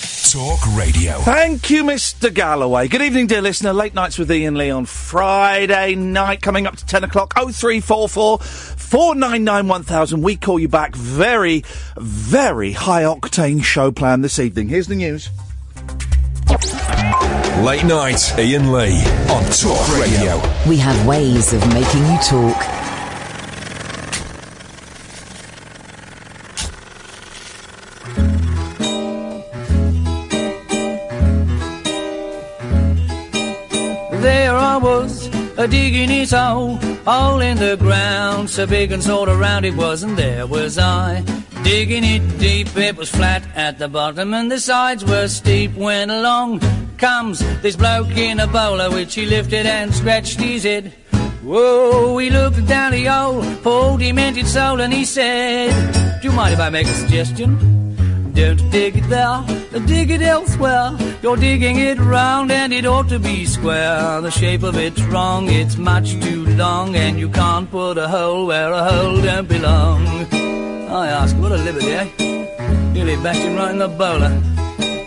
Talk Radio. Thank you, Mr. Galloway. Good evening, dear listener. Late nights with Ian Lee on Friday night, coming up to 10 o'clock. 0344 499 1000. We call you back. Very, very high octane show plan this evening. Here's the news. Late night, Ian Lee on Talk Radio. We have ways of making you talk. There I was, a digging his hole, hole in the ground, so big and sort of round it was, and there was I. Digging it deep, it was flat at the bottom, and the sides were steep. When along comes this bloke in a bowler, which he lifted and scratched his head. Whoa, he looked down the hole, poor demented soul, and he said, Do you mind if I make a suggestion? Don't dig it there, dig it elsewhere. You're digging it round and it ought to be square. The shape of it's wrong, it's much too long, and you can't put a hole where a hole don't belong. I ask, what a liberty, eh? Nearly bashed him right in the bowler.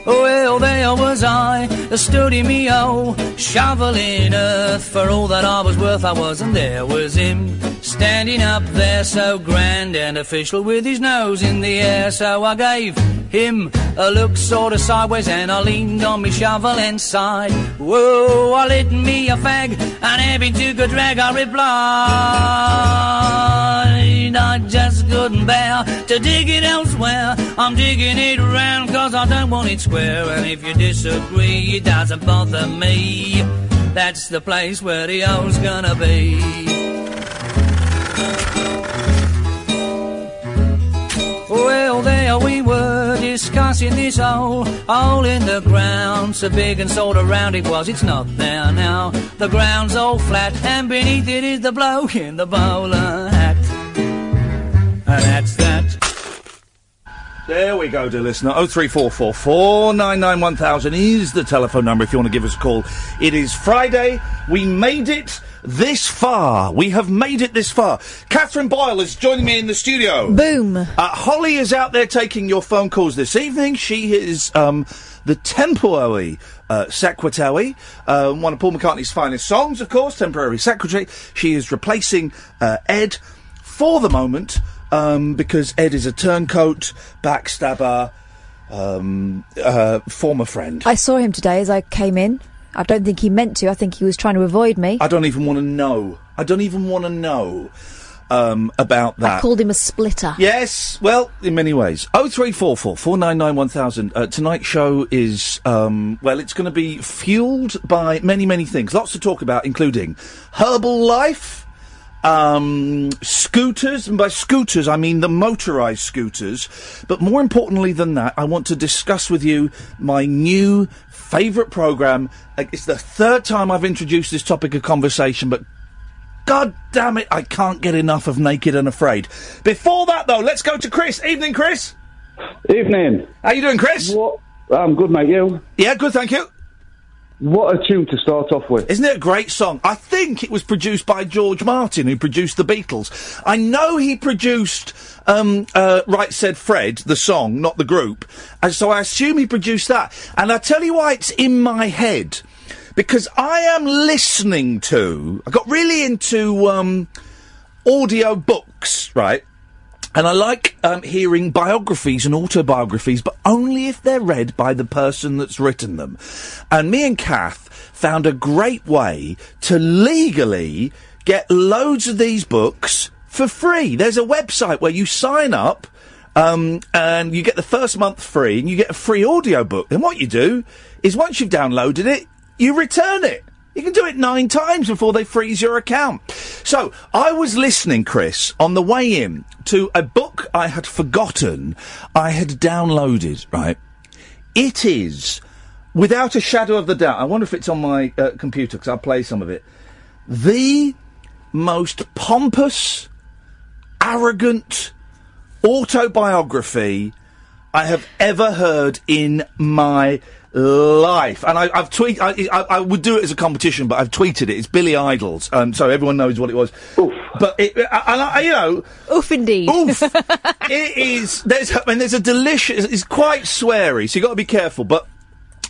Well, there was I, a sturdy me oh, shoveling earth for all that I was worth. I was, and there was him, standing up there so grand and official with his nose in the air. So I gave him a look sort of sideways and I leaned on me shovel and sighed. Whoa, I lit me a fag and having to go drag, I replied. I just couldn't bear to dig it elsewhere. I'm digging it round cause I don't want it square. And if you disagree, it doesn't bother me. That's the place where the hole's gonna be. Well, there we were discussing this hole, hole in the ground, so big and sort of round it was. It's not there now. The ground's all flat, and beneath it is the bloke in the bowler hat. And that's that. There we go, dear listener. 0344 499 1000 is the telephone number if you want to give us a call. It is Friday. We made it this far. We have made it this far. Catherine Boyle is joining me in the studio. Boom. Uh, Holly is out there taking your phone calls this evening. She is um, the temporary uh, secretary, um, one of Paul McCartney's finest songs, of course, temporary secretary. She is replacing uh, Ed for the moment um, because Ed is a turncoat, backstabber, um, uh, former friend. I saw him today as I came in. I don't think he meant to. I think he was trying to avoid me. I don't even want to know. I don't even want to know um, about that. I called him a splitter. Yes, well, in many ways. 0344 499 1000. Uh, tonight's show is, um, well, it's going to be fueled by many, many things. Lots to talk about, including herbal life, um, scooters, and by scooters I mean the motorised scooters. But more importantly than that, I want to discuss with you my new favourite programme. Uh, It's the third time I've introduced this topic of conversation, but God damn it, I can't get enough of Naked and Afraid. Before that, though, let's go to Chris. Evening, Chris. Evening. How you doing, Chris? What? I'm good, mate. You? Yeah, good, thank you. What a tune to start off with. Isn't it a great song? I think it was produced by George Martin, who produced the Beatles. I know he produced um, uh, Right Said Fred, the song, not the group, and so I assume he produced that. And I tell you why it's in my head, because I am listening to. I got really into um, audio books, right? And I like um, hearing biographies and autobiographies, but only if they're read by the person that's written them. And me and Kath found a great way to legally get loads of these books for free. There's a website where you sign up um, and you get the first month free and you get a free audiobook. Then what you do is once you've downloaded it, you return it. You can do it nine times before they freeze your account. So I was listening, Chris, on the way in to a book I had forgotten I had downloaded, right? It is, without a shadow of the doubt, I wonder if it's on my uh, computer because I'll play some of it. The most pompous, arrogant autobiography I have ever heard in my life. And I, I've tweet. I, I, I would do it as a competition, but I've tweeted it. It's Billy Idol's, um, so everyone knows what it was. But it, and I, you know, Oof, indeed. Oof. it is. There's. I mean, there's a delicious. It's quite sweary, so you got to be careful. But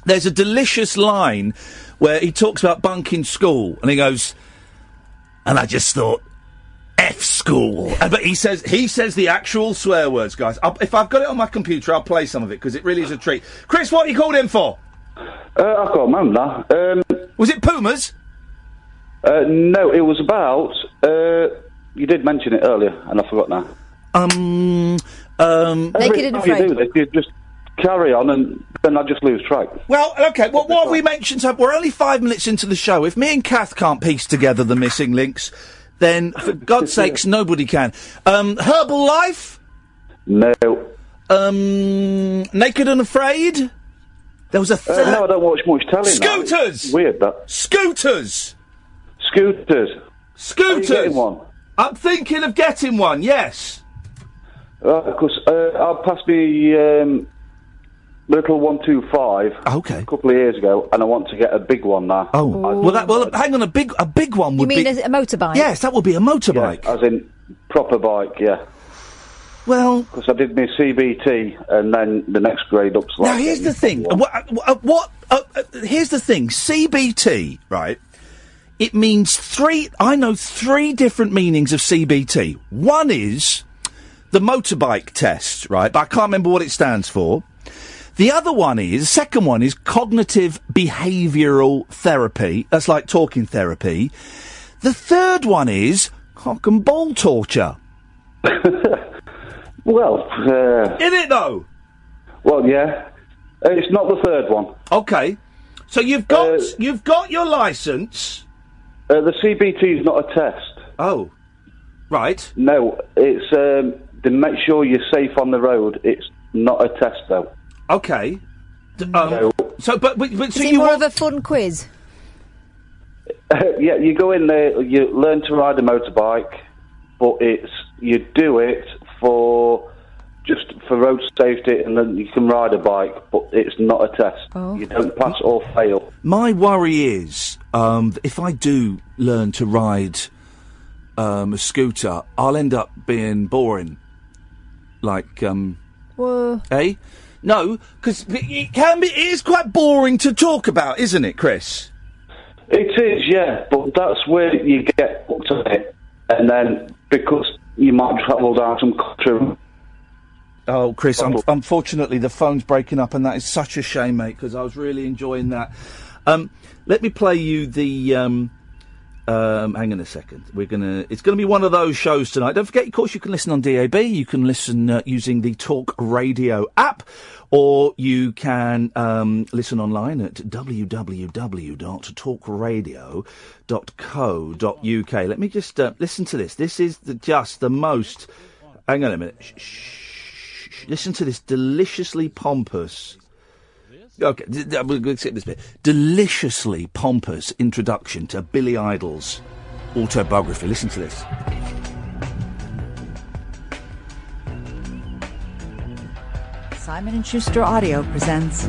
There's a delicious line where he talks about bunking school, and he goes, and I just thought, F school. And- But he says he says the actual swear words, guys. I'll, if I've got it on my computer, I'll play some of it because it really is a treat. Chris, what are you called in for? Uh, I've got a man now. Um, was it Pumas? Uh, no, it was about. Uh, you did mention it earlier, and I forgot now. Um, um, Every time you do this, you just carry on, and then I just lose track. Well, okay. Well, what have we mentioned? So we're only five minutes into the show. If me and Kath can't piece together the missing links, then for God's sakes, nobody can. Um, Herbal Life. No. Um, Naked and Afraid. There was a Uh, third. no, I don't watch much telly. now. It's Scooters! Weird that. Scooters. Scooters. Scooters. getting one? I'm thinking of getting one. Yes. Because uh, I passed me um, little one two five. Okay. A couple of years ago, and I want to get a big one now. Oh, well, that well, hang on. A big a big one You would mean be. as a motorbike? yes, that would be a motorbike. as in proper bike, yeah. Well, Because I did my CBT, and then the next grade up's Now like. here's the thing. Uh, What? uh, uh, what uh, uh, here's the thing. CBT, right? It means three. I know three different meanings of CBT. One is the motorbike test, right? But I can't remember what it stands for. The other one is the second one is cognitive behavioural therapy. That's like talking therapy. The third one is cock and ball torture. Well, uh, In it though. well, yeah. Uh, It's not the third one. Okay. So you've got you've got your license. Uh, the CBT is not a test. Oh, right. No, it's um, to make sure you're safe on the road. It's not a test, though. Okay. D- um, So, but but, but Is so it you more want, of a fun quiz? yeah, you go in there, you learn to ride a motorbike, but it's you do it for just for road safety, and then you can ride a bike, but it's not a test. You don't pass or fail. my worry is um, that if I do learn to ride um, a scooter, I'll end up being boring. Like, um, Whoa. eh? No, because it can be. It is quite boring to talk about, isn't it, Chris? It is, yeah, but that's where you get hooked on it, and then because you might travel down some country. Oh, Chris, un- unfortunately, the phone's breaking up, and that is such a shame, mate, because I was really enjoying that. Um, let me play you the. Um, um, hang on a second. We're gonna. It's gonna be one of those shows tonight. Don't forget, of course, you can listen on DAB. You can listen uh, using the Talk Radio app, or you can um, listen online at www.talkradio.co.uk. Let me just uh, listen to this. This is the, just the most. Hang on a minute. Shh, shh, shh. Listen to this deliciously pompous. Okay, d- d- we'll we'll skip this bit. Deliciously pompous introduction to Billy Idol's autobiography. Listen to this. Simon and Schuster Audio presents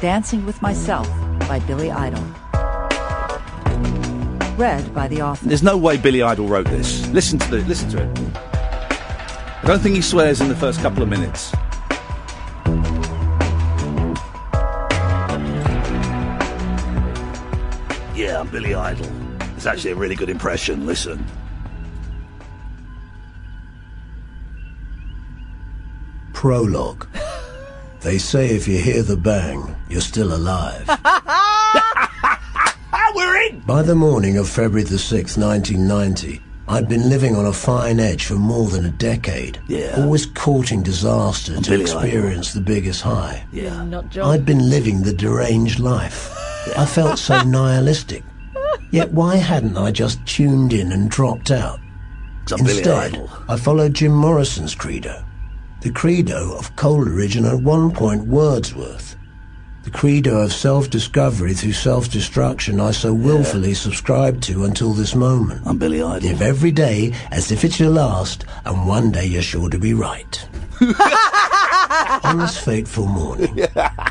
Dancing with Myself by Billy Idol. Read by the author. There's no way Billy Idol wrote this. Listen to the, listen to it. I don't think he swears in the first couple of minutes. Yeah, I'm Billy Idol. It's actually a really good impression. Listen. Prologue. they say if you hear the bang, you're still alive. We're in! By the morning of February the 6th, 1990, I'd been living on a fine edge for more than a decade, yeah. always courting disaster to Billy Idol. experience the biggest high. Yeah. Not I'd been living the deranged life. I felt so nihilistic. Yet why hadn't I just tuned in and dropped out? It's a Billy Instead, Idol. I followed Jim Morrison's credo, the credo of Coleridge and at one point Wordsworth, the credo of self-discovery through self-destruction I so willfully subscribed to until this moment. I'm Billy Idol. Live every day as if it's your last, and one day you're sure to be right. On this fateful morning,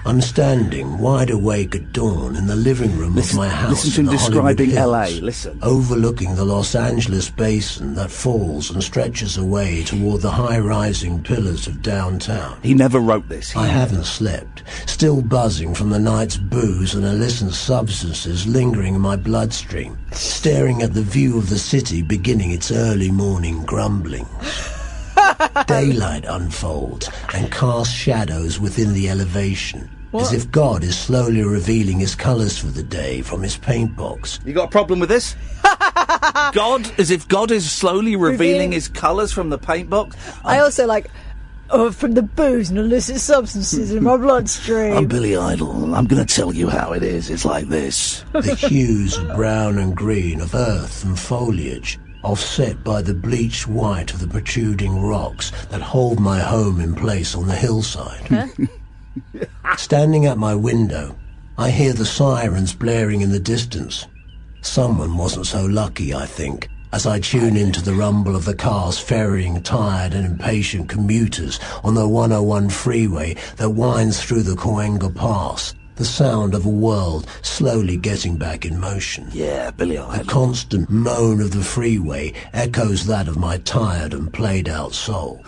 I'm standing wide awake at dawn in the living room of my house. listen in to him the Hollywood describing Hills, LA, listen. Overlooking the Los Angeles basin that falls and stretches away toward the high rising pillars of downtown. He never wrote this. He- I haven't slept, still buzzing from the night's booze and illicit substances lingering in my bloodstream, staring at the view of the city beginning its early morning grumbling. Daylight unfolds and casts shadows within the elevation, as if God is slowly revealing his colors for the day from his paintbox. You got a problem with this? God, as if God is slowly revealing Revealing- his colours from the paintbox. I also like oh, from the booze and illicit substances in my I'm bloodstream. Billy Idol, and I'm going to tell you how it is. It's like this. the hues of brown and green of earth and foliage, offset by the bleached white of the protruding rocks that hold my home in place on the hillside. Standing at my window, I hear the sirens blaring in the distance. Someone wasn't so lucky, I think, as I tune into the rumble of the cars ferrying tired and impatient commuters on the 101 freeway that winds through the Coenga Pass, the sound of a world slowly getting back in motion. Yeah, Billy The Idol. constant moan of the freeway echoes that of my tired and played out soul.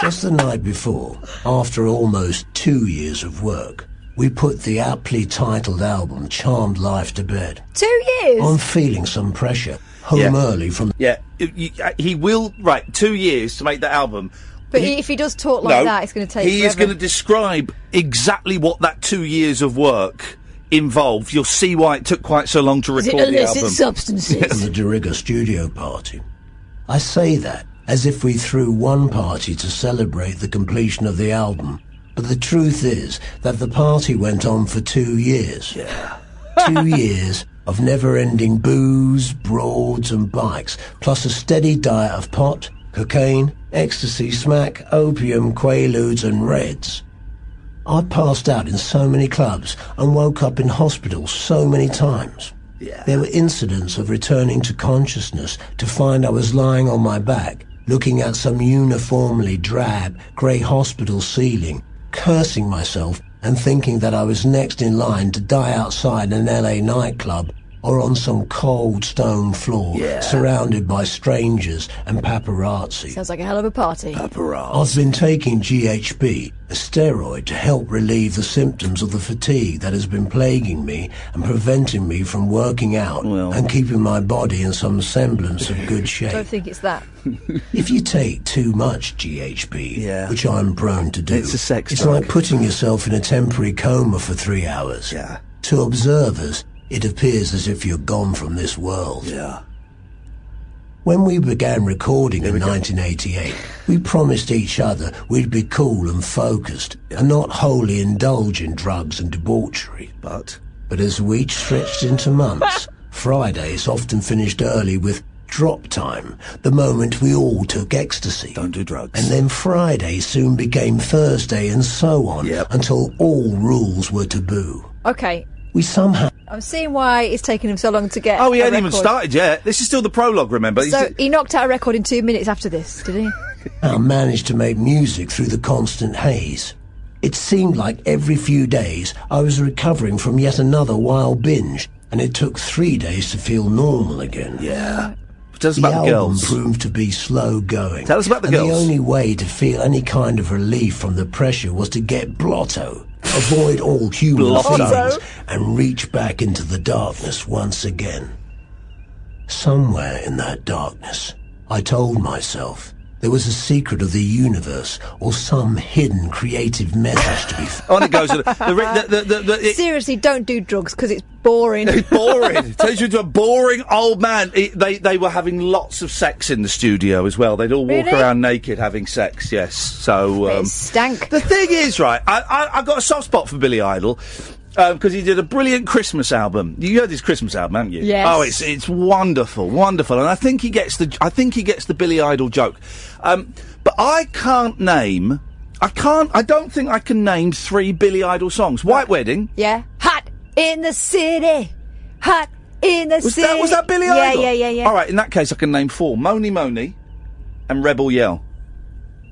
Just the night before, after almost two years of work, we put the aptly titled album Charmed Life to bed. Two years. Oh, I'm feeling some pressure. Home Yeah. early from Yeah, y- y- uh, he will. Right, two years to make that album. but he, if he does talk like that, it's going to take. He is forever. going to describe exactly what that two years of work involved. You'll see why it took quite so long to Is it record the illicit album. substances. the DeRigger studio party. I say that as if we threw one party to celebrate the completion of the album, but the truth is that the party went on for two years. two years of never-ending booze, broads and bikes, plus a steady diet of pot, cocaine, ecstasy, smack, opium, quaaludes and reds. I passed out in so many clubs and woke up in hospital so many times. There were incidents of returning to consciousness to find I was lying on my back, looking at some uniformly drab, grey hospital ceiling, cursing myself and thinking that I was next in line to die outside an LA nightclub or on some cold stone floor surrounded by strangers and paparazzi. Sounds like a hell of a party. I've been taking GHB, a steroid, to help relieve the symptoms of the fatigue that has been plaguing me and preventing me from working out and keeping my body in some semblance of good Don't shape. think it's that. if you take too much GHB, Yeah. which I'm prone to do, It's a sex it's drug. like putting yourself in a temporary coma for three hours. Yeah. To observers, it appears as if you're gone from this world. Yeah. When we began recording in 1988, we promised each other we'd be cool and focused and not wholly indulge in drugs and debauchery. But But as the week stretched into months, Fridays often finished early with drop time, the moment we all took ecstasy. don't do drugs. And then Friday soon became Thursday and so on Yep. until all rules were taboo. Okay, We somehow I'm seeing why it's taken him so long to get. oh, he a hadn't even record. started yet. This is still the prologue. Remember, He's So d- he knocked out a record in two minutes after this, did he? I managed to make music through the constant haze. It seemed like every few days I was recovering from yet another wild binge, and it took three days to feel normal again. yeah. Tell us The about the album girls. proved to be slow going. Tell us about the and girls. The only way to feel any kind of relief from the pressure was to get blotto, avoid all human Blotto. feelings, and reach back into the darkness once again. Somewhere in that darkness, I told myself there was a secret of the universe or some hidden creative message to be found. On it goes. The, the, the, the, the, it- Seriously, don't do drugs because it's boring. It's boring. It Turns you into a boring old man. It- they they were having lots of sex in the studio as well. They'd all walk Really? around naked having sex. Yes. So um, it stank. the thing is, right? I, I I got a soft spot for Billy Idol. Because he did a brilliant Christmas album. You heard his Christmas album, haven't you? Yes. Oh, it's it's wonderful, wonderful, and I think he gets the I think he gets the Billy Idol joke, um, but I can't name, I can't, I don't think I can name three Billy Idol songs. White Wedding, Yeah, hot in the city, hot in the Was city. that was that Billy yeah, Idol? Yeah, yeah, yeah, All right, in that case, I can name four: Moni Moni, and Rebel Yell.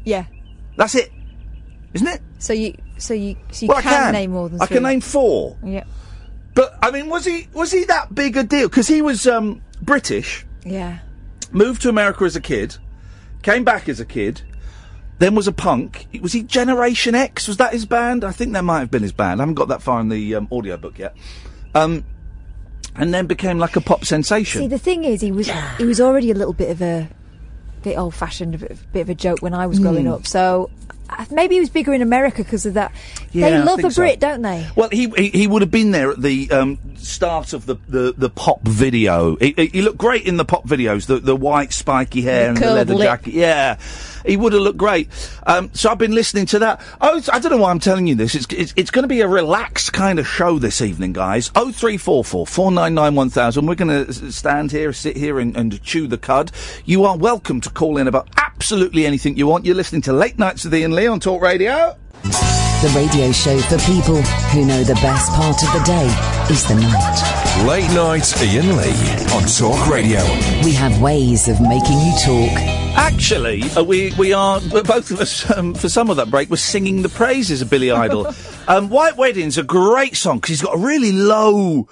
Yeah. That's it, isn't it? So you, so you, so you Well, I can, can. name more than I three. can name four. Yeah. But I mean, was he was he that big a deal? Because he was um, British, Yeah. moved to America as a kid, came back as a kid, then was a punk. Was he Generation X? Was that his band? I think that might have been his band. I haven't got that far in the um, audio book yet. Um, and then became like a pop sensation. See, the thing is, he was he was already a little bit of a bit old fashioned, a bit, bit of a joke when I was growing Hmm. up. So I- maybe he was bigger in America because of that. Yeah, they I love a think so. Brit, don't they? Well, he, he he would have been there at the um, start of the, the, the pop video. He, he- he looked great in the pop videos, the the white spiky hair and the curled leather lip. jacket. Yeah, he would have looked great. Um, so I've been listening to that. Oh, it's- I don't know why I'm telling you this. It's it's, it's going to be a relaxed kind of show this evening, guys. Oh three four four four nine nine one thousand. We're going to stand here, sit here, and, and chew the cud. You are welcome to call in about absolutely anything you want. You're listening to Late Nights with Ian Lee on Talk Radio. The radio show for people who know the best part of the day is the night. Late night Ian Lee on Talk Radio. We have ways of making you talk. Actually, uh, we we are b- both of us um, for some of that break were singing the praises of Billy Idol. um, White Wedding's a great song because he's got a really low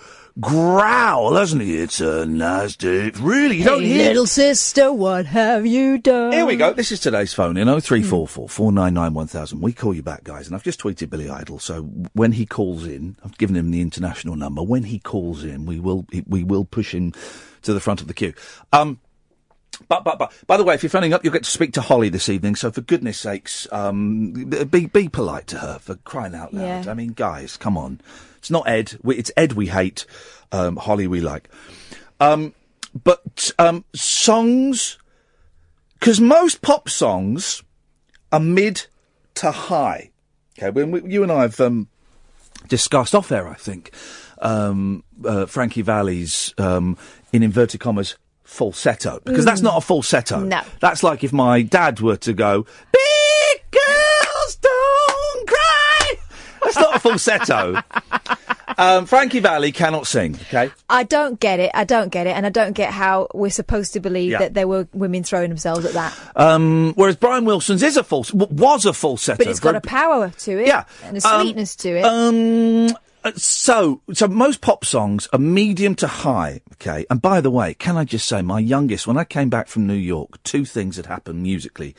growl, hasn't he? It's a nice day. It's Really, you don't Hey, hear. little sister, what have you done? Here we go. This is today's phone in Hmm. 0344 499 1000. We call you back, guys. And I've just tweeted Billy Idol. So when he calls in, I've given him the international number. When he calls in, we will we will push him to the front of the queue. Um, but but but by the way, if you're phoning up, you'll get to speak to Holly this evening. So for goodness sakes, um, be be polite to her for crying out loud. Yeah. I mean, guys, come on. It's not Ed. We, it's Ed we hate. Um, Holly we like. Um, but um, songs, because most pop songs are mid to high. Okay, when we, you and I have um, discussed off air, I think um, uh, Frankie Valley's um, in inverted commas falsetto because that's Mm. not a falsetto. No. that's like if my dad were to go. Big girls don't cry. That's not a falsetto. um, Frankie Valley cannot sing. Okay. I don't get it. I don't get it, and I don't get how we're supposed to believe Yeah. that there were women throwing themselves at that. Um, whereas Brian Wilson's is a false, w- was a falsetto. But it's got Very- a power to it, Yeah. and a Um, sweetness to it. Um, uh, so, so most pop songs are medium to high. Okay. And by the way, can I just say, my youngest, when I came back from New York, two things had happened musically.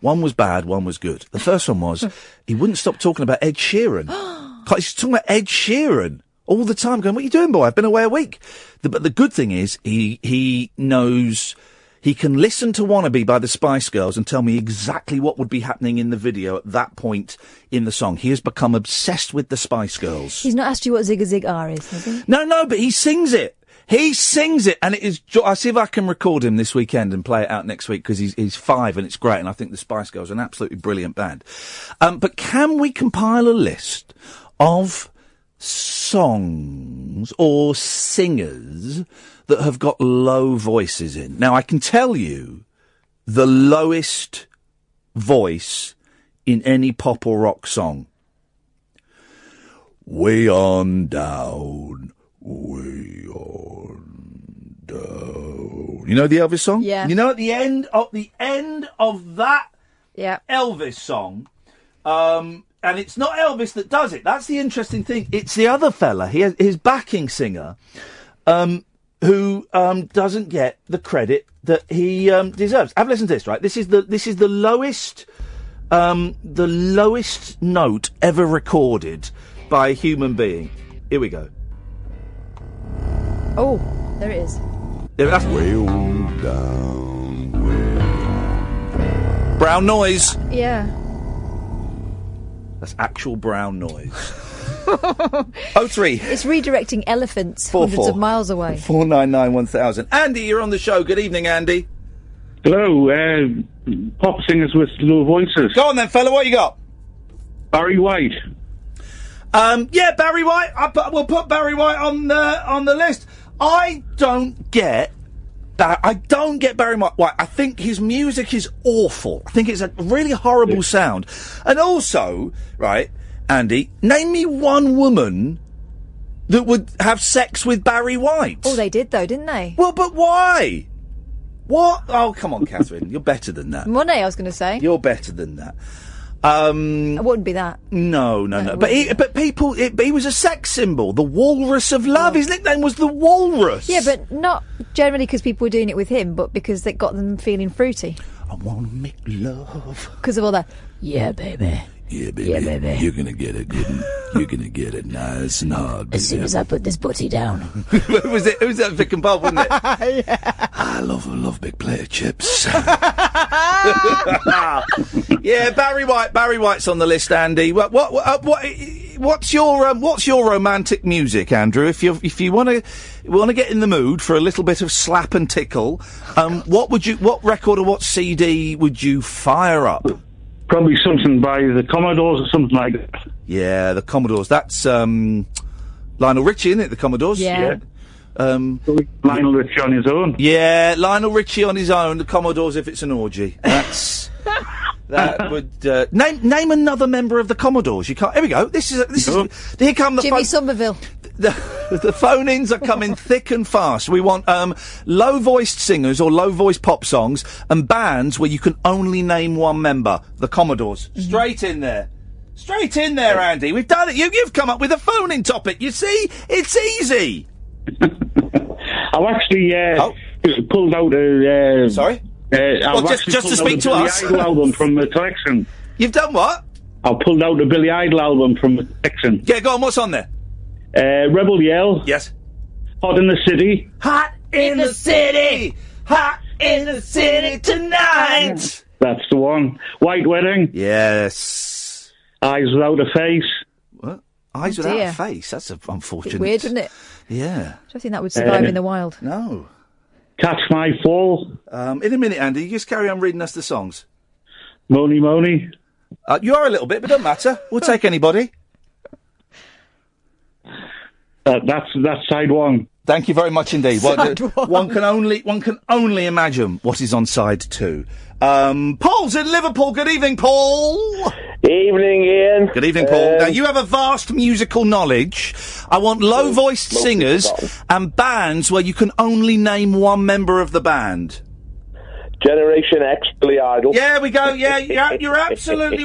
One was bad, one was good. The first one was he wouldn't stop talking about Ed Sheeran. God, He's talking about Ed Sheeran all the time, going, "What are you doing, boy? I've been away a week." The, but the good thing is, he he knows. He can listen to Wannabe by the Spice Girls and tell me exactly what would be happening in the video at that point in the song. He has become obsessed with the Spice Girls. He's not asked you what Zig a Zig R is, has he? No, no, but he sings it. He sings it, and it is. Jo- I'll see if I can record him this weekend and play it out next week because he's, he's five and it's great. And I think the Spice Girls are an absolutely brilliant band. Um, but can we compile a list of songs or singers that have got low voices in? Now, I can tell you the lowest voice in any pop or rock song. Way on down, way on down. You know the Elvis song? Yeah. You know at the end of the end of that yeah. Elvis song, um, and it's not Elvis that does it. That's the interesting thing. It's the other fella, he has, his backing singer, um, who um, doesn't get the credit that he um, deserves. Have a listen to this, right? This is the this is the lowest um, the lowest note ever recorded by a human being. Here we go. Oh, there it is. There, that's Brown noise. Yeah. That's actual brown noise. oh three. It's redirecting elephants Four, hundreds four. of miles away. Four nine nine one thousand. Andy, you're on the show. Good evening, Andy. Hello, uh, pop singers with low voices. Go on then, fella. What you got? Barry White. Um, yeah, Barry White. I put, we'll put Barry White on the on the list. I don't get that. I don't get Barry White. I think his music is awful. I think it's a really horrible sound. And also, right, Andy, name me one woman that would have sex with Barry White. Oh, they did though, didn't they? Well, but why? What? Oh, come on, Catherine. You're better than that. Monet, I was going to say. You're better than that. Um, it wouldn't be that. No, no, no. But he, but people, it, but he was a sex symbol. The Walrus of Love. His nickname was the Walrus. Yeah, but not generally because people were doing it with him, but because it got them feeling fruity. I want to make love. Because of all that. Yeah, baby. Yeah, baby. Yeah, baby. You're gonna get it good. And, you're gonna get it nice and hard. As soon as I put this butty down. Who was it? Who was that? Vic and Bob, wasn't it? I love I love big player chips. yeah, Barry White. Barry White's on the list, Andy. What? What? What? Uh, what what's your um, What's your romantic music, Andrew? If you If you want to want to get in the mood for a little bit of slap and tickle, um, what would you? What record or what CD would you fire up? Probably something by the Commodores or something like that. Yeah, the Commodores. That's um, Lionel Richie, isn't it? The Commodores. Yeah. Um, Lionel Richie on his own. Yeah, Lionel Richie on his own. The Commodores, if it's an orgy. That's that would uh, name name another member of the Commodores. You can't. Here we go. This is this is here come the Jimmy phone- Somerville. the, the phone-ins are coming thick and fast. We want um, low-voiced singers or low-voiced pop songs and bands where you can only name one member. The Commodores. Straight in there. Straight in there, Andy. We've done it. You, you've come up with a phone-in topic. You see, it's easy. I've actually uh, pulled out a. Uh, Oh. Sorry. Uh, I've Well, just- actually just to pulled out speak a to Billy us. Idol album from the collection. Oh. You've done what? I pulled out a Billy Idol album from the collection. Yeah, go on. What's on there? Uh, Rebel Yell. Yes. Hot in the City. Hot in the city. Hot in the city tonight. That's the one. White Wedding. Yes. Eyes Without a Face. What? Eyes Oh, without dear. a face. That's a, unfortunate. Bit weird, wouldn't it? Yeah. I don't think that would survive Uh, in the wild. No. Catch My Fall. Um, in a minute, Andy, you just carry on reading us the songs. Money, money. Uh, you are a little bit, but don't matter. We'll take anybody. Uh, that's that's side one. Thank you very much indeed. Side Well, one. can only one can only imagine what is on side two. Um, Paul's in Liverpool. Good evening, Paul. Evening, Ian. Good evening, Paul. Um, now you have a vast musical knowledge. I want low-voiced singers and bands where you can only name one member of the band. Generation X, Billy Idol. Yeah, we go. Yeah, you're, you're absolutely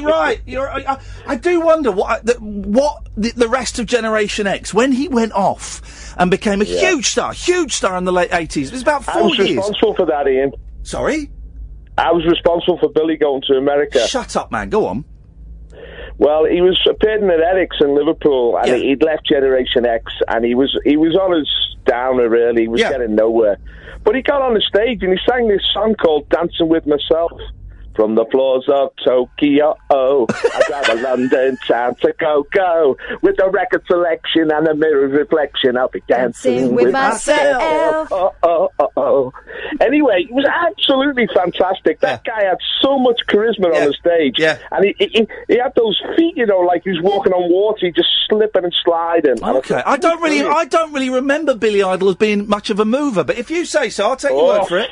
right. You're, I, I- I do wonder what the, what the, the rest of Generation X when he went off and became a Yeah. huge star, huge star in the late eighties. It was about I four was years. responsible for that, Ian. Sorry? I was responsible for Billy going to America. Shut up, man. Go on. Well, he was appeared in an Eric's in Liverpool, and he'd left Generation X, and he was he was on his downer really. He was getting nowhere, but he got on the stage and he sang this song called "Dancing with Myself." From the floors of Tokyo, I drive a London town to go go with a record selection and a mirror reflection. I'll be dancing, Dancing with myself. Oh, oh, oh, oh. Anyway, it was absolutely fantastic. That guy had so much charisma on the stage. Yeah. And he, he, he had those feet, you know, like he was walking on water, he just slipping and sliding. Okay, I don't really, I don't really remember Billy Idol as being much of a mover. But if you say so, I'll take your Oh. word for it.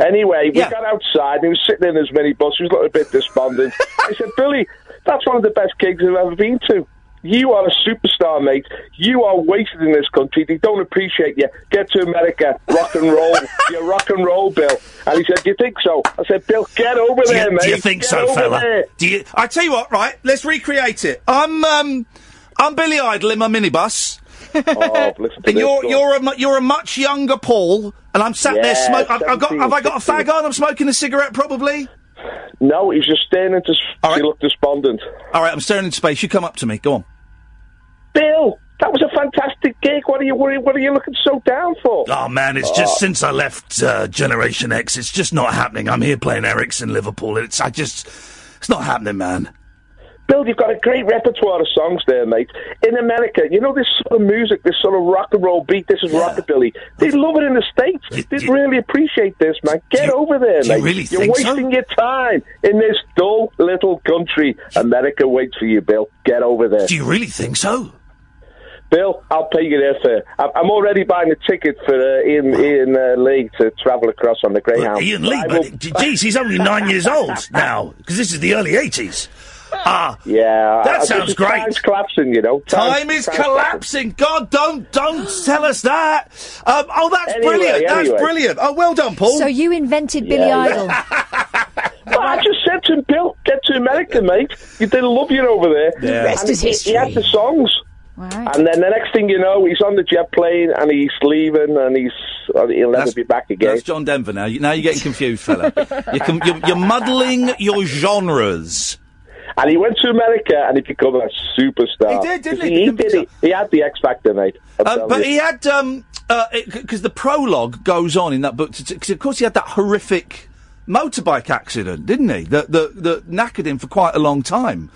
Anyway, we Yeah. got outside. He was sitting in his minibus. He was looking a bit despondent. I said, Billy, that's one of the best gigs I've ever been to. You are a superstar, mate. You are wasted in this country. They don't appreciate you. Get to America. Rock and roll. You're rock and roll, Bill. And he said, Do you think so? I said, Bill, get over Do you, there, mate. do you think Get so, over fella? there." Do you? I tell you what, right? Let's recreate it. I'm, um, I'm Billy Idol in my minibus. Oh, listen to And this, you're go on. you're a mu- you're a much younger Paul, and I'm sat there Yeah, smoking. I've, I've got 17, have I got a fag 16. on? I'm smoking a cigarette, probably. No, he was just staring into space. He looked despondent. All right, I'm staring into space. You come up to me. Go on. Bill, that was a fantastic gig. What are you worried? What are you looking so down for? Oh man, it's just since I left uh, Generation X, it's just not happening. I'm here playing Eric's in Liverpool. It's I just, it's not happening, man. Bill, you've got a great repertoire of songs there, mate. In America, you know this sort of music, this sort of rock and roll beat. This is rockabilly. They love it in the states. They really appreciate this, man. Get over there, do you mate. really are think so? wasting your time in this dull little country. America waits for you, Bill. Get over there. Do you really think so? Bill, I'll pay you there, sir. I- I'm already buying a ticket for uh, Ian, Ian uh, Lee to travel across on the Greyhound. Ian Lee, I but will- geez, he's only nine years old now because this is the early '80s. Ah, yeah, That I- I just- sounds great. Time's collapsing, you know. Time is collapsing. God, don't don't tell us that. Um, oh, that's Anyway, brilliant. That's anyway. brilliant. Oh, well done, Paul. So you invented Billy Yeah. Idol. But I just said to him, Bill, get to America, mate. You did love you over there. The rest And is he- history. He had the songs. And then the next thing you know, he's on the jet plane and he's leaving and he's uh, he'll never be back again. That's John Denver now. You, now you're getting confused, fella. you com- you're, you're muddling your genres. And he went to America and he became a superstar. He did, didn't he? He, did it. He had the X Factor, mate. I'm Uh, telling but you. he had, um, uh, because the prologue goes on in that book, because of course he had that horrific motorbike accident, didn't he? That that that knackered him for quite a long time.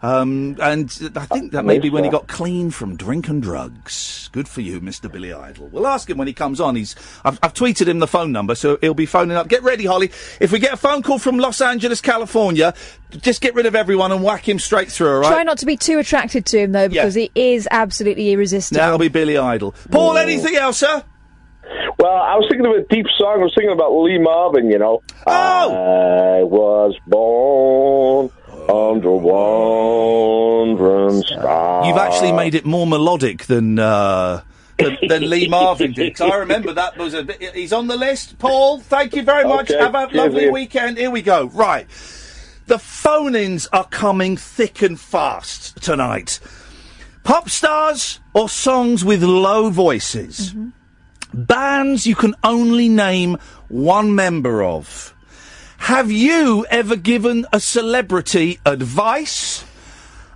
Um, and I think that may be when he got clean from drink and drugs. Good for you, Mr. Billy Idol. We'll ask him when he comes on. He's I've, I've tweeted him the phone number, so he'll be phoning up. Get ready, Holly. If we get a phone call from Los Angeles, California, just get rid of everyone and whack him straight through. All right? Try not to be too attracted to him though, because he is absolutely irresistible. That'll be Billy Idol. Paul, anything else, sir? Well, I was thinking of a deep song. I was thinking about Lee Marvin, you know. Oh! I was born under wandering stars. You've actually made it more melodic than uh, than, than Lee Marvin did. 'cause I remember that was a bit. He's on the list. Paul, thank you very much. Okay, Have a cheers, lovely Ian. weekend. Here we go. Right, the phone-ins are coming thick and fast tonight. Pop stars or songs with low voices. Bands you can only name one member of. Have you ever given a celebrity advice?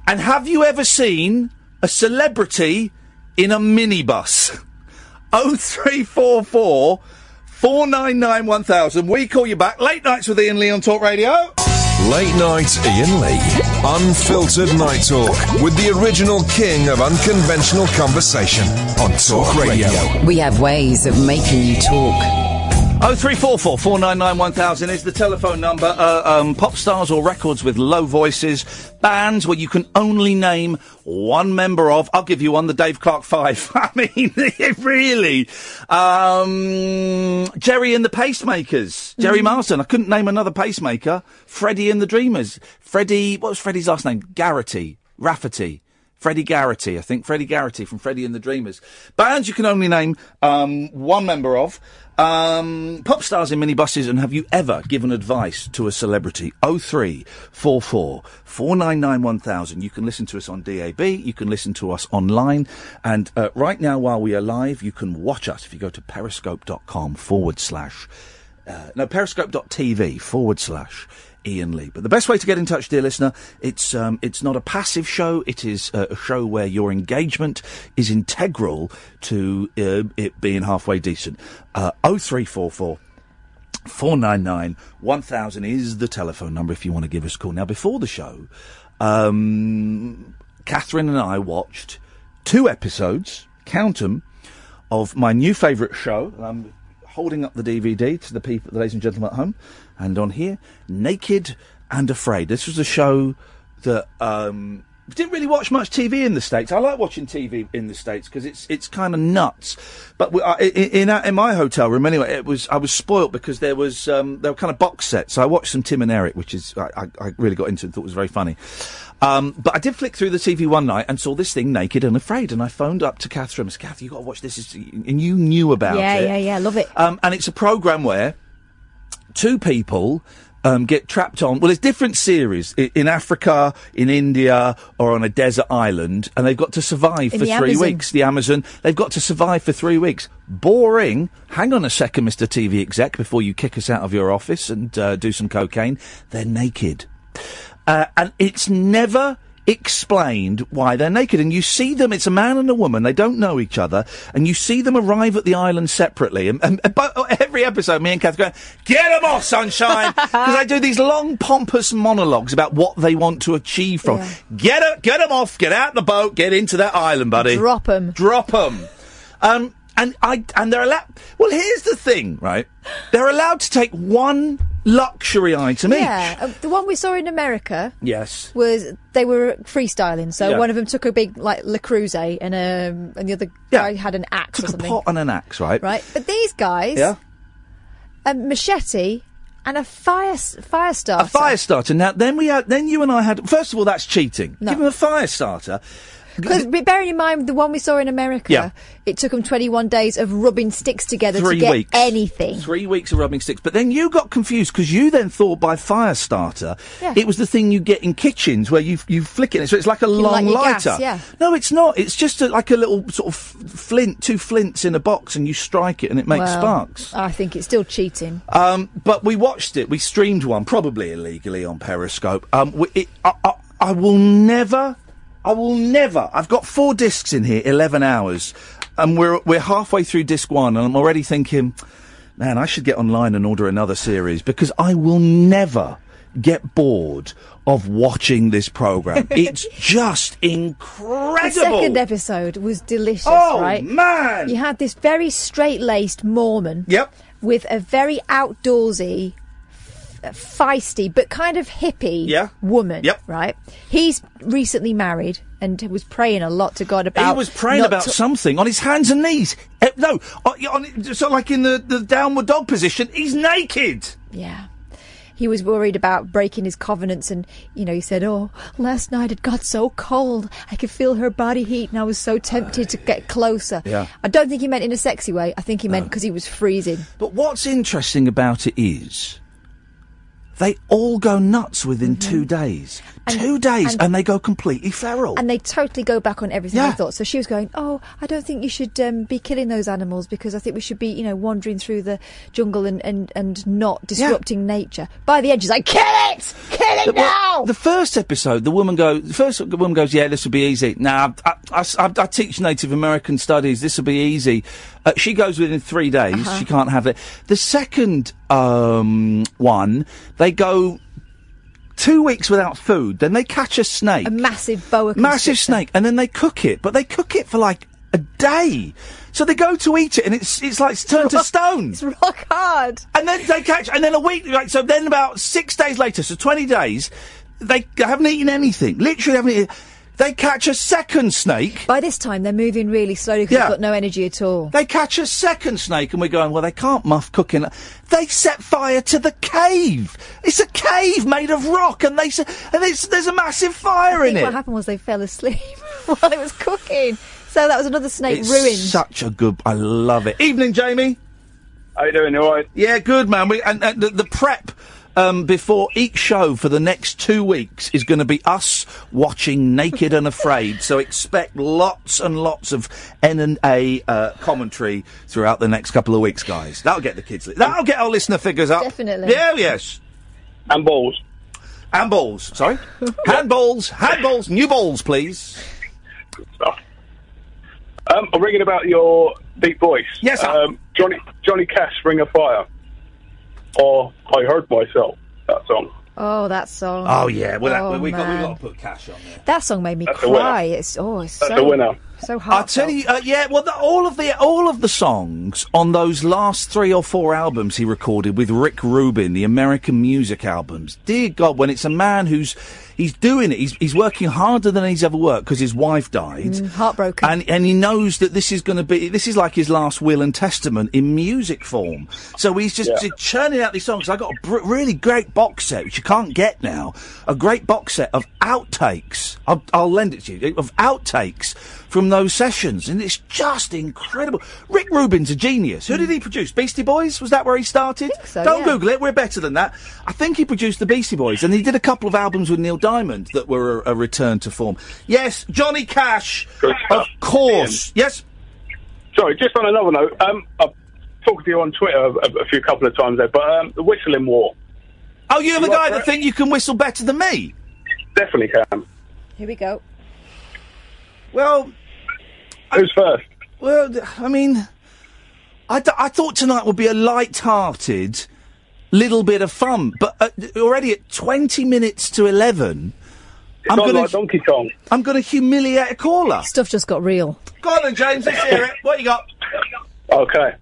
And have you ever seen a celebrity in a minibus? 0344 499 1000. We call you back. Late nights with Ian Lee on Talk Radio. Late night Ian Lee. Unfiltered night talk with the original king of unconventional conversation on Talk Radio. We have ways of making you talk. 0344 499 1000 is the telephone number. Uh, um, pop stars or records with low voices. Bands where you can only name one member of. I'll give you one, the Dave Clark Five. I mean, really. Um, Jerry and the Pacemakers. Jerry Marsden. I couldn't name another pacemaker. Freddie and the Dreamers. Freddie, what was Freddie's last name? Garrity. Rafferty. Freddie Garrity, I think. Freddie Garrity from Freddie and the Dreamers. Bands you can only name um, one member of. Um, pop stars in minibuses, and have you ever given advice to a celebrity? 0344 499 1000. You can listen to us on DAB, you can listen to us online, and uh, right now while we are live, you can watch us if you go to periscope.com forward slash uh, no, periscope.tv forward slash Ian Lee. But the best way to get in touch, dear listener, it's um, it's not a passive show. It is uh, a show where your engagement is integral to uh, it being halfway decent. Uh, 0344 499 1000 is the telephone number if you want to give us a call. Now, before the show, um, Catherine and I watched two episodes, count 'em, of my new favourite show. And I'm holding up the DVD to the people, the ladies and gentlemen at home, and on here, Naked and Afraid. This was a show that um, didn't really watch much TV in the states. I like watching TV in the states because it's it's kind of nuts. But we, I, i- in our- in my hotel room anyway, it was I was spoilt because there was um, there were kind of box sets. So I watched some Tim and Eric, which is I, I, I really got into and thought was very funny. Um, but I did flick through the TV one night and saw this thing, Naked and Afraid, and I phoned up to Catherine. I said, Kath, you got to watch this. It's- And you knew about yeah, it. yeah, yeah. Love it. Um, and it's a program where two people um, get trapped on. Well, it's different series i- in Africa, in India, or on a desert island, and they've got to survive In for the three Amazon. weeks. The Amazon, they've got to survive for three weeks. Boring. Hang on a second, Mr. TV exec, before you kick us out of your office and uh, do some cocaine. They're naked. Uh, and it's never explained why they're naked. And you see them, it's a man and a woman, they don't know each other, and you see them arrive at the island separately. And, and, and but every episode, me and Kath go, get them off, sunshine! Because I do these long, pompous monologues about what they want to achieve from. Get, a, get them off, get out the boat, get into that island, buddy. Drop 'em. Drop 'em. Um, and I and they're allowed. Well, here's the thing, right? They're allowed to take one luxury item yeah, each. uh, the one we saw in America Yes. was they were freestyling. So Yeah. one of them took a big like Le Creuset, and um, and the other guy had an axe or Took a something. pot and an axe, right? Right, but these guys, Yeah. a machete And a fire s- fire starter. A fire starter. Now, then we had, then you and I had. First of all, that's cheating. No. Give him a fire starter. Because bearing in mind the one we saw in America, Yeah. it took them 21 days of rubbing sticks together Three to get weeks. anything. Three weeks of rubbing sticks. But then you got confused because you then thought by fire starter Yeah. it was the thing you get in kitchens where you you flick it. So it's like a light long your gas, lighter. yeah. No, it's not. It's just a, like a little sort of flint, two flints in a box, and you strike it and it makes Well, sparks. I think it's still cheating. Um, but we watched it. We streamed one, probably illegally on Periscope. Um, we, it, I, I, I will never, I will never. I've got four discs in here, eleven hours, and we're we're halfway through disc one, and I'm already thinking, man, I should get online and order another series because I will never get bored of watching this program. it's just incredible. The second episode was delicious, Oh, right? man! You had this very straight laced Mormon. Yep. With a very outdoorsy, f- feisty, but kind of hippie Yeah. woman. Yep. Right? He's recently married and was praying a lot to God about. He was praying not about to- something on his hands and knees. Eh, No, on, on, so like in the, the downward dog position, he's naked. Yeah. He was worried about breaking his covenants, and you know, he said, "Oh, last night it got so cold, I could feel her body heat, and I was so tempted to get closer." Yeah. I don't think he meant in a sexy way. I think he meant because he was freezing. But what's interesting about it is they all go nuts within two days. two days, and, they go completely feral. And they totally go back on everything they thought. So she was going, "Oh, I don't think you should um, be killing those animals because I think we should be, you know, wandering through the jungle and and, and not disrupting nature." By the edges, like, "Kill it, kill it The- well, now!" The first episode, the woman goes. The first woman goes, "Yeah, this will be easy." Now, I, I- I- I teach Native American studies. This will be easy. Uh, she goes within three days. Uh-huh. She can't have it. The second um, one, they go two weeks without food. Then they catch a snake, A massive boa, massive snake, and then they cook it. But they cook it for like a day. So they go to eat it, and it's it's like turned to stone. It's rock hard. And then they catch, and then a week, like so. Then about six days later, so twenty days, they haven't eaten anything. Literally haven't. Eaten, they catch a second snake. By this time, they're moving really slowly because Yeah. they've got no energy at all. They catch a second snake, and we're going. Well, they can't muff cooking. They set fire to the cave. It's a cave made of rock, and they s- and it's, there's a massive fire I in think it. what happened was they fell asleep while it was cooking. So that was another snake It's ruined. such a good. I love it. Evening, Jamie. How you doing? All right. Yeah, good man. We and, and the, the prep um, before each show for the next two weeks is going to be us watching Naked and Afraid. So expect lots and lots of N and A uh, commentary throughout the next couple of weeks, guys. That'll get the kids. Li- that'll get our listener figures up. Definitely. Yeah. Yes. And balls. And balls. Sorry. handballs. Handballs. New balls, please. Um, I'm ringing about your deep voice. Yes, sir. Um, Johnny Johnny Cash, Ring of Fire. Oh, Or I heard myself. That song. Oh, that song. Oh yeah. Well, that, Oh, well, we got we man. got to put cash on there. That song made me That's a winner. cry. It's oh, it's That's so a winner. So I hard. tell you, uh, yeah. Well, the, all of the all of the songs on those last three or four albums he recorded with Rick Rubin, the American music albums. Dear God, when it's a man who's he's doing it, he's he's working harder than he's ever worked because his wife died, Mm, heartbroken. and and he knows that this is going to be this is like his last will and testament in music form. So he's just Yeah. churning out these songs. I got a br- really great box set which you can't get now. A great box set of outtakes. I'll, I'll lend it to you of outtakes from those sessions, and it's just incredible. Rick Rubin's a genius. Who did he produce? Beastie Boys was that where he started? so, Don't yeah. Google it. We're better than that. I think he produced the Beastie Boys, and he did a couple of albums with Neil Diamond that were a, a return to form. Yes, Johnny Cash. Of course. Yes. Sorry, just on another note. Um, I've talked to you on Twitter a, a few couple of times there, but um, the Whistling War. Oh, you're the You up guy for that it? think you can whistle better than me. Definitely can. Here we go. Well, who's first? Well, d- I mean, I, d- I thought tonight would be a light-hearted little bit of fun, but uh, already at 20 minutes to 11, I'm not going like Donkey Kong. I'm going to humiliate a caller. Stuff just got real. Go on then, James. Let's hear it. What you got? Okay.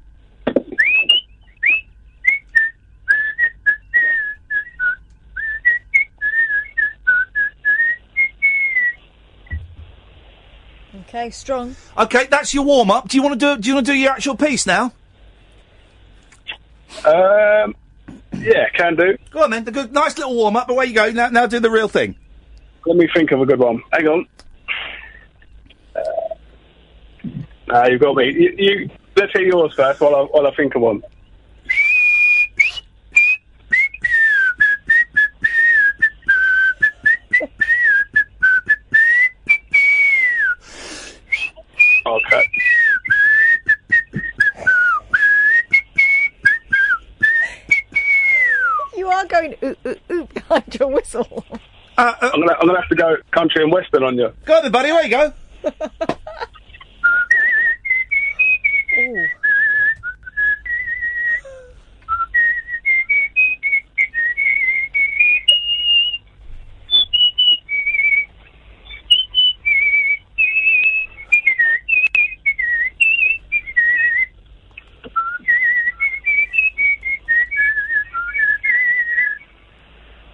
Okay, strong. Okay, that's your warm-up. Do you want to do? Do you want to do your actual piece now? Um, Yeah, can do. Go on then. The good, nice little warm up. Away you go. Now, now do the real thing. Let me think of a good one. Hang on. Uh, uh, you've got me. You, you, let's hear yours first while I, while I think of one. Okay. You are going oop, oop, oop behind your whistle. I'm gonna I'm gonna have to go country and western on you. Uh, Go on then, buddy. Away you go. Ooh.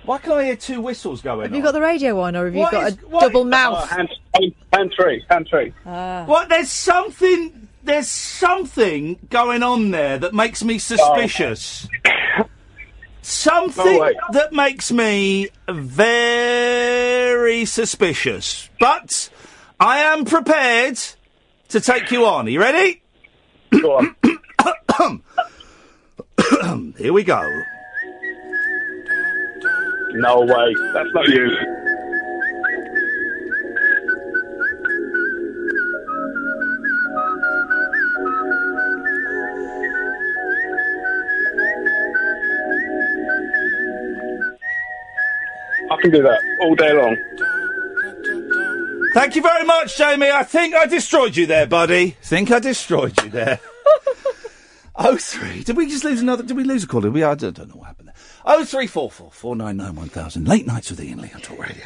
Why can I hear two whistles going Have on? you got the radio on, or have you What got is- a what- double mouth? Ah. Oh, hand, hand, hand three, hand three. Uh. What? There's something. There's something going on there that makes me suspicious. something that makes me very suspicious. But I am prepared to take you on. Are you ready? Go on. Here we go. No way. That's not you. I can do that all day long. Thank you very much, Jamie. I think I destroyed you there, buddy. Think I destroyed you there. oh three. Did we just lose another? Did we lose a caller? We I don't don't know what happened there. Oh three four four four nine nine one thousand. Late nights with Ian Lee on Talk Radio.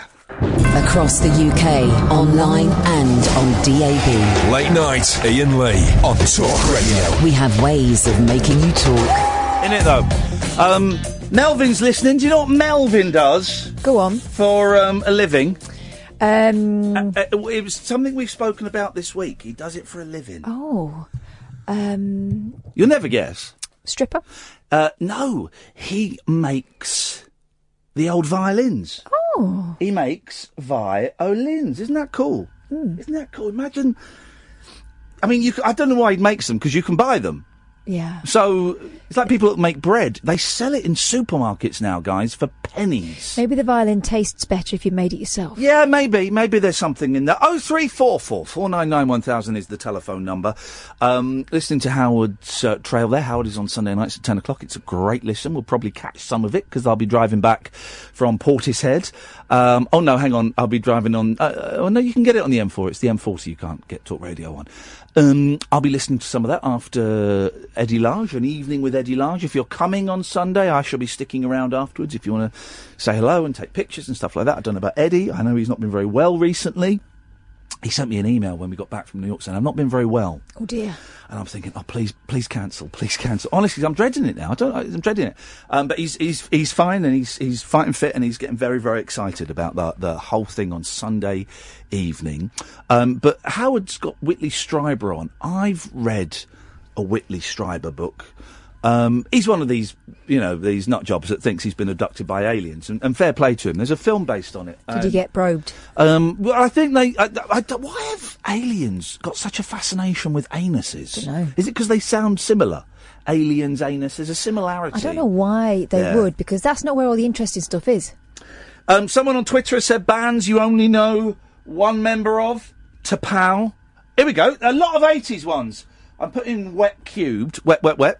Across the UK, online and on DAB. Late night, Ian Lee on Talk Radio. We have ways of making you talk. In it though. Um, Melvin's listening. Do you know what Melvin does? Go on. For um, a living. Um, Uh, it was something we've spoken about this week. He does it for a living. oh, um, You'll never guess. stripper. Uh, no, he makes the old violins. Oh. He makes violins. Isn't that cool? Hmm. Isn't that cool? Imagine. I mean, you, c- I don't know why he makes them because you can buy them. Yeah. So it's like people that make bread. They sell it in supermarkets now, guys, for pennies. Maybe the violin tastes better if you made it yourself. Yeah, maybe, maybe there's something in there. Oh three four four four nine nine one thousand is the telephone number. Um, listening to Howard's uh, Trail there. Howard is on Sunday nights at ten o'clock. It's a great listen. We'll probably catch some of it because I'll be driving back from Portishead. Um, oh no, hang on, I'll be driving on. Uh, uh, oh no, you can get it on the M4. It's the M40 you can't get Talk Radio on. Um, I'll be listening to some of that after Eddie Large, an evening with Eddie Large. If you're coming on Sunday, I shall be sticking around afterwards if you want to say hello and take pictures and stuff like that. I don't know about Eddie. I know he's not been very well recently. He sent me an email when we got back from New York saying, I've not been very well. Oh dear. And I'm thinking, oh please, please cancel, please cancel. Honestly, I'm dreading it now. I don't, I'm dreading it. Um, but he's he's he's fine and he's he's fighting fit and he's getting very very excited about the the whole thing on Sunday evening. Um, but Howard's got Whitley Strieber on. I've read a Whitley Strieber book. Um, he's one of these, you know, these nut jobs that thinks he's been abducted by aliens. And, and fair play to him. There's a film based on it. Did you Um, get probed? um, well, I think they. I, I don't- why have aliens got such a fascination with anuses? Is it because they sound similar? Aliens, anus. There's a similarity. I don't know why they Yeah. would, because that's not where all the interesting stuff is. Um, someone on Twitter has said bands you only know one member of. Tapao. Here we go. A lot of 80s ones. I'm putting Wet Cubed. Wet, wet, wet.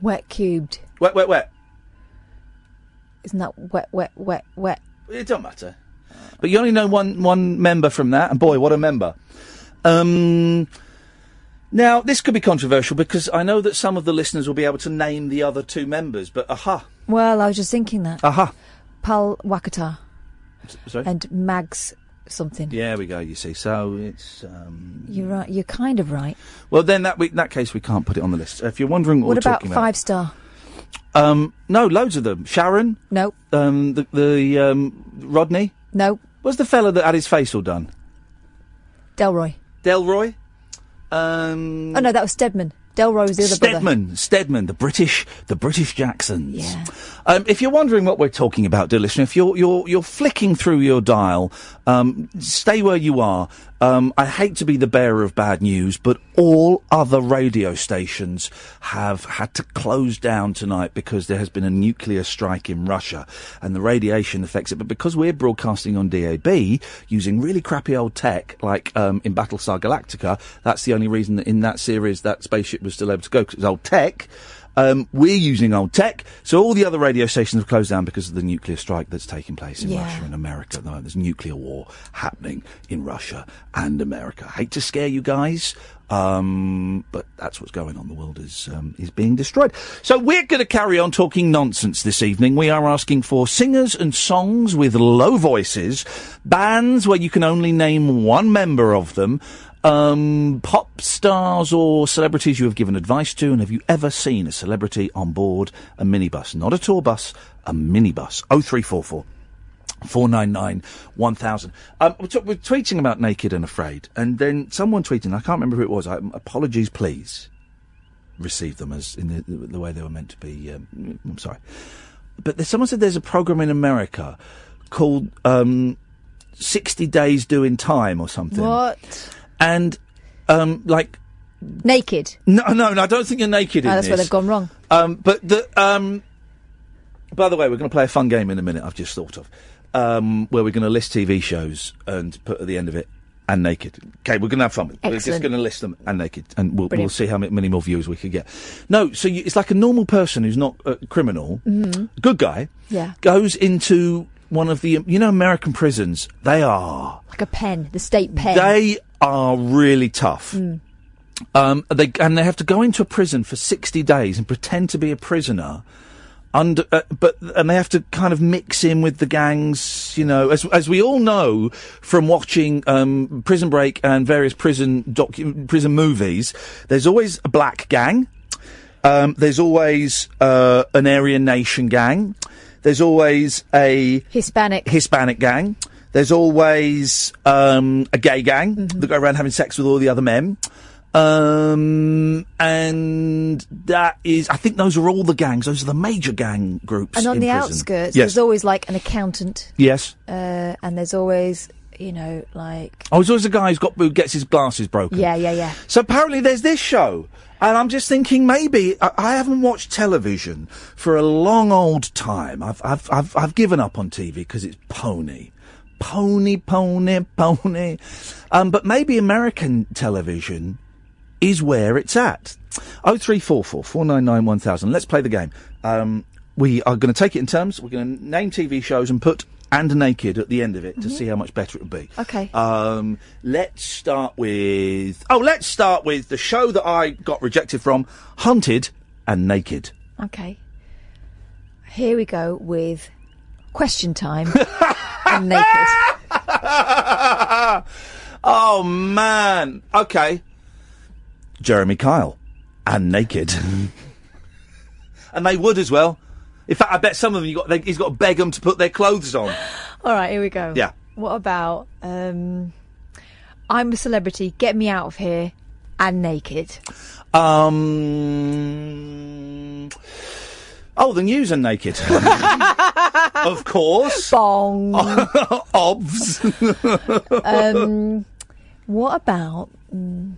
Wet cubed. Wet, wet, wet. Isn't that wet, wet, wet, wet? It don't matter. But you only know one one member from that, and boy, what a member! Um, now this could be controversial because I know that some of the listeners will be able to name the other two members, but aha, Well, I was just thinking that. aha, Pal Wakata S- sorry. and Mags something. yeah, we go. You see, so it's um, You're right. You're kind of right. well. Then that we, in that case, we can't put it on the list. If you're wondering what, What we're about talking five star? about, um, no, loads of them. Sharon, No, um, the the um, Rodney, no. was the fella that had his face all done? Delroy. Delroy, um, Oh no, that was Stedman. Delroy's the other brother. Stedman, Stedman, the British, the British Jacksons. Um, if you're wondering what we're talking about, dear listener, if you're you're you're flicking through your dial, um, stay where you are. Um, I hate to be the bearer of bad news, but all other radio stations have had to close down tonight because there has been a nuclear strike in Russia, and the radiation affects it. But because we're broadcasting on DAB using really crappy old tech, like um, in Battlestar Galactica, that's the only reason that in that series that spaceship was still able to go because it's old tech. Um, we're using old tech, so all the other radio stations have closed down because of the nuclear strike that's taking place in Yeah. Russia and America at the moment. There's nuclear war happening in Russia and America. Hate to scare you guys, um, but that's what's going on. The world is um, is being destroyed. So we're going to carry on talking nonsense this evening. We are asking for singers and songs with low voices, bands where you can only name one member of them um, pop stars or celebrities you have given advice to, and have you ever seen a celebrity on board a minibus? Not a tour bus, a minibus. 0344 499 1000. Um, we're, t- we're tweeting about Naked and Afraid, and then someone tweeting, I can't remember who it was, I, apologies please. Receive them as in the, the way they were meant to be. Um, I'm sorry. But there's, someone said there's a program in America called um, 60 Days Doing Time or something What? and um, like Naked. no, no, no, I don't think you're naked Ah, in that's where this. they've gone wrong. Um, but the um, by the way, we're going to play a fun game in a minute. I've just thought of um, where we're going to list TV shows and put at the end of it and naked. Okay, we're going to have fun. with it. We're just Excellent. going to list them and naked, and we'll, we'll Brilliant. see how ma- many more views we could get. No, so you, it's like a normal person who's not a criminal, Mhm. good guy, Mm-hmm. Yeah. goes into one of the you know American prisons. They are Like a pen, the state pen. they are really tough. Mm. Um, they and they have to go into a prison for sixty days and pretend to be a prisoner. Under, uh, but and they have to kind of mix in with the gangs, you know, as as we all know from watching um, Prison Break and various prison docu- prison movies. There's always a black gang. Um, there's always uh, an Aryan Nation gang. There's always a Hispanic Hispanic gang. There's always um, a gay gang that go around having sex with all the other men. Um, and that is, I think those are all the gangs. Those are the major gang groups. And on in the prison. outskirts, yes, there's always like an accountant, yes. uh, and there's always, you know, like Oh, there's always a guy who's got who gets his glasses broken. yeah, yeah, yeah. So apparently there's this show, and I'm just thinking maybe I, I haven't watched television for a long old time. I've I've I've, I've given up on TV because it's pony, pony, pony, pony. Um, but maybe American television is where it's at. Oh three four four four nine nine one thousand. Let's play the game. Um, we are going to take it in terms. We're going to name TV shows and put and naked at the end of it to Mhm. see how much better it would be. Okay. Um, let's start with. Oh, let's start with the show that I got rejected from Hunted and Naked. Okay. Here we go with question time. I'm naked. oh, man. Okay. Jeremy Kyle and Naked. and they would as well. In fact, I bet some of them you got, they, he's got to beg them to put their clothes on. All right, here we go. Yeah. What about um, I'm a celebrity, get me out of here, and naked. Um. Oh, the news are naked. of course. Bong. Obvs. Um, what about mm,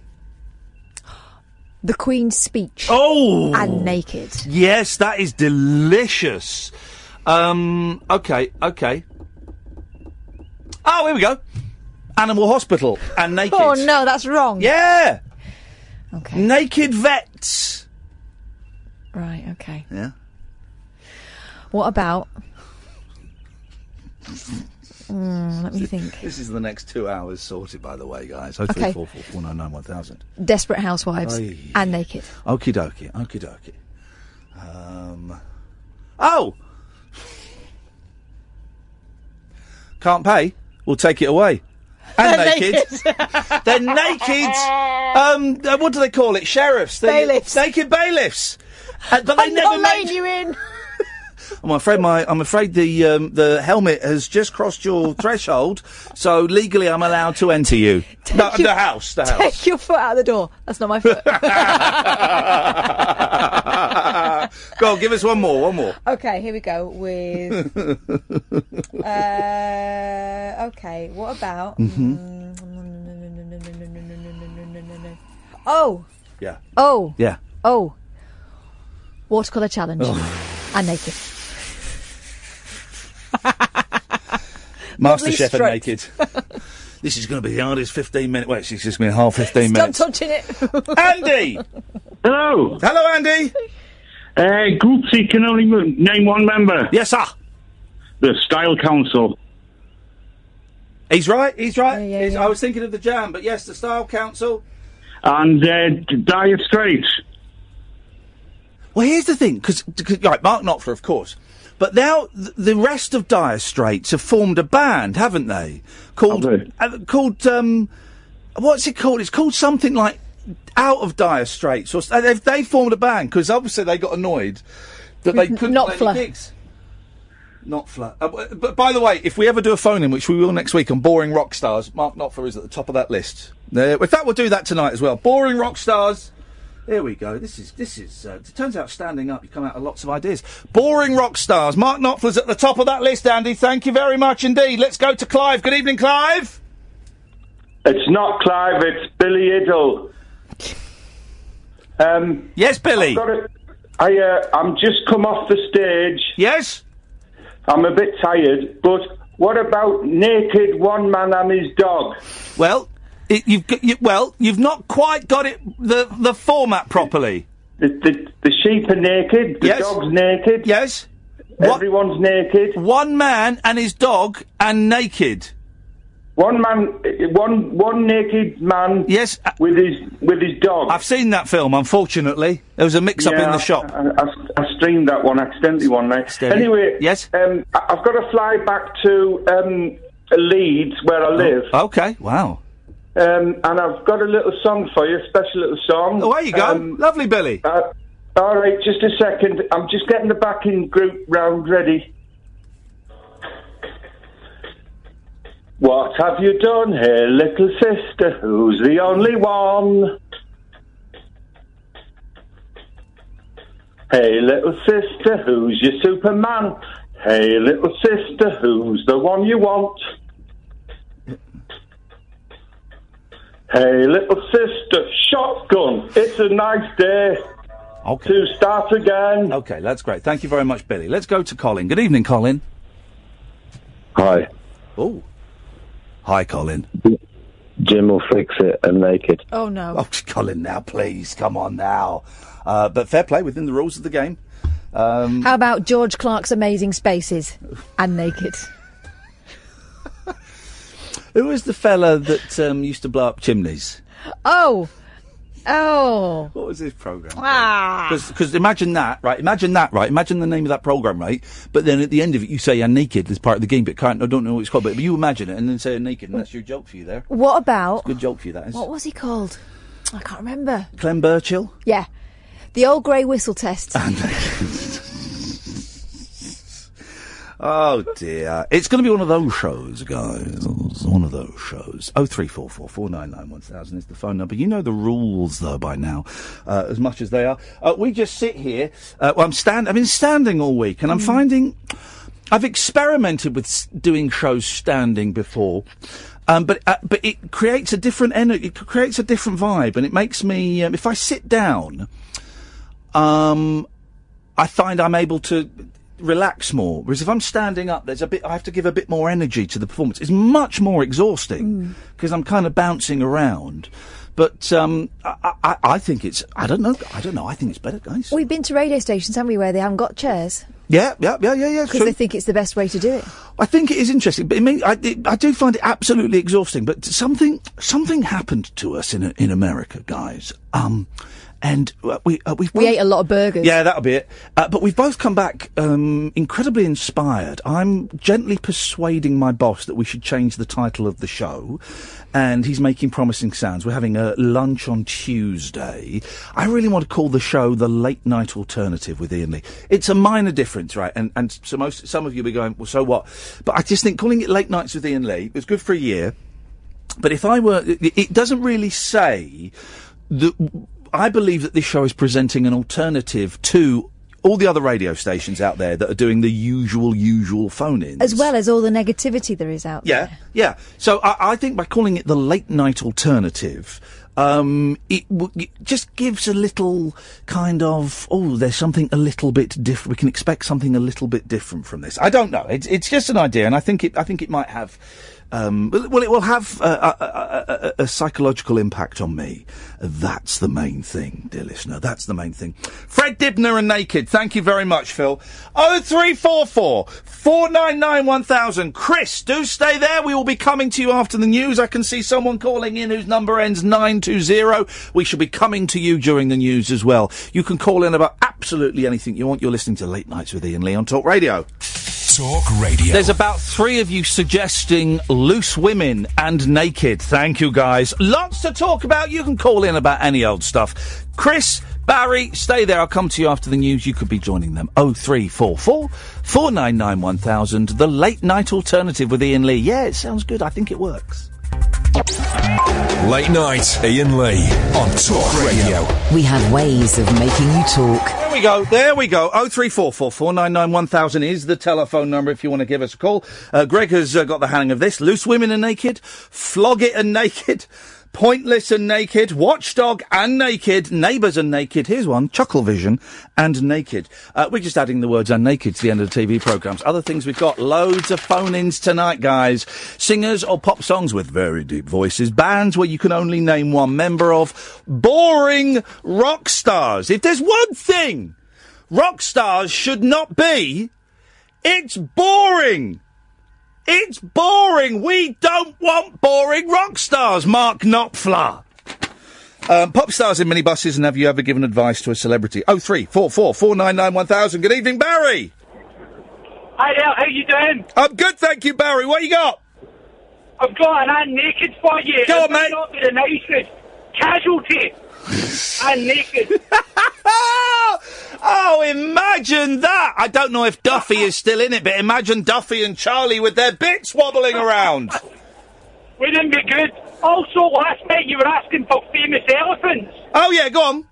the Queen's speech? Oh, and naked. Yes, that is delicious. Um. Okay. Okay. Oh, here we go. Animal Hospital and naked. Oh no, that's wrong. Yeah. Okay. Naked vets. Right. Okay. Yeah. What about? Mm, let me think. This is the next two hours sorted, by the way, guys. Oh, Okay. three, four, four, four, nine, nine, one thousand. Desperate Housewives Aye. and naked. Okie dokie, okie dokie. Um, oh! Can't pay, we'll take it away. And naked. They're naked. Um, uh, what do they call it? Sheriffs. They're bailiffs. Naked bailiffs. Uh, but they never made you in. I'm afraid my I'm afraid the um, the helmet has just crossed your threshold, so legally I'm allowed to enter you. No, your- the house, the house. Take your foot out the door. That's not my foot. Go on, give us one more, one more. okay, here we go with. Uh, okay, what about? Mm-hmm. Oh, Yeah. oh, Yeah. oh! Watercolor challenge. Oh. And naked. Master Chef and straight. naked. this is going to be the hardest 15 minute. Wait, it's just been a whole 15 minutes. Stop touching it. Andy! Hello. Hello, Andy. Uh, group C can only mo- name one member. Yes, sir. The Style Council. He's right. He's right. He's- I was thinking of the jam, but yes, the Style Council. And uh, Dire Straits. Well, here's the thing, because right, Mark Knopfler, of course, but now th- the rest of Dire Straits have formed a band, haven't they? Called uh, called um, what's it called? It's called something like Out of Dire Straits, or s- uh, they've they formed a band because obviously they got annoyed that they couldn't play Knopfler. any gigs. Knopfler. Uh, b- but by the way, if we ever do a phone in, which we will next week on Boring Rock Stars, Mark Knopfler is at the top of that list. There, in fact, we'll do that tonight as well. Boring Rock Stars. Here we go. This is this is. Uh, it turns out standing up, you come out with lots of ideas. Boring rock stars. Mark Knopfler's at the top of that list. Andy, thank you very much indeed. Let's go to Clive. Good evening, Clive. It's not Clive, it's Billy Idle. Um, yes, Billy. I've got a, I, uh, I'm just come off the stage. Yes? I'm a bit tired, but what about naked one man and his dog? Well, it, you've got, you, well, you've not quite got it the the format properly. The, the, the sheep are naked, the Yes. dog's naked. Yes. Everyone's naked. One man and his dog and naked. One man, uh, one one naked man. Yes, uh, with his with his dog. I've seen that film. Unfortunately, there was a mix-up in the shop. I, I, I streamed that one accidentally one night. Anyway, yes, um, I- I've got to fly back to um, Leeds where I live, Okay. Wow. um, and I've got a little song for you, a special little song. Oh, there you go. Lovely, Billy. Uh, all right, just a second. I'm just getting the backing group round ready. What have you done here, little sister? Who's the only one? Hey, little sister, who's your Superman? Hey, little sister, who's the one you want? Hey, little sister, shotgun. It's a nice day okay. to start again. Okay, that's great. Thank you very much, Billy. Let's go to Colin. Good evening, Colin. Hi. Oh. Hi, Colin. Jim will fix it and make it. Oh no. Oh, Colin, now please come on now. Uh, but fair play within the rules of the game. Um, How about George Clark's Amazing Spaces and Naked? who was the fella that um, used to blow up chimneys? Oh, oh. What was his program? Ah. Because imagine that, right? Imagine that, right? Imagine the name of that program, right? But then at the end of it, you say you're naked as part of the game, but can't, I don't know what it's called, but you imagine it and then say you're naked, and that's your joke for you there. What about Good joke for you, that is. what was he called? I can't remember. Clem Burchill? Yeah, the old grey whistle test. Oh dear. It's going to be one of those shows, guys. It's One of those shows. Oh, 0344 499 1000 is the phone number. You know the rules, though, by now, uh, as much as they are. Uh, we just sit here. Uh, well, I'm stand- I've been standing all week, Mm. and I'm finding. I've experimented with s- doing shows standing before, um, but uh, but it creates a different energy. It creates a different vibe, and it makes me. Um, if I sit down, um, I find I'm able to relax more. Whereas if I'm standing up, there's a bit I have to give a bit more energy to the performance. It's much more exhausting because I'm kind of bouncing around. But um, I, I, I think it's I don't know I don't know I think it's better, guys. We've been to radio stations, haven't we, where they haven't got chairs Yeah, yeah, yeah, yeah, yeah. it's because true. they think it's the best way to do it. I think it is interesting, but it mean, I, it- I do find it absolutely exhausting. But something something happened to us in in America, guys. Um, and uh, we uh, we've We ate a lot of burgers. yeah, that'll be it. Uh, but we've both come back um, incredibly inspired. I'm gently persuading my boss that we should change the title of the show, and he's making promising sounds. We're having a lunch on Tuesday. I really want to call the show the Late Night Alternative with Ian Lee. It's a minor difference, right? And and so most some of you will be going, well, so what? But I just think calling it Late Nights with Ian Lee was good for a year. But if I were, it it doesn't really say that. I believe that this show is presenting an alternative to all the other radio stations out there that are doing the usual, usual phone in. As well as all the negativity there is out there. Yeah, yeah. So I, I think by calling it the late night alternative, um, it, w- it just gives a little kind of oh, there's something a little bit different. We can expect something a little bit different from this. I don't know. It's it's just an idea, and I think it I think it might have. Um, well, well, it will have uh, a, a, a, a psychological impact on me. That's the main thing, dear listener. That's the main thing. Fred Dibner and Naked. Thank you very much, Phil. 0344 499 1000. Chris, do stay there. We will be coming to you after the news. I can see someone calling in whose number ends 920. We shall be coming to you during the news as well. You can call in about absolutely anything you want. You're listening to Late Nights with Ian Lee on Talk Radio. Talk Radio. There's about three of you suggesting loose women and naked. Thank you, guys. Lots to talk about. You can call in about any old stuff. Chris, Barry, stay there. I'll come to you after the news. You could be joining them. Oh, 0344 499 1000. The late night alternative with Ian Lee. Yeah, it sounds good. I think it works. Late night, Ian Lee on Talk Radio. We have ways of making you talk. There we go. There we go. Oh three four four four nine nine one thousand is the telephone number if you want to give us a call. Uh, Greg has uh, got the hang of this. Loose women and naked, flog it and naked, pointless and naked, watchdog and naked, neighbours and naked. Here's one: chuckle vision and naked. Uh, we're just adding the words and naked to the end of the TV programmes. Other things we've got loads of phone-ins tonight, guys. Singers or pop songs with very deep voices, bands where you can only name one member of, boring rock stars. If there's one thing rock stars should not be, it's boring. It's boring. We don't want boring rock stars, Mark Knopfler. Um, pop stars in minibuses, and have you ever given advice to a celebrity? Oh three four four four nine nine one thousand. Good evening, Barry. Hi there, how you doing? I'm good, thank you, Barry. What you got? I've got an I'm naked for you. Go on, It may Not be the nicest casualty. I'm naked. Oh, imagine that! I don't know if Duffy is still in it, but imagine Duffy and Charlie with their bits wobbling around. Wouldn't be good. Also, last night you were asking for famous elephants. Oh yeah, go on.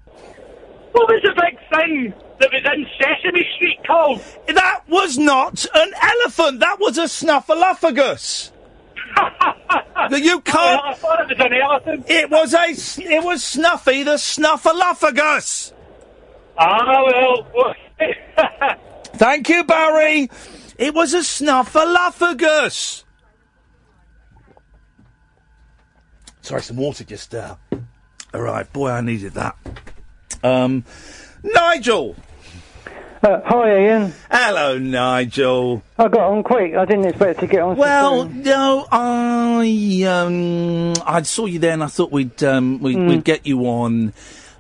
What was the big thing that was in Sesame Street called? That was not an elephant. That was a snuffleupagus. that you can't. I thought it was an elephant. It was a. s- It was Snuffy the snuffleupagus. Ah well. Thank you, Barry. It was a snuffleupagus. Sorry, some water just uh, arrived. Boy, I needed that. Um, Nigel. Uh, hi, Ian. Hello, Nigel. I got on quick. I didn't expect to get on. so Well, soon. no, I um, I saw you there, and I thought we'd um, we'd, Mm. we'd get you on.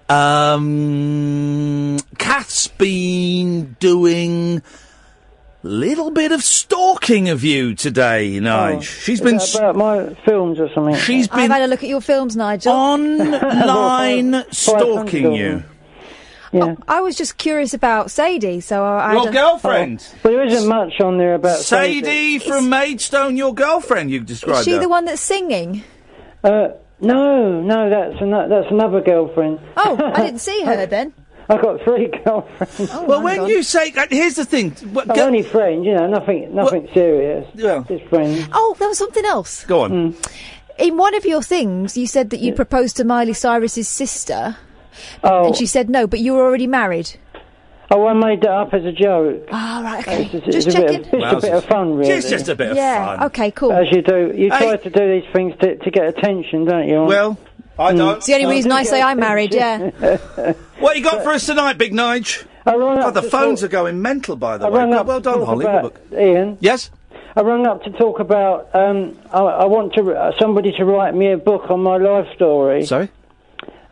Um, Kath's been doing little bit of stalking of you today, Nige. She's Is been that Oh, about my films or something. She's I've had a look at your films, Nigel. Online stalking you. Yeah. I was just curious about Sadie, so Oh, I. Oh. I Your don't- girlfriend. Oh. Well, there isn't much on there about Sadie, from Maidstone, your girlfriend. You described Is she her. the one that's singing? Uh, no, no, that's an- that's another girlfriend. Oh, I didn't see her then. I've got three girlfriends. Oh, well, when you say uh, here's the thing, what, I'm only friends, you know, nothing, nothing serious. Yeah. Just friends. Oh, there was something else. go on. Hmm. In one of your things, you said that you proposed to Miley Cyrus's sister, Oh, and she said no, but you were already married. oh, I made that up as a joke. Oh, right, okay. It's just, it's Just a bit checking. of, just a bit of fun, really. It's just a bit of fun. yeah. Okay. Cool. As you do, you try to do these things to, to get attention, don't you? Well, uh, I don't. It's the only reason I say I'm married. Yeah. Hmm. What you got Uh, for us tonight, Big Nige? God, the to phones talk- are going mental, by the I way. rang up well to done, talk Holly. about- Ian. Yes. I rang up to talk about. Um, I, I want to uh, somebody to write me a book on my life story. Sorry.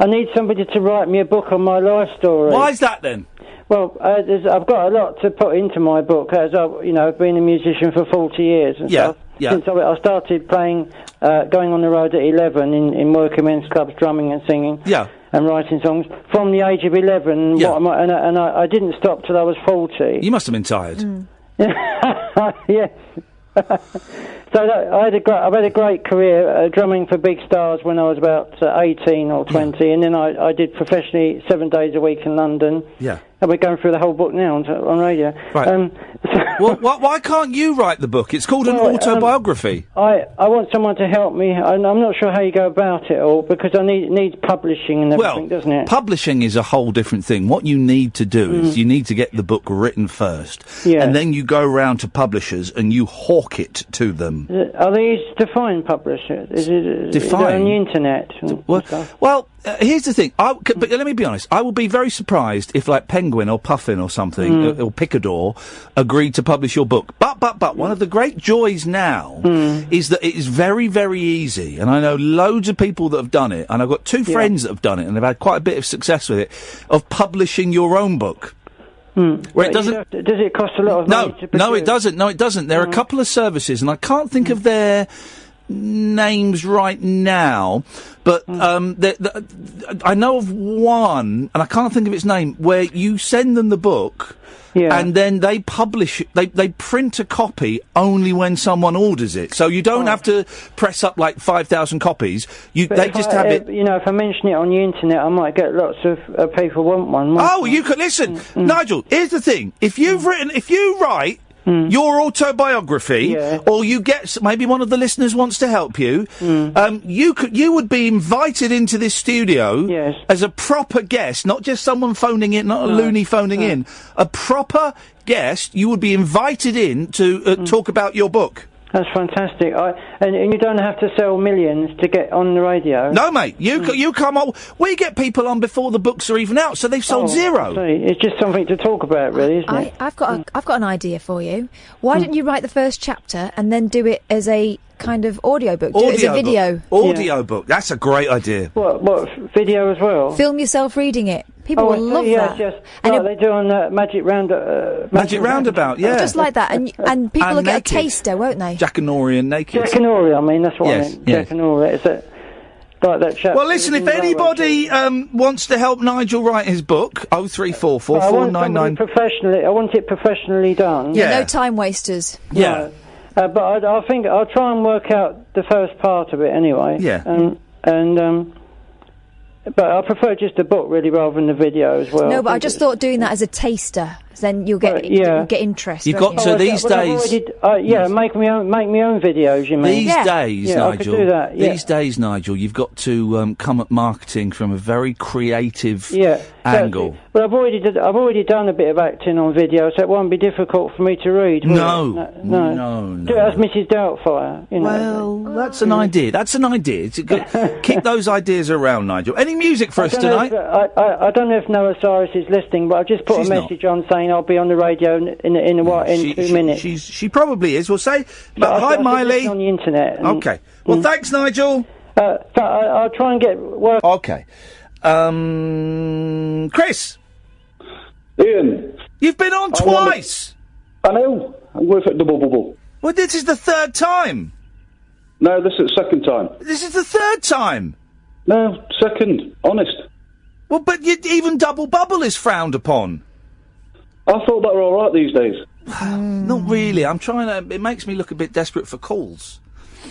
I need somebody to write me a book on my life story. Why is that then? Well, uh, there's, I've got a lot to put into my book, as I, you know, I've been a musician for 40 years and Yeah, stuff. yeah. Since I, I started playing, uh, going on the road at 11 in, in working men's clubs, drumming and singing. Yeah. And writing songs from the age of 11, Yeah. what am I, and, I, and I, I didn't stop till I was 40. You must have been tired. yes. so that, I had a great, I've had a great career uh, drumming for big stars when I was about uh, 18 or 20, and then I, I did professionally seven days a week in London. Yeah. And we're going through the whole book now on, on radio. Right. Um, well, why, why can't you write the book? It's called an Well, um, autobiography. I, I want someone to help me, and I'm not sure how you go about it all because I need needs publishing and everything, well, doesn't it? publishing is a whole different thing. What you need to do is Mm. you need to get the book written first, Yeah. and then you go round to publishers and you hawk it to them. Is it- Are they easy to find publishers? Is it, is it on Define? the internet? and Well, stuff? well, uh, here's the thing. I, c- but let me be honest. I will be very surprised if, like Penguin or Puffin or something Mm. uh, or Picador, agreed to publish your book. But but but one of the great joys now is that it is very very easy, and I know loads of people that have done it, and I've got two Yeah. friends that have done it, and have had quite a bit of success with it, of publishing your own book. Where it But you doesn't. have to- does it cost a lot of money No, to no, it produce? Mm. doesn't. No, it doesn't. There are a couple of services, and I can't think of their names right now, but Mm. um, the, the, I know of one, and I can't think of its name, where you send them the book. And then they publish, they, they print a copy only when someone orders it. So you don't have to press up like 5,000 copies. You, Oh. But they if just I, have uh, it. You know, if I mention it on the internet, I might get lots of uh, people want one. Oh, you could listen, Mm, Nigel. Here's the thing: if you've written, if you write Mm. your autobiography, or you get s- maybe one of the listeners wants to help you, Mm. um, you could you would be invited into this studio as a proper guest, not just someone phoning in, not a loony phoning in, a proper guest. You would be invited in to Mm. uh, talk about your book. That's fantastic. I, and, and you don't have to sell millions to get on the radio. No, mate, you Mm. c you come on. We get people on before the books are even out, so they've sold Oh, zero. sorry, It's just something to talk about, really, isn't I, it? I've got a, I've got an idea for you. Why Hmm. don't you write the first chapter and then do it as a kind of audiobook? Do it as a video. book. audio book. That's a great idea. What, what video as well? Film yourself reading it. People oh, will I love see, yeah, that. Just, like they do on uh, Magic Round. Uh, Magic Roundabout, yeah. Just like that, and and people And will get naked. a taster, won't they? Jack and Ori and Naked. Jack and Ori, I mean, that's what Yes, I mean. yes. Jack and Ori. It's a, like that chap. Well, listen, if anybody um, wants to help Nigel write his book, oh three four four I four want nine somebody nine. professionally. I want it professionally done. Yeah. No time wasters. Yeah. Uh, but I, I think I'll try and work out the first part of it anyway. Yeah. Um, and um, but I prefer just a book really rather than the video as well. no, but I just thought doing that as a taster, then you'll get yeah. Oh, you'll get interest. You've won't got you? to these Well, I've days. already- uh, yeah, make me own, make me own videos. You mean These days, yeah, I could Nigel. do that. Yeah. These days, Nigel, you've got to um, come at marketing from a very creative Yeah, that's angle. Well, I've already did, I've already done a bit of acting on video, so it won't be difficult for me to read. will No, it? no, no, no. Do it as Mrs. Doubtfire. You know. Well, that's Mm. Mm. an idea. That's an idea. It's a good- Keep those ideas around, Nigel. Any music for I us don't know tonight? if, uh, I, I, I don't know if Noah Cyrus is listening, but I've just put She's a not. message on saying I'll be on the radio in in, in, a while, in She- two she- minutes. She's, she probably is. We'll say. But I- But I hi, could Miley. listen on the internet. and- Okay. Well, thanks, Nigel. Uh, so I, I'll try and get work. Okay. Um, Chris. Ian. You've been on I wanna- twice. I know. I'm going for the double bubble. Well, this is the third time. No, this is the second time. This is the third time. No, second. Honest. Well, but you, even double bubble is frowned upon. I thought that were all right these days. Not really. I'm trying to. It makes me look a bit desperate for calls.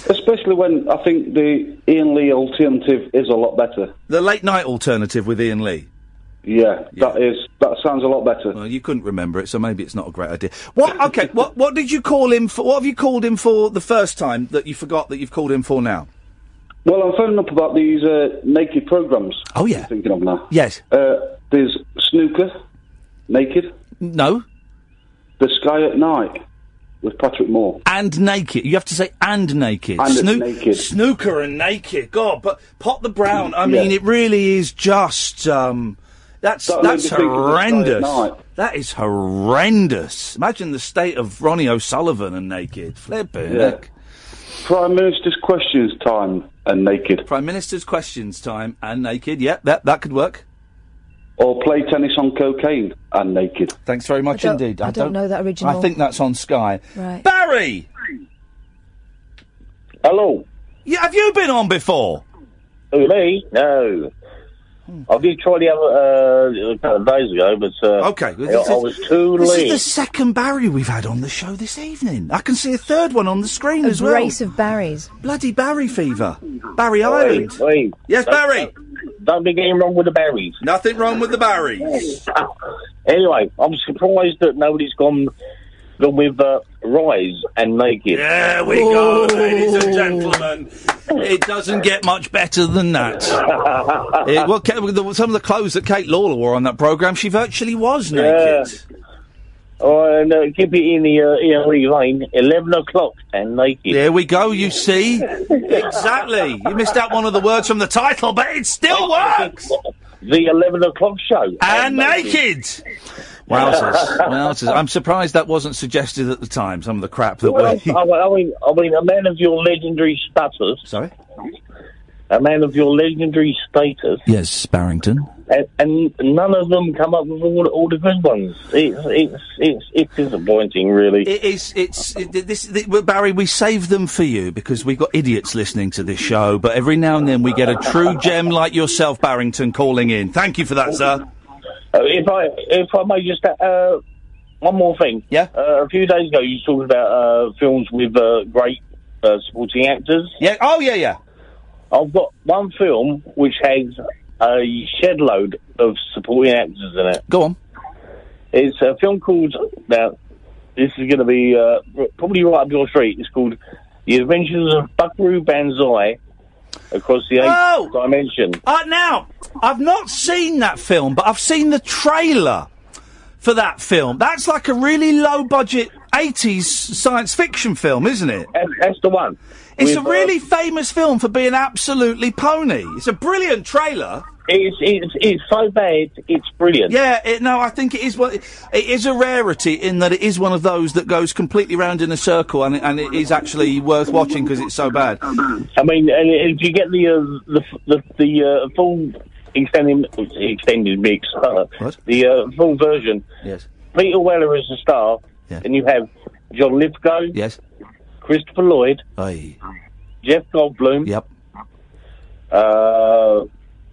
Especially when I think the Ian Lee alternative is a lot better. The late night alternative with Ian Lee. Yeah, that is. That sounds a lot better. Well, you couldn't remember it, so maybe it's not a great idea. What? Okay. what? What did you call him for? What have you called him for the first time that you forgot that you've called him for now? Well, I'm phoning up about these uh, naked programs. Oh yeah. Thinking of now. Yes. Uh, there's snooker, naked. No. The sky at night with Patrick Moore. And naked. You have to say and naked. And it's naked. Snooker and naked. God, but pot the brown. I mean, Yeah. it really is just. Um, that's That made me that's think of the horrendous. Diet Night. That is horrendous. Imagine the state of Ronnie O'Sullivan and naked. Flipping. Yeah. Prime Minister's questions time. Uh, and naked. Prime Minister's questions time and naked. Yep, that that could work. Or play tennis on cocaine and naked. Thanks very much I don't- indeed. I don't know that original. I think that's on Sky. Right. Barry. Hello. Yeah, have you been on before? Hmm. Who, me? No. I did try the other uh, a couple of days ago, but uh, okay, I, I was too This late. is the second Barry we've had on the show this evening. I can see a third one on the screen A as well. brace of Barrys. Bloody Barry fever. Barry Island. Oi, oi. Yes, Don't- Barry. Don't be getting wrong with the berries. Nothing wrong with the berries. anyway, I'm surprised that nobody's gone, gone with uh, Rise and Naked. There we go, ladies and gentlemen. It doesn't get much better than that. It- well, Ke- with the- some of the clothes that Kate Lawler wore on that programme, she virtually was naked. Oh, and uh, keep it in the uh, ELE lane, 11 o'clock and naked. There we go, you see? exactly. You missed out one of the words from the title, but it still works. The 11 o'clock show. And naked. Wowzers. Wowzers. I'm surprised that wasn't suggested at the time, some of the crap that Well, we. I, I mean, I mean, a man of your legendary status. Sorry? A man of your legendary status, Yes, Barrington. and, and none of them come up with all, all the good ones. It's, it's, it's, it's disappointing, really. It is. It's it, this. th well, Barry, we save them for you because we've got idiots listening to this show. But every now and then we get a true gem like yourself, Barrington, calling in. Thank you for that, sir. Uh, if I if I may just uh, one more thing. Yeah. Uh, a few days ago, you talked about uh, films with uh, great uh, supporting actors. Yeah. Oh yeah, yeah. I've got one film which has a shed load of supporting actors in it. Go on. It's a film called now. This is going to be uh, r- probably right up your street. It's called The Adventures of Buckaroo Banzai Across the Eighth Dimension. Uh, now, I've not seen that film, but I've seen the trailer for that film. That's like a really low budget 80s science fiction film, isn't it? That's the one. It's With, uh, a really famous film for being absolutely pony. It's a brilliant trailer. It's, it's, it's so bad, it's brilliant. Yeah, it, no, I think it is what it is a rarity in that it is one of those that goes completely round in a circle and, it- and it is actually worth watching because it's so bad. I mean, and if you get the uh, the the, the uh, full extended extended mix, uh, the uh, full version, Yes. Peter Weller is the star, and you have John Lithgow, yes, Christopher Lloyd, Aye. Jeff Goldblum, yep, uh, oh,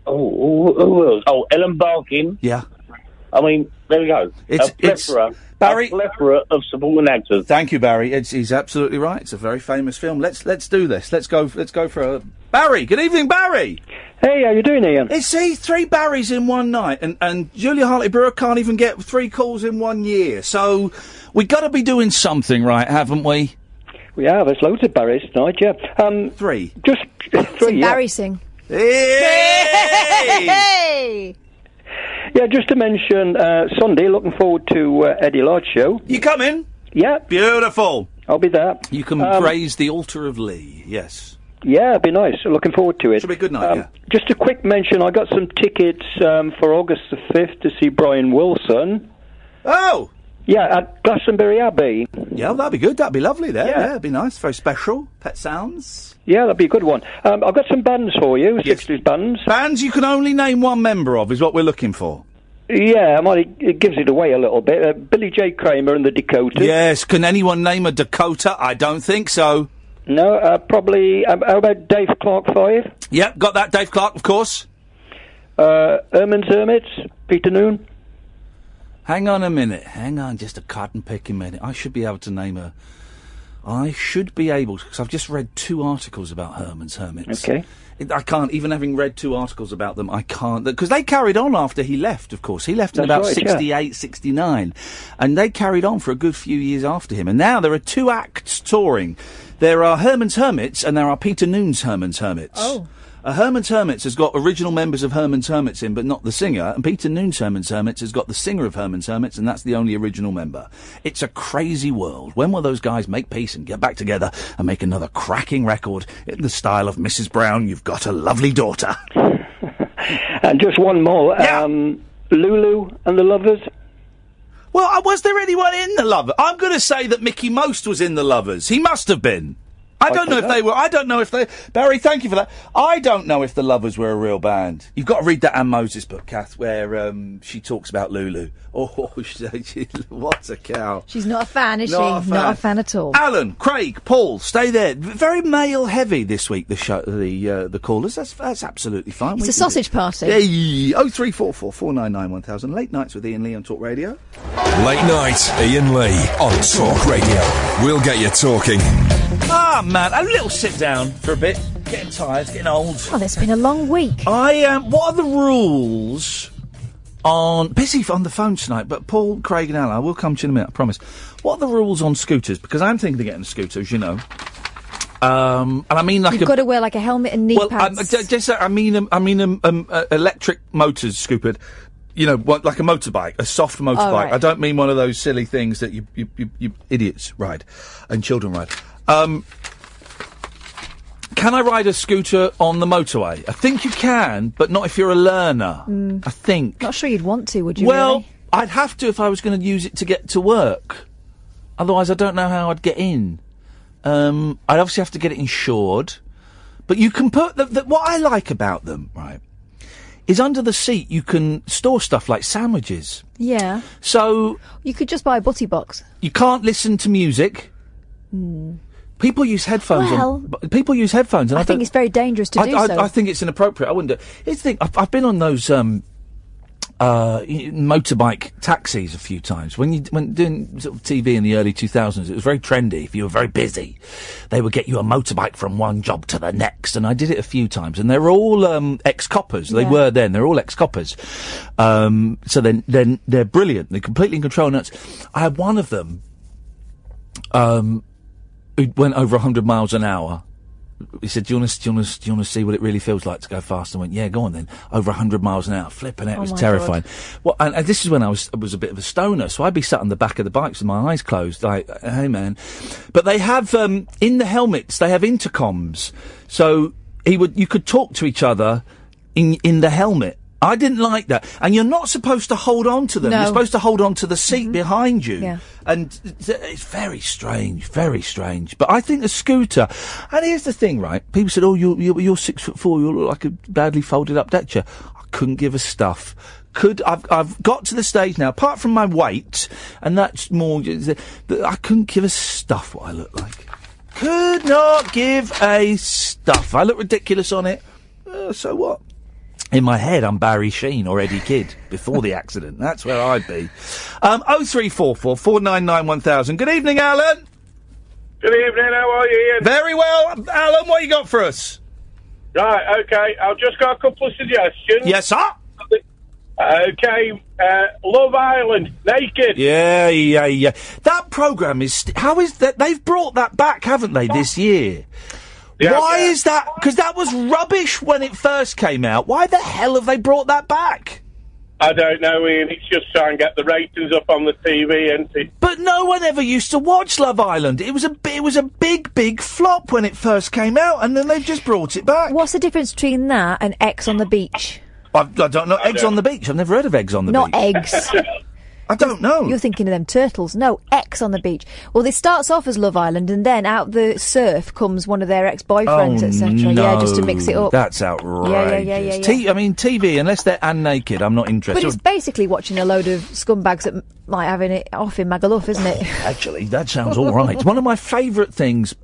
who who else? Oh, Ellen Barkin. Yeah. I mean, there we go. It's- a it's- plethora, Barry- a plethora of supporting actors. Thank you, Barry. It's, he's absolutely right. It's a very famous film. Let's let's do this. Let's go. Let's go for a Barry. Good evening, Barry. Hey, how you doing, Ian? It's see three Barrys in one night, and and Julia Hartley Brewer can't even get three calls in one year. So we got to be doing something right, haven't we? We have. There's loads of Barrys tonight. Yeah. Um, three. Just It's three. yeah. embarrassing. Hey! Yeah, just to mention uh, Sunday. Looking forward to uh, Eddie Lodge show. You coming? Yeah. Beautiful. I'll be there. You can Um, praise the altar of Lee. Yes. Yeah, it'd be nice. Looking forward to it. Should be a good night, Um, yeah. Just a quick mention. I got some tickets um, for August the fifth to see Brian Wilson. Oh. Yeah, at Glastonbury Abbey. Yeah, that'd be good. That'd be lovely. There. Yeah. Yeah, it'd be nice. Very special. Pet sounds. Yeah, that'd be a good one. Um, I've got some bands for you, 60s bands. Bands you can only name one member of is what we're looking for. Yeah, I might, it gives it away a little bit. Uh, Billy J. Kramer and the Dakotas. Yes. Can anyone name a Dakota? I don't think so. No, uh, probably. Um, how about Dave Clark Five? Yep, got that. Dave Clark, of course. Uh, Erman's Hermits, Peter Noon. Hang on a minute. Hang on just a cotton picking minute. I should be able to name her. I should be able to, because I've just read two articles about Herman's Hermits. Okay. It- I can't, even having read two articles about them, I can't. Because they carried on after he left, of course. He left in That's about right, yeah. 68, 69. And they carried on for a good few years after him. And now there are two acts touring. There are Herman's Hermits and there are Peter Noon's Herman's Hermits. Oh. Uh, Herman's Hermits has got original members of Herman's Hermits in, but not the singer. And Peter Noon's Herman's Hermits has got the singer of Herman's Hermits, and that's the only original member. It's a crazy world. When will those guys make peace and get back together and make another cracking record in the style of Mrs. Brown? You've got a lovely daughter. And just one more. Um, Lulu and the Lovers. Well, uh, was there anyone in the Lovers? I'm going to say that Mickey Most was in the Lovers. He must have been. I don't know if they were. I don't know if they. Barry, thank you for that. I don't know if the Lovers were a real band. You've got to read that Anne Moses book, Kath, where um, she talks about Lulu. Oh, she, she- what a cow! She's not a fan, is Not a she? fan. Not a fan at all. Alan, Craig, Paul, stay there. V- Very male heavy this week. The show, the uh, the callers. That's that's absolutely fine. It's a We can do- sausage party. Hey, oh three four four four nine nine one thousand. Late nights with Ian Lee on Talk Radio. Late night, Ian Lee on Talk Radio. We'll get you talking. Ah, man, a little sit down for a bit. Getting tired, getting old. Oh, that's been a long week. I um, what are the rules on busy on the phone tonight? But Paul, Craig, and Alan, I will come to you in a minute. I promise. What are the rules on scooters? Because I'm thinking of getting scooters. You know, um, and I mean like You've a got to wear like a helmet and knee well, um, pads. j- just, uh, I mean, um, I mean, um, um, uh, electric motors, stupid. You know, what, like a motorbike, a soft motorbike. right. I don't mean one of those silly things that you, you, you, you idiots ride and children ride. Um, can I ride a scooter on the motorway? I think you can, but not if you're a learner. Mm. I think. Not sure you'd want to, would you? well, really? I'd have to if I was going to use it to get to work. Otherwise, I don't know how I'd get in. Um, I'd obviously have to get it insured. But you can put the, the what I like about them, right, is under the seat you can store stuff like sandwiches. yeah. So You could just buy a butty box. you can't listen to music. Mm. People use headphones. Well- on, but people use headphones, and I, I think don't- it's very dangerous to I, do I, so. I think it's inappropriate. I wouldn't do. Here's the thing: I've, I've been on those um, uh, y- motorbike taxis a few times. When you when doing sort of TV in the early 2000s, it was very trendy. If you were very busy, they would get you a motorbike from one job to the next. And I did it a few times, and they're all um, ex coppers. They Yeah. were then. They're all ex coppers. Um, so then then they're brilliant. They're completely in control. And that's- I had one of them um, it went over 100 miles an hour. He said, do you, want to, do, you want to, do you want to see what it really feels like to go fast? I went, yeah, go on then. Over 100 miles an hour. Flipping out. Oh it was my terrifying. God. Well, and, and this is when I was, I was a bit of a stoner. So I'd be sat on the back of the bikes with my eyes closed. Like, hey, man. But they have, um, in the helmets, they have intercoms. So he would, you could talk to each other in, in the helmet. I didn't like that. And you're not supposed to hold on to them. No. You're supposed to hold on to the seat behind you. Yeah. And it's, it's very strange, very strange. But I think a scooter. And here's the thing, right? People said, "Oh, you're you're, you're six foot four. You look like a badly folded up deck chair." I couldn't give a stuff. Could I've I've got to the stage now. Apart from my weight, and that's more. that I couldn't give a stuff what I look like. Could not give a stuff. I look ridiculous on it. Uh, so what? In my head, I'm Barry Sheen or Eddie Kidd before the accident. That's where I'd be. Um, 0344 499 1000. Good evening, Alan. Good evening, how are you, Ian? Very well. Alan, what you got for us? Right, okay, I've just got a couple of suggestions. Yes, sir. Okay, uh, Love Island, Naked. Yeah, yeah, yeah. That program is. St- how is that? They've brought that back, haven't they, this year? Why is that? Because that was rubbish when it first came out. Why the hell have they brought that back? I don't know, Ian, it's just trying to get the ratings up on the TV, and it? But no one ever used to watch Love Island. It was a bi- it was a big big flop when it first came out, and then they've just brought it back. What's the difference between that and X on the beach? I, I don't know. Eggs on the beach. I've never heard of eggs on the Not beach. eggs. I don't know. You're thinking of them turtles. No, X on the beach. Well, this starts off as Love Island, and then out the surf comes one of their ex-boyfriends, Oh, etc. Yeah, just to mix it no, up. That's outrageous. yeah, yeah, yeah. T- I mean, TV, unless they're and naked, I'm not but interested. it's basically watching a load of scumbags that m- might have it off in Magaluf, isn't it? Actually, that sounds all right. One of my favourite things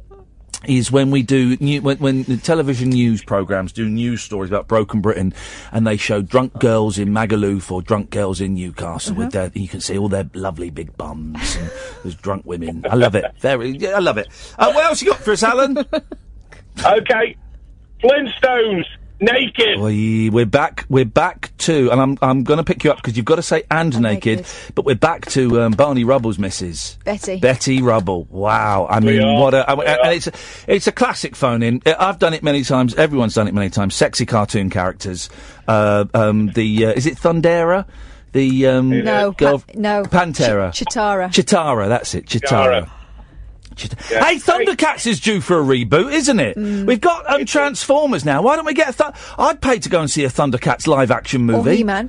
is when we do new, when, when the television news programs do news stories about broken Britain, and they show drunk girls in Magaluf or drunk girls in Newcastle with Uh-huh. their. You can see all their lovely big bums and those drunk women. I love it. Very, yeah, I love it. Uh, what else you got for us, Alan? Okay, Flintstones, Naked. We, we're back. We're back to, and I'm I'm going to pick you up because you've got to say and naked, but we're back to um, Barney Rubble's missus. Betty. Betty Rubble. Wow. I We mean, are. what a. I mean, and it's a, it's a classic phone in. I've done it many times. Everyone's done it many times. Sexy cartoon characters. Uh, um, the uh, is it Thundera? The um, No, girl- Pa- no. Pantera. Ch- Chitara. Chitara. That's it. Chitara. Chit- Hey, Thundercats is due for a reboot, isn't it? Mm. We've got um, Transformers now. Why don't we get a Th- I'd pay to go and see a Thundercats live action or movie. He-Man.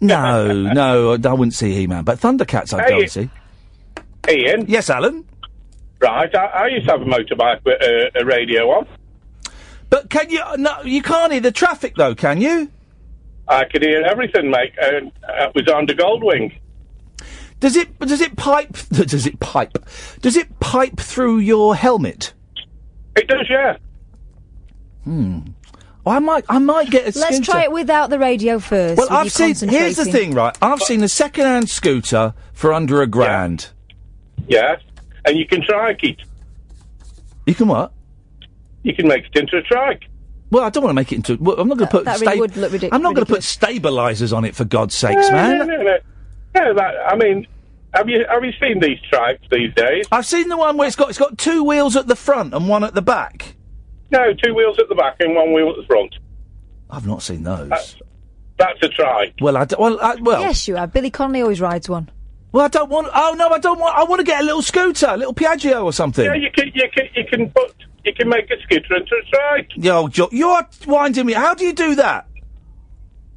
No, no, I I wouldn't see He Man, but Thundercats I'd go Hey. and see. Ian? Yes, Alan? right? I, I used to have a motorbike with uh, a radio on. But can you? No, you can't hear the traffic though, can you? I could hear everything, mate. And uh, it was under Goldwing. Does it? Does it pipe? Does it pipe? Does it pipe through your helmet? It does, yeah. Hmm. Well, I might, I might get a Let's scooter. try it without the radio first. Well, with I've you seen. Here's the concentrating. thing, right? I've seen a second-hand scooter for under a grand. Yes, and you can trike it. You can what? You can make it into a trike. Well, I don't want to make it into. Well, I'm not going to put. that sta- really would look ridic- I'm not going to put stabilizers on it for God's sakes, man. No, no, no, no. No, that, I mean, have you have you seen these trikes these days? I've seen the one where it's got it's got two wheels at the front and one at the back. No, two wheels at the back and one wheel at the front. I've not seen those. That's, that's a trike. Well, I d- well, I, well, Yes, you are. Billy Connolly always rides one. well, I don't want. Oh no, I don't want. I want to get a little scooter, a little Piaggio or something. Yeah, you can you can you can put you can make a scooter into a trike. Yo, jo- you're winding me. How do you do that?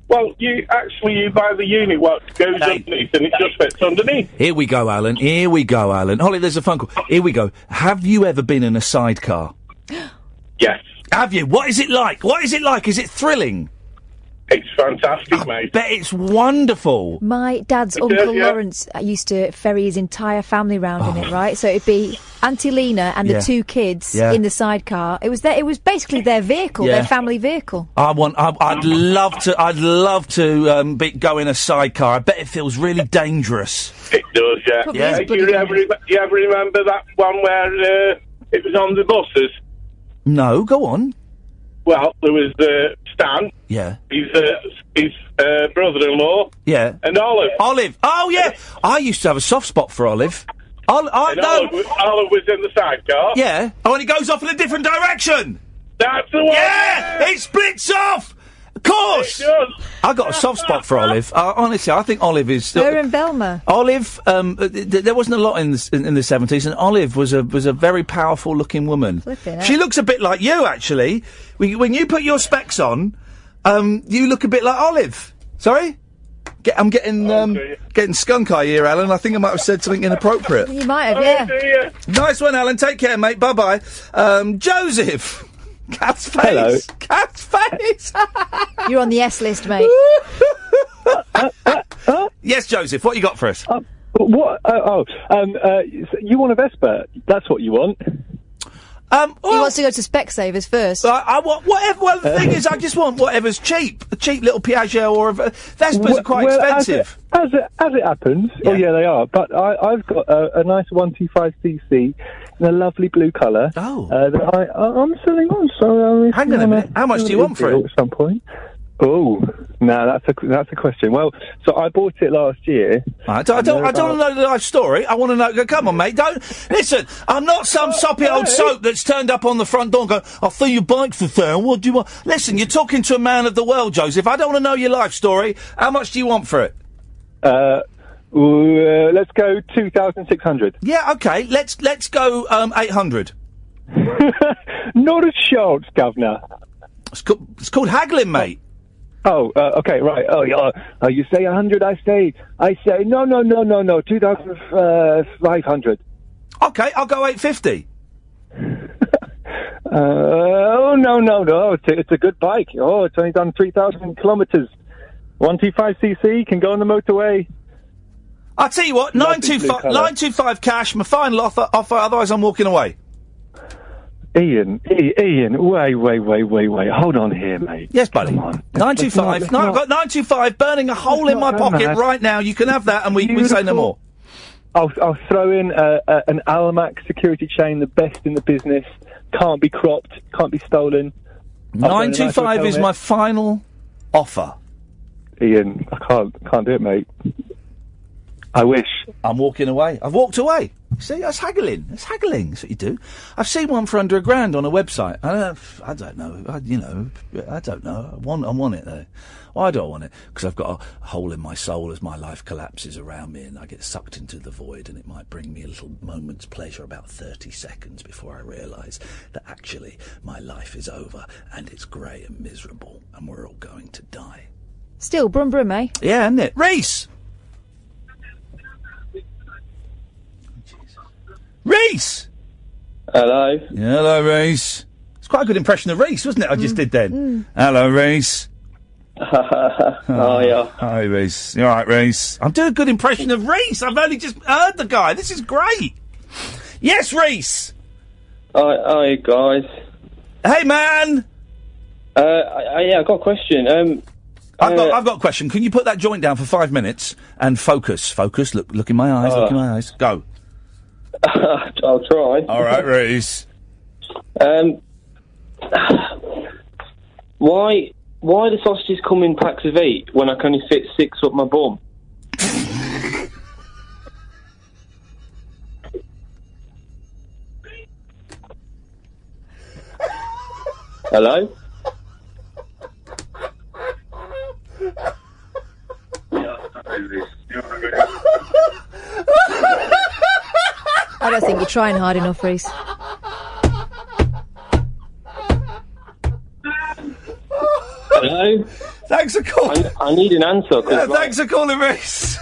Well, you actually you buy the unit what goes underneath and it just fits underneath. Here we go, Alan. Here we go, Alan. Holly, there's a phone call. Here we go. Have you ever been in a sidecar? yes. Have you? What is it like? What is it like? Is it thrilling? It's fantastic, mate. Bet it's wonderful. My dad's does, uncle yeah. Lawrence uh, used to ferry his entire family round in it, right? So it'd be Auntie Lena and Yeah. the two kids Yeah. in the sidecar. It was their, it was basically their vehicle, Yeah. their family vehicle. I want. I, I'd love to. I'd love to um, be, go in a sidecar. I bet it feels really dangerous. It does, yeah. Probably is Do you ever rem- do you ever remember that one where uh, it was on the buses? No, go on. Well, there was uh, Stan, Yeah, his uh, his uh, brother-in-law, yeah. and Olive. Olive. Oh yeah. I used to have a soft spot for Olive. Ol- I, and no. Olive, was, Olive was in the sidecar. Yeah. Oh, and it goes off in a different direction. That's the one. Yeah, it splits off. Of course. I got a soft spot for Olive. Uh, honestly, I think Olive is. Her and Belma. Olive, um, uh, th- th- there wasn't a lot in the, s- in, in the 70s, and Olive was a was a very powerful looking woman. Flippin' She looks a bit like you, actually. When, when you put your specs on, um, you look a bit like Olive. Sorry? Get, I'm getting um, getting skunk eye here, Alan. I think I might have said something inappropriate. You might have, Oh, yeah. Nice one, Alan. Take care, mate. Bye bye. Um, Joseph. Cat's face. Hello. Cat's face. You're on the S list, mate. yes, Joseph. What you got for us? Uh, What? Oh, oh um, uh, you want a Vespa? That's what you want. Um, Oh. he wants to go to Specsavers first. I, I want whatever. Well, the thing is, I just want whatever's cheap. A cheap little Piaggio or a v- Vespas Well- are quite well, as it- expensive. As it, as it happens, oh yeah, they are. But I, I've got a, a nice one two five cc in a lovely blue colour. Oh, uh, that I, I, I'm selling on. So uh, if Hang you on a wanna minute. How much do you a want for deal it? At some point. Oh, no, that's a that's a question. Well, so I bought it last year. I don't, I don't, I don't want to know the life story. I want to know. Come on, mate. Don't listen. I'm not Oh, some soppy old soap that's turned up on the front door and going, "I threw your bike for sale. What do you want?" Listen, you're talking to a man of the world, Joseph. I don't want to know your life story. How much do you want for it? Uh, w- uh, let's go two thousand six hundred. Yeah, okay. Let's let's go um, 800. Not a chance, Governor. It's, ca- it's called haggling, mate. Oh, uh, okay, right. Oh, yeah. uh, Uh, you say 100, I say, I say, no, no, no, no, no, uh, 2,500. Okay, I'll go 850. Uh, oh, no, no, no, it's a, it's a good bike. Oh, it's only done 3,000 kilometres. 125cc, can go on the motorway. I'll tell you what, Lovely blue 925, colour. 925 cash, my final offer, offer, otherwise I'm walking away. Ian, I- Ian, wait, wait, wait, wait, wait. Hold on here, mate. Yes, buddy. Come on. 925, no, I've got 925 burning a hole in my not done pocket that. right now. You can have that and we, we say Beautiful. no more. I'll, I'll throw in uh, uh, an Alamac security chain, the best in the business. Can't be cropped, can't be stolen. I'll throw in a nice 925 hotel is bed. my final offer. Ian, I can't, can't do it, mate. I wish. I'm walking away. I've walked away. See, that's haggling. That's haggling. That's what you do. I've seen one for under a grand on a website. I don't, I don't know. I, you know, I don't know. I want, I want it though. Why do I want it? Because I've got a hole in my soul as my life collapses around me and I get sucked into the void and it might bring me a little moment's pleasure about 30 seconds before I realise that actually my life is over and it's grey and miserable and we're all going to die. Still, Brum Brum, eh? Yeah, isn't it? Reese! Reese! Hello. Hello, Reese. It's quite a good impression of Reese, wasn't it? I just did then. Hello, Reese. oh, yeah. Hi, Reese. You all right, Reese? I'm doing a good impression of Reese. I've only just heard the guy. This is great. Yes, Reese. Hi, hi guys. Hey, man. Uh, I, I- yeah, I've got a question. Um, I've got, I've got a question. Can you put that joint down for five minutes and focus? Focus. Look, look in my eyes. Uh. look in my eyes. Go. I'll try. All right, Reese. Um, why why do sausages come in packs of eight when I can only fit six up my bum? Hello. I don't think you're trying hard enough, Reese. Hello. Thanks for calling. I, I need an answer. 'cause, Yeah, like, thanks for calling, Reese.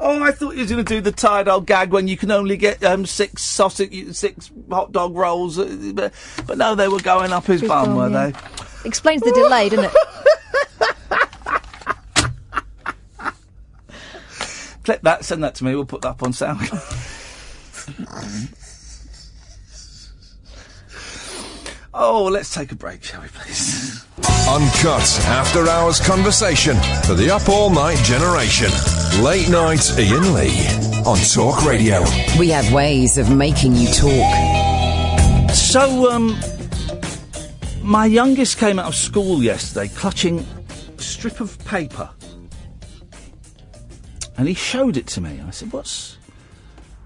oh, I thought you were going to do the tired old gag when you can only get um, six sausage, six hot dog rolls. uh, But, but no, they were going up his, His bum, bum, were yeah. they? Explains the delay, doesn't it? Clip that, send that to me. We'll put that up on SoundCloud. oh, let's take a break, shall we, please? Uncut after hours conversation for the up all night generation. Late night Ian Lee on Talk Radio. We have ways of making you talk. So, um, my youngest came out of school yesterday clutching a strip of paper. And he showed it to me. I said, What's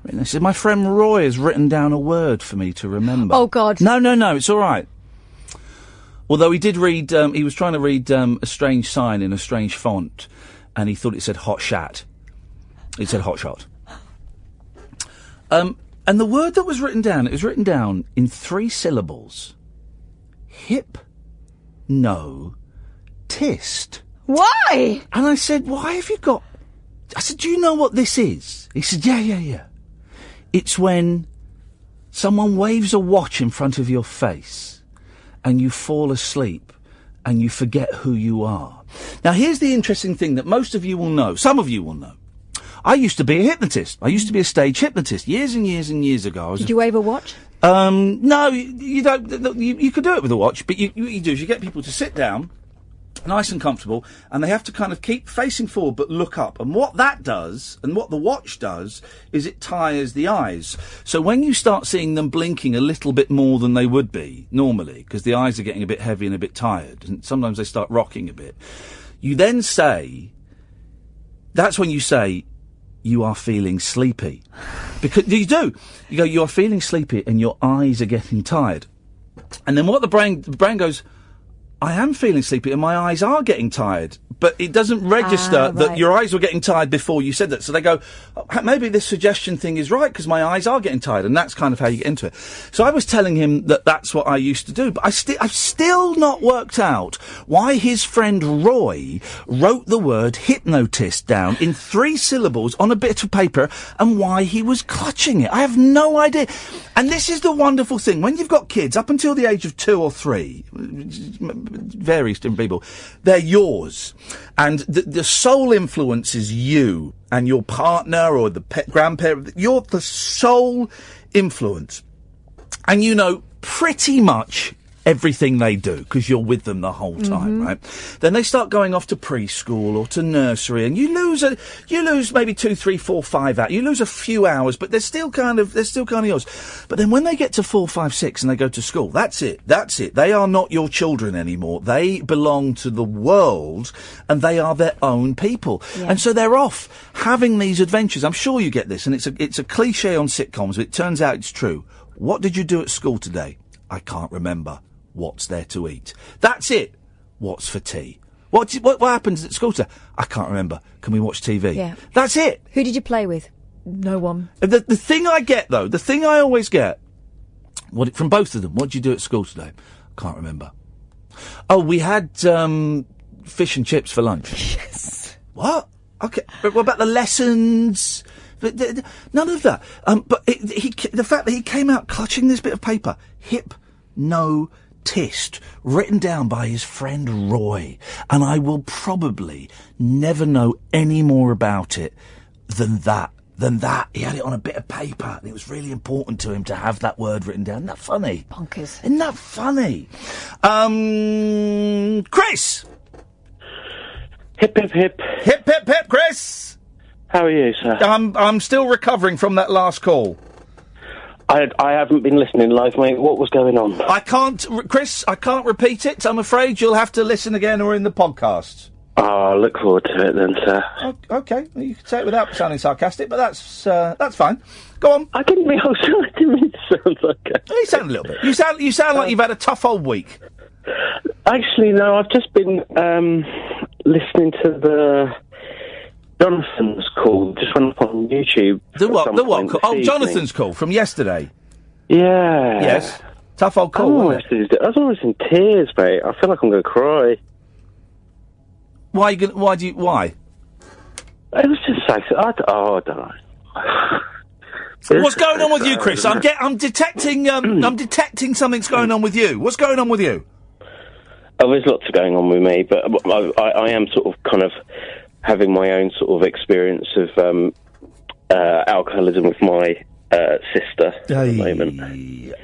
written? He said, My friend Roy has written down a word for me to remember. Oh, God. No, no, no, it's all right. Although he did read, um, he was trying to read um, a strange sign in a strange font, and he thought it said hot shat. It said hot shot. Um, and the word that was written down, it was written down in three syllables. Hip, no, tist. Why? And I said, why have you got... I said, do you know what this is? He said, yeah, yeah, yeah. It's when someone waves a watch in front of your face and you fall asleep and you forget who you are. Now, here's the interesting thing that most of you will know. Some of you will know. I used to be a hypnotist. I used to be a stage hypnotist years and years and years ago. I was a Did you wave a watch? um, no, you, you don't. th- th- You, you could do it with a watch, but you, you, what you do is you get people to sit down, nice and comfortable, and they have to kind of keep facing forward but look up. And what that does, and what the watch does, is it tires the eyes. So when you start seeing them blinking a little bit more than they would be normally, because the eyes are getting a bit heavy and a bit tired, and sometimes they start rocking a bit, you then say, that's when you say, you are feeling sleepy. Because you do. You go, you are feeling sleepy and your eyes are getting tired. And then what the brain, the brain goes, I am feeling sleepy and my eyes are getting tired. But it doesn't register Ah, that right. your eyes were getting tired before you said that. So they go, "Oh, ha- maybe this suggestion thing is right because my eyes are getting tired. And that's kind of how you get into it. So I was telling him that that's what I used to do. But I sti- I've still not worked out why his friend Roy wrote the word hypnotist down in three syllables on a bit of paper and why he was clutching it. I have no idea. And this is the wonderful thing. When you've got kids up until the age of two or three, various different people, they're yours. And the, the sole influence is you and your partner or the pet grandparent. You're the sole influence. And you know pretty much everything they do because you're with them the whole time, Mhm. right? Then they start going off to preschool or to nursery, and you lose a you lose maybe two, three, four, five hours. You lose a few hours, but they're still kind of they're still kind of yours. But then when they get to four, five, six, and they go to school, that's it. That's it. They are not your children anymore. They belong to the world, and they are their own people. Yeah. And so they're off having these adventures. I'm sure you get this, and it's a it's a cliche on sitcoms, but it turns out it's true. What did you do at school today? I can't remember. What's there to eat? That's it. What's for tea? What did- what, what happens at school today? I can't remember. Can we watch TV? Yeah. That's it. Who did you play with? No one. The, the thing I get though, the thing I always get, what from both of them. What did you do at school today? I can't remember. Oh, we had um, fish and chips for lunch. Yes. What? Okay. But what about the lessons? But th- th- none of that. Um, but it, he, the fact that he came out clutching this bit of paper, hip no tist, written down by his friend Roy, and I will probably never know any more about it than that. Than that, he had it on a bit of paper, and it was really important to him to have that word written down. Isn't that funny? Bonkers. Isn't that funny? Um, Chris. Hip hip hip. Hip hip hip, Chris. How are you, sir? I'm I'm still recovering from that last call. I, I haven't been listening live, mate. What was going on? I can't, re- Chris. I can't repeat it. I'm afraid you'll have to listen again or in the podcast. Oh, I look forward to it then, sir. O- okay, well, you can say it without sounding sarcastic, but that's uh, that's fine. Go on. I didn't mean. I didn't mean to sound sarcastic. You sound a little bit. You sound you sound like you've had a tough old week. Actually, no. I've just been um, listening to the Jonathan's call. Just went up on YouTube. The at what? some The what? point Call? this Oh, evening. Jonathan's call from yesterday. Yeah. Yes. Tough old I call. was, almost Wasn't it? in, I was almost in tears, mate. I feel like I'm going to cry. Why? you gonna, why do you? Why? It was just so. I, d- oh, I don't know. What's going on with you, Chris? I'm get, I'm detecting um, I'm detecting something's going on with you. What's going on with you? Oh, there's lots going on with me, but I, I, I am sort of kind of having my own sort of experience of um, uh, alcoholism with my uh, sister at the moment.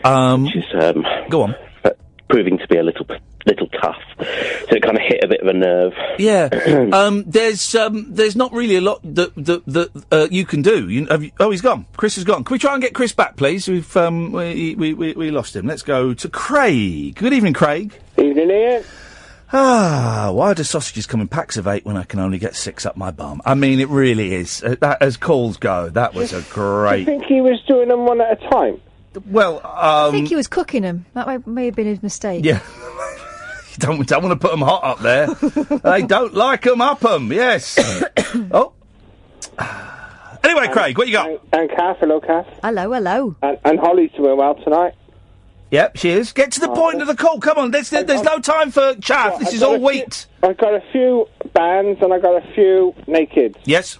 Um, She's um, go on, proving to be a little p- little tough, so it kind of hit a bit of a nerve. Yeah. um, there's um, there's not really a lot that that, that uh, you can do. You, have you, oh, he's gone. Chris is gone. Can we try and get Chris back, please? We've um, we, we, we we lost him. Let's go to Craig. Good evening, Craig. Evening, Ian. Ah, why do sausages come in packs of eight when I can only get six up my bum? I mean, it really is. Uh, that, as calls go, that was a Do you great. think he was doing them one at a time? Well, I think um, he was cooking them. That may, may have been his mistake. yeah. You don't don't want to put them hot up there. they don't like them up them. Yes. oh. Anyway, Craig, what you got? And Kath, hello, Kath. Hello, hello. And, and Holly's doing well tonight. Oh, Yep, she is. Get to the point of the call. Come on, there's, there's no time for chaff. this I've is got all a few- wheat. I've got a few bands and I've got a few naked. Yes.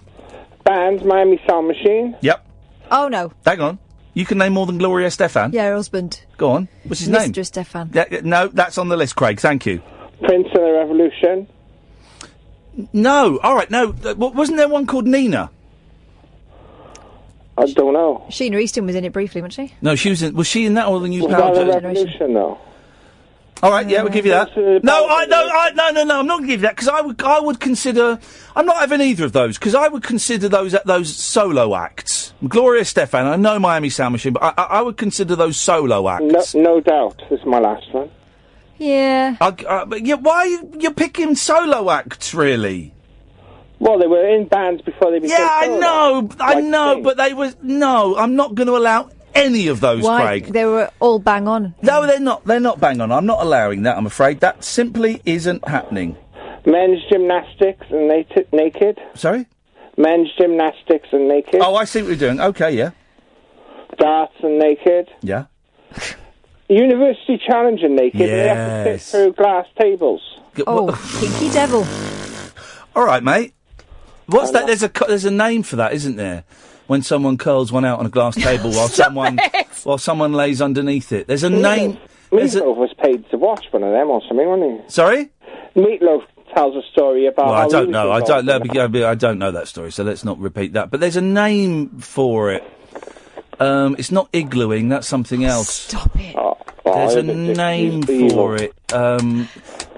Bands, Miami Sound Machine. Yep. Oh no. Hang on. You can name more than Gloria Stefan. Yeah, her husband. Go on. What's his Mr. name? Stefan. Yeah, yeah, no, that's on the list, Craig. Thank you. Prince and the Revolution. No. All right. No. Th- wa- wasn't there one called Nina? I don't know. Sheena Easton was in it briefly, wasn't she? No, she was in. Was she in that or the New Was Power? that a Generation? revolution, though? All right, yeah, we'll give you that. No, I no, I no, no, no. I'm not going to give you that because I would, I would consider. I'm not having either of those because I would consider those uh, those solo acts. Gloria Stefan. I know Miami Sound Machine, but I, I, I would consider those solo acts. No, no doubt. This is my last one. Yeah. I, I, but yeah, why you, you're picking solo acts really? Well, they were in bands before they became. Yeah, I solo. know, I Like know, Sting. but they was no. I'm not going to allow any of those, Why? Craig. They were all bang on. No, they're not. They're not bang on. I'm not allowing that. I'm afraid that simply isn't happening. Men's gymnastics and nati- naked. Sorry. Men's gymnastics and naked. Oh, I see what you're doing. Okay, yeah, Darts and naked. yeah. University challenge and naked. and They have to Yes. sit through glass tables. G- Oh, Pinky Devil. All right, mate. What's that? There's a cu- there's a name for that, isn't there? When someone curls one out on a glass table while someone while someone lays underneath it. There's a name. Meatloaf was paid to watch one of them or something, wasn't he? Sorry. Meatloaf tells a story about. Well, how I he don't was know. I involved don't. in Let me, go- I don't know that story, so let's not repeat that. But there's a name for it. Um, it's not iglooing. That's something else. Stop it. There's Oh, I a think it's name evil. for it. Um,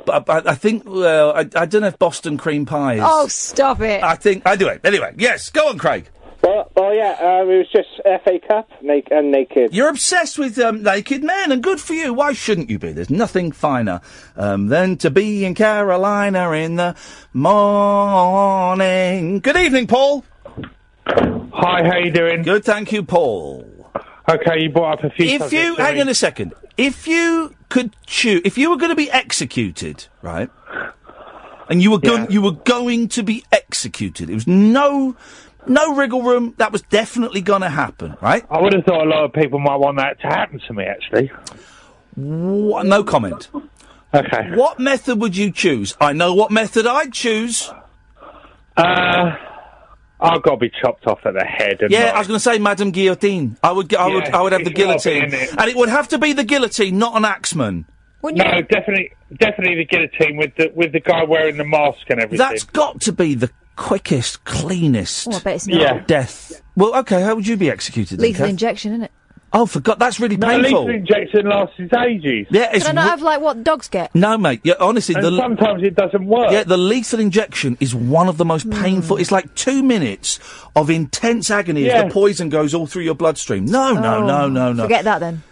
but, but I think. Well, I, I don't know if Boston cream pie is. Oh, stop it. I think. I do it anyway. Yes. Go on, Craig. Well, well, yeah, um, it was just FA Cup naked and naked. You're obsessed with um, naked men, and good for you. Why shouldn't you be? There's nothing finer um, than to be in Carolina in the morning. Good evening, Paul. Hi, how you doing? Good, thank you, Paul. Okay, you brought up a few. If you subjects, hang didn't on a second, if you could choose, if you were going to be executed, right, and you were going, you were going to be executed. It was no, no wriggle room. That was definitely going to happen, right? we? I would have thought a lot of people might want that to happen to me. Actually, Wha- no comment. Okay. What method would you choose? I know what method I'd choose. Uh, I've got to be chopped off at the head. And Yeah, I was going to say Madame Guillotine. I would, get, I would, Yeah, I would have the it's gotta be, guillotine, innit? and it would have to be the guillotine, not an axeman. no, definitely, definitely the guillotine with the with the guy wearing the mask and everything. That's got to be the quickest, cleanest Oh, I bet it's not. Yeah. death. Well, okay, how would you be executed? Lethal then, Kev? injection, isn't it? Oh, forgot. That's really No, painful. lethal injection lasts ages. Yeah, it's Can I not re- have like what dogs get? No, mate. Yeah, honestly, And sometimes it doesn't work. Yeah, the lethal injection is one of the most Hmm. painful. It's like two minutes of intense agony as Yeah. the poison goes all through your bloodstream. No, no, Oh, no, no, no. Forget that then.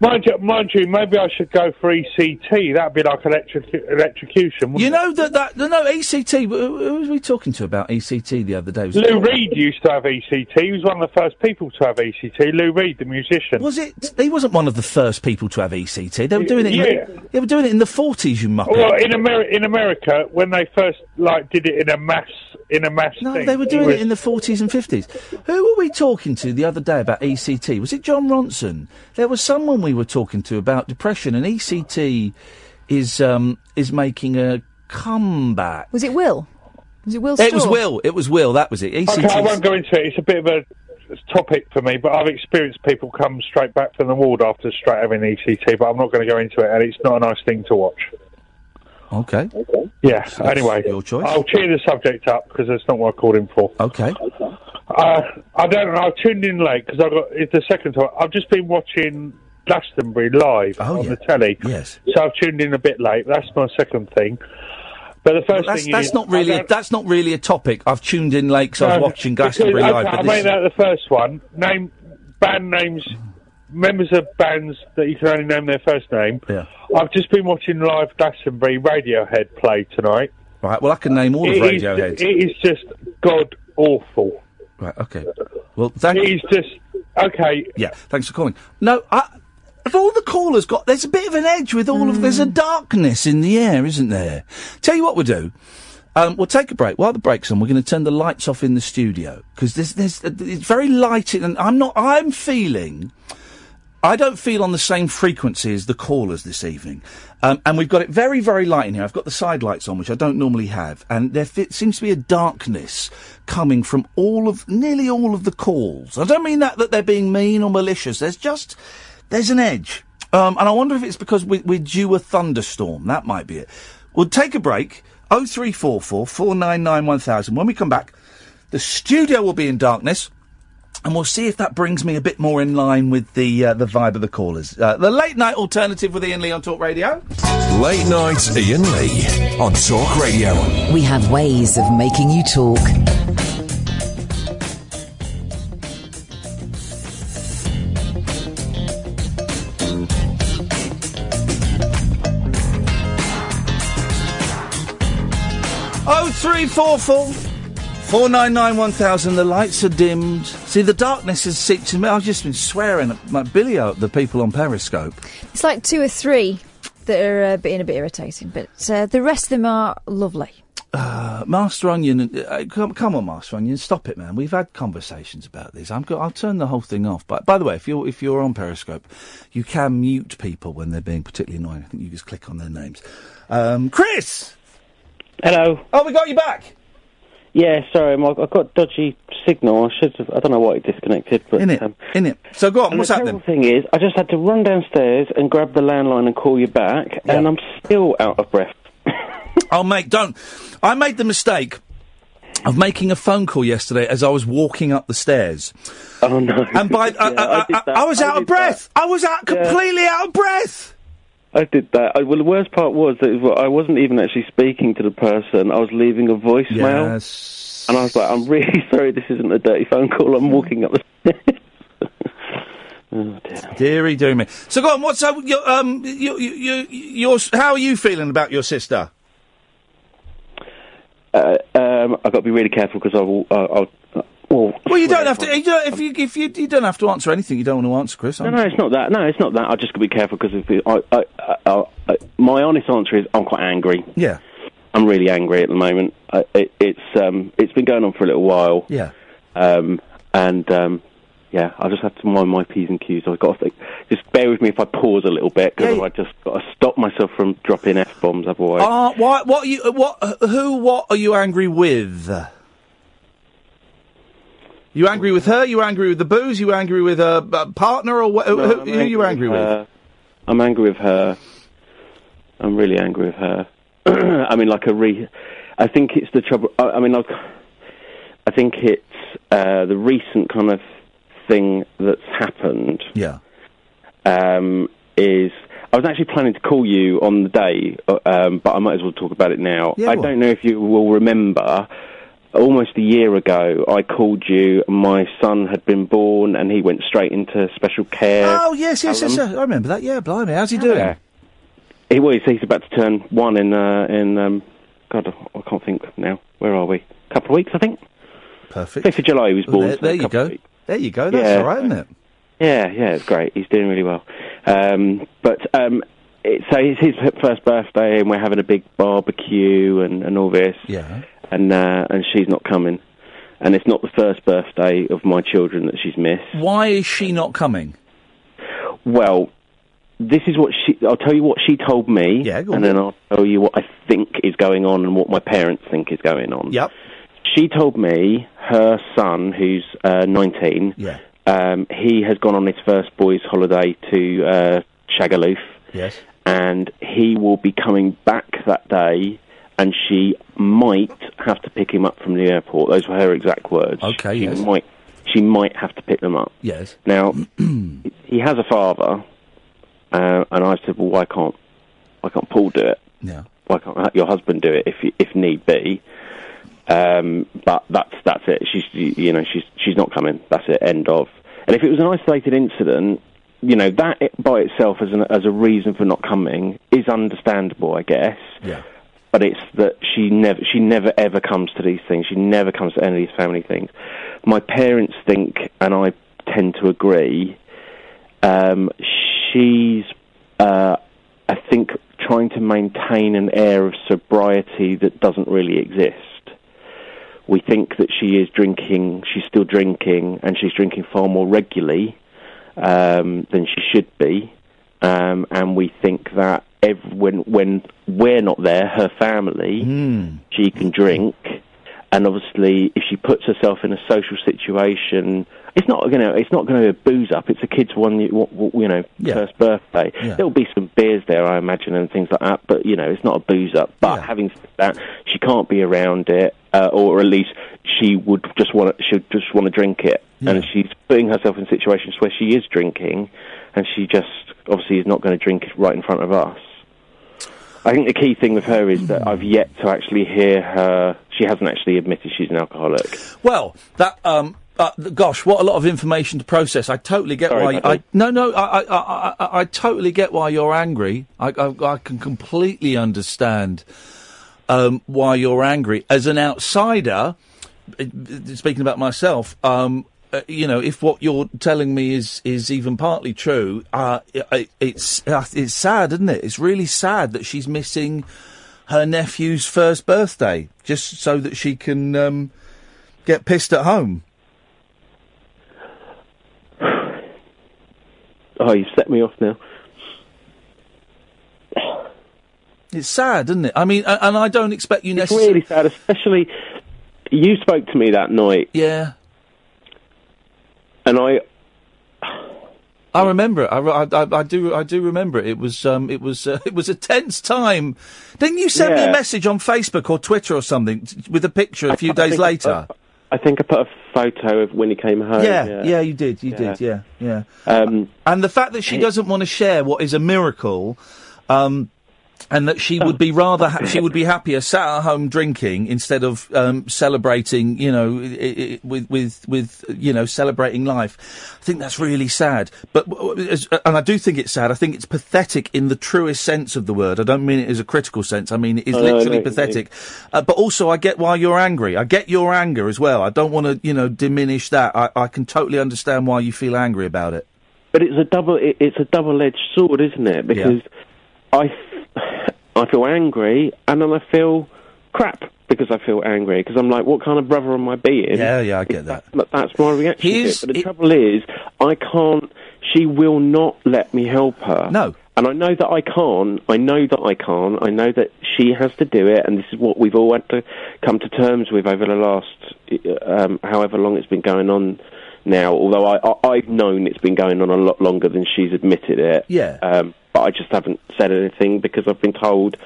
Mind you, mind you, maybe I should go for ECT. That'd be like electric, electrocution. You know that that no, no E ECT. Who, who was we talking to about ECT the other day? Was it- Lou Reed used to have ECT. He was one of the first people to have ECT. Lou Reed, the musician. Was it? He wasn't one of the first people to have ECT. They were doing it. Yeah. In, they were doing it in the forties. You muppet. Well, E in, Ameri- in America, when they first like did it in a mass, in a mass. No, thing, they were doing it in the 40s and 50s. Who were we talking to the other day about ECT? Was it John Ronson? There was someone we were talking to about depression, and ECT is um, is making a comeback. Was it Will? Was it Will? It was Storr? Will. It was Will. That was it. ECT. Okay, I won't go into it. It's a bit of a topic for me, but I've experienced people come straight back from the ward after straight having ECT. But I'm not going to go into it, and it's not a nice thing to watch. Okay. Yeah. So that's anyway, your choice. I'll cheer the subject up because that's not what I called in for. Okay. Uh, I don't know. I tuned in late because I got it's the second time. I've just been watching Glastonbury live on the telly. Oh, Yes. So I've tuned in a bit late. That's my second thing. But the first That's, thing that's is, not I really don't- a, that's not really a topic. I've tuned in late 'cause I was No, watching because- Glastonbury okay, live. I But this, made out the first one. Name band names, members of bands that you can only name their first name. Yeah. I've just been watching live Glastonbury Radiohead play tonight. Right. Well, I can name all of It is- Radiohead. it is just god awful. Right. Okay. Well, thank. He's just uh, okay. Yeah. Thanks for calling. No, I, of all the callers, got there's a bit of an edge with all of Hmm. there's a darkness in the air, isn't there? Tell you what we'll do. Um, we'll take a break. While the break's on, we're going to turn the lights off in the studio because there's, there's, it's very light, in- and I'm not. I'm feeling. I don't feel on the same frequency as the callers this evening. Um, and we've got it very, very light in here. I've got the side lights on, which I don't normally have. And there fit, seems to be a darkness coming from all of, nearly all of the calls. I don't mean that, that they're being mean or malicious. There's just, there's an edge. Um, and I wonder if it's because we, we're due a thunderstorm. That might be it. We'll take a break. 0344 499 1000. When we come back, the studio will be in darkness and we'll see if that brings me a bit more in line with the uh, the vibe of the callers. Uh, the late night alternative with Ian Lee on Talk Radio. Late night Ian Lee on Talk Radio. We have ways of making you talk. Oh three four four four nine nine one thousand. The lights are dimmed. See, the darkness has seeped in. I've just been swearing at my Billy at the people on Periscope. It's like two or three that are uh, being a bit irritating, but uh, the rest of them are lovely. Uh, Master Onion, uh, come, come on, Master Onion, stop it, man. We've had conversations about this. I'm go- I'll turn the whole thing off. But by the way, if you're if you're on Periscope, you can mute people when they're being particularly annoying. I think you just click on their names. Um, Chris, hello. Oh, we got you back. Yeah, sorry, Mark. I got dodgy signal. I should have. I don't know why it disconnected. But in it, um, in it. So go on. what's happening? The terrible thing is, I just had to run downstairs and grab the landline and call you back, and I'm still out of breath. Oh, mate, don't. I made the mistake of making a phone call yesterday as I was walking up the stairs. Oh no! And by I, I, I, I, was out of breath. I was out completely out of breath. I did that. I, well, the worst part was that it was- I wasn't even actually speaking to the person. I was leaving a voicemail. And I was like, I'm really sorry this isn't a dirty phone call. I'm walking up the Deary do me. So go on. What's up? Your, um, your, your, your, s how are you feeling about your sister? Uh, um, I've got to be really careful because I'll, uh, I'll, I'll. Well, Well, you don't have to. You don't, if you if you, you don't have to answer anything, you don't want to answer, Chris. No, no, it's not that. No, it's not that. I just got to be careful because if it, I, I, I, I, my honest answer is I'm quite angry. Yeah. I'm really angry at the moment. I, it, it's um, it's been going on for a little while. Yeah. Um, and um, yeah, I just have to mind my p's and q's. I've got to think. Just bear with me if I pause a little bit because Yeah. I just got to stop myself from dropping f bombs. Ah, Otherwise, Uh, why, what are you? What? Who? What are you angry with? You angry with her? You angry with the booze? You angry with a, a partner or wh- who, who, who you angry with? her. I'm angry with her. I'm really angry with her. I mean, like a re. I think it's the trouble. I, I mean, like, I think it's uh, the recent kind of thing that's happened. Yeah. Um, is I was actually planning to call you on the day, uh, um, but I might as well talk about it now. Yeah, I well- don't know if you will remember. Almost a year ago, I called you. My son had been born, and he went straight into special care. Oh yes, yes, yes, yes. I remember that. Yeah, blimey, how's he doing? Yeah. He was. He's about to turn one in. Uh, in um, God, I can't think now. Where are we? A couple of weeks, I think. Perfect. Fifth of July. He was born. there, so there a you couple- go. There you go. That's Yeah. all right, isn't it? Yeah, yeah, it's great. He's doing really well. Um, but um, it, so it's his first birthday, and we're having a big barbecue and, and all this. Yeah. And uh, and she's not coming, and it's not the first birthday of my children that she's missed. Why is she not coming? Well, this is what she. I'll tell you what she told me, and then I'll tell you what I think is going on and what my parents think is going on. Yep. She told me her son, who's uh, 19, Yeah. um, he has gone on his first boys' holiday to uh, Shagaloof, Yes. and he will be coming back that day. And she might have to pick him up from the airport. Those were her exact words. Okay, She yes. might. She might have to pick them up. Yes. Now, he has a father, uh, and I said, "Well, why can't why can't Paul do it? Yeah. Why can't ha- your husband do it if you- if need be?" Um, but that's that's it. She's y- you know she's she's not coming. That's it. End of. And if it was an isolated incident, you know that i- by itself as an, as a reason for not coming is understandable, I guess. Yeah. But it's that she never she never ever comes to these things. She never comes to any of these family things. My parents think, and I tend to agree. Um, she's, uh, I think, trying to maintain an air of sobriety that doesn't really exist. We think that she is drinking, she's still drinking, and she's drinking far more regularly um, than she should be. Um, and we think that ev- when, when we're not there, her family, Hmm, she can drink. And obviously, if she puts herself in a social situation, it's not going to it's not going to be a booze up. It's a kid's one you w- w- you know Yeah. first birthday. Yeah. There'll be some beers there, I imagine, and things like that. But you know, it's not a booze up. But having said that, she can't be around it, uh, or at least she would just want to, she would just want to drink it. And she's putting herself in situations where she is drinking, and she just obviously is not going to drink it right in front of us. I think the key thing with her is that I've yet to actually hear her. She hasn't actually admitted she's an alcoholic. Well, that um, uh, th- gosh, what a lot of information to process. I totally get Sorry why. about I no, no, I, I, I, I, I totally get why you're angry. I, I, I can completely understand um, why you're angry. As an outsider, uh, speaking about myself, um, uh, you know, if what you're telling me is is even partly true, uh, it, it's uh, it's sad, isn't it? It's really sad that she's missing her nephew's first birthday just so that she can um, get pissed at home. Oh, you set me off now. It's sad, isn't it? I mean, a- and I don't expect you It's necessarily. really sad, especially you spoke to me that night, Yeah, and I I remember it. I, re- I, I, I do. I do remember it. It was. Um, it was. Uh, it was a tense time. Didn't you send me a Yeah. message on Facebook or Twitter or something t- with a picture a few I days think I later? put- I think I put a photo of when he came home. yeah, yeah, you did. You did. Yeah, yeah. Um, and the fact that she doesn't want to share what is a miracle, um, and that she would be rather ha- she would be happier sat at home drinking instead of um, celebrating, you know, i i with with with you know celebrating life. I think that's really sad. But w- w- as- uh, and I do think it's sad. I think it's pathetic in the truest sense of the word. I don't mean it as a critical sense. I mean it is I know, I know literally what you mean. pathetic fantastic. Uh, but also, I get why you're angry. I get your anger as well. I don't want to, you know, diminish that. I, I can totally understand why you feel angry about it. But it's a double. It, it's a double-edged sword, isn't it? Because I, f- I feel angry, and then I feel crap because I feel angry because I'm like, what kind of brother am I being? Yeah, yeah, I get that. But that's my reaction. To Here's- it. But the trouble is, I can't. She will not let me help her. No. And I know that I can't. I know that I can't. I know that she has to do it, and this is what we've all had to come to terms with over the last um, however long it's been going on now. Although I, I, I've known it's been going on a lot longer than she's admitted it. Yeah. Um, but I just haven't said anything because I've been told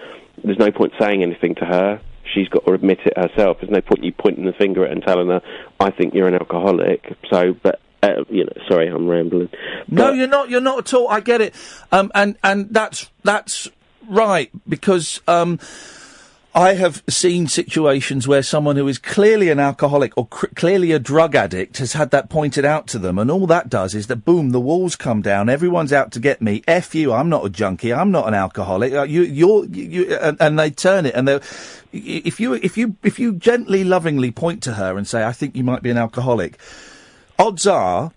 there's no point saying anything to her. She's got to admit it herself. There's no point you pointing the finger at her and telling her, "I think you're an alcoholic." So, but uh, you know, sorry, I'm rambling. No, you're not. You're not at all. I get it, um, and and that's that's right because um, I have seen situations where someone who is clearly an alcoholic or cr- clearly a drug addict has had that pointed out to them, and all that does is that boom, the walls come down. Everyone's out to get me. F you. I'm not a junkie. I'm not an alcoholic. Uh, you, you're you, you and, and they turn it and they. If you if you if you gently lovingly point to her and say, "I think you might be an alcoholic," odds are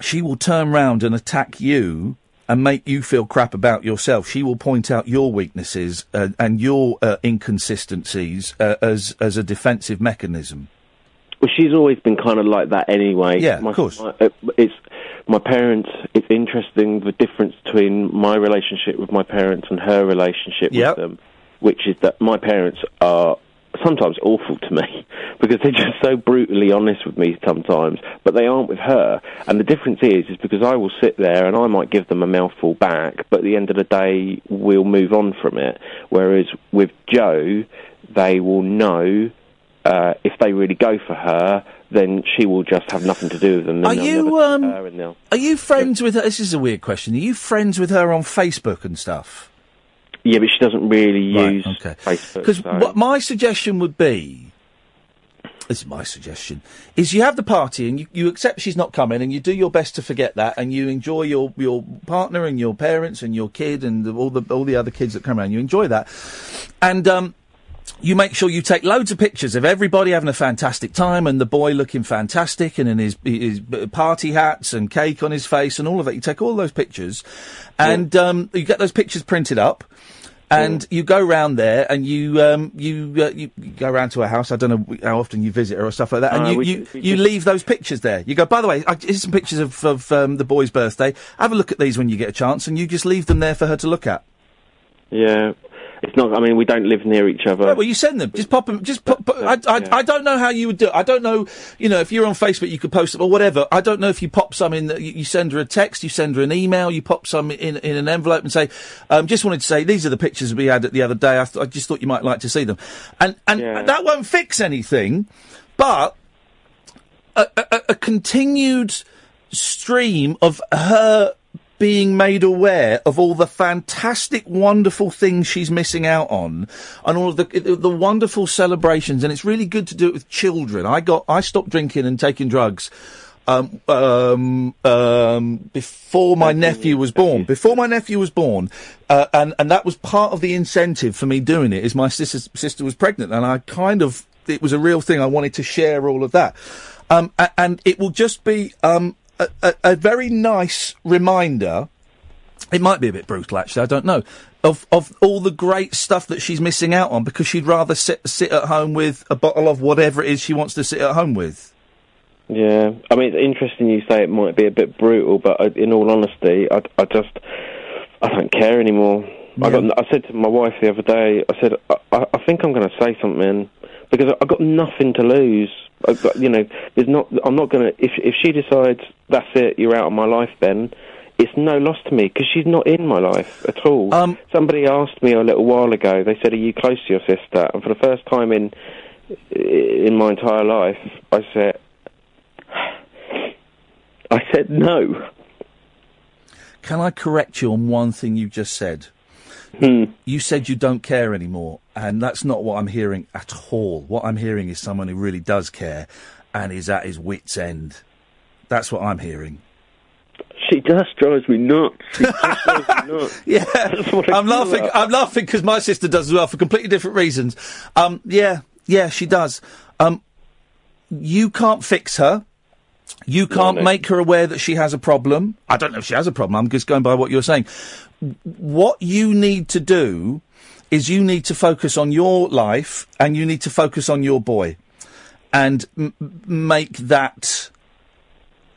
she will turn round and attack you and make you feel crap about yourself. She will point out your weaknesses uh, and your uh, inconsistencies uh, as as a defensive mechanism. Well, she's always been kind of like that anyway. Yeah, of course. my- uh, it's my parents. It's interesting the difference between my relationship with my parents and her relationship with Yep. them, which is that my parents are sometimes awful to me because they're just so brutally honest with me sometimes, but they aren't with her. And the difference is, is because I will sit there and I might give them a mouthful back, but at the end of the day, we'll move on from it. Whereas with Joe, they will know uh, if they really go for her, then she will just have nothing to do with them. Are and they'll you never see um? her and they'll- Are you friends with her? This is a weird question. Are you friends with her on Facebook and stuff? Yeah, but she doesn't really use Facebook. Because so- what my suggestion would be, this is my suggestion, is you have the party and you, you accept she's not coming and you do your best to forget that and you enjoy your, your partner and your parents and your kid and the, all the all the other kids that come around. You enjoy that, and um, you make sure you take loads of pictures of everybody having a fantastic time and the boy looking fantastic and in his his party hats and cake on his face and all of that. You take all those pictures, and um, you get those pictures printed up. And you go round there, and you um, you, uh, you you go round to her house. I don't know how often you visit her or stuff like that. And Uh, you, we- you, we you just- leave those pictures there. You go. By the way, I, here's some pictures of, of um, the boy's birthday. Have a look at these when you get a chance, and you just leave them there for her to look at. Yeah, it's not. I mean, we don't live near each other. No, well, you send them. Just pop them. Just pop. pop I, I, I don't know how you would do. it. I don't know. You know, if you're on Facebook, you could post them or whatever. I don't know if you pop some in. that- You, you send her a text. You send her an email. You pop some in in an envelope and say, um, "Just wanted to say these are the pictures we had the other day. I, th- I just thought you might like to see them." And and that won't fix anything, but a, a, a- a continued stream of her being made aware of all the fantastic, wonderful things she's missing out on, and all of the the wonderful celebrations. And it's really good to do it with children. I got I stopped drinking and taking drugs. Um, um, um, before my nephew was born, before my nephew was born, uh, and and that was part of the incentive for me doing it. Is my sister sister was pregnant, and I kind of it was a real thing. I wanted to share all of that, um, a- and it will just be um, a, a, a very nice reminder. It might be a bit brutal, actually. I don't know of of all the great stuff that she's missing out on because she'd rather sit sit at home with a bottle of whatever it is she wants to sit at home with. Yeah, I mean, it's interesting you say it might be a bit brutal, but I, in all honesty, I, I just I don't care anymore. I got. I said to my wife the other day. I said, I, I I think I'm going to say something because I, I got nothing to lose. I got, you know, there's not. I'm not going to. If if she decides that's it, you're out of my life, then it's no loss to me because she's not in my life at all. Um, Somebody asked me a little while ago. They said, "Are you close to your sister?" And for the first time in in my entire life, I said, I said no. Can I correct you on one thing you just said? Hmm. You said you don't care anymore, and that's not what I'm hearing at all. What I'm hearing is someone who really does care and is at his wits' end. That's what I'm hearing. She just drives me nuts. She just drives me nuts. Yeah, I I'm feel laughing. like. I'm laughing because my sister does as well for completely different reasons. Um, yeah, yeah, she does. Um, you can't fix her. You can't no. make her aware that she has a problem. I don't know if she has a problem. I'm just going by what you're saying. What you need to do is you need to focus on your life and you need to focus on your boy and m- m- make that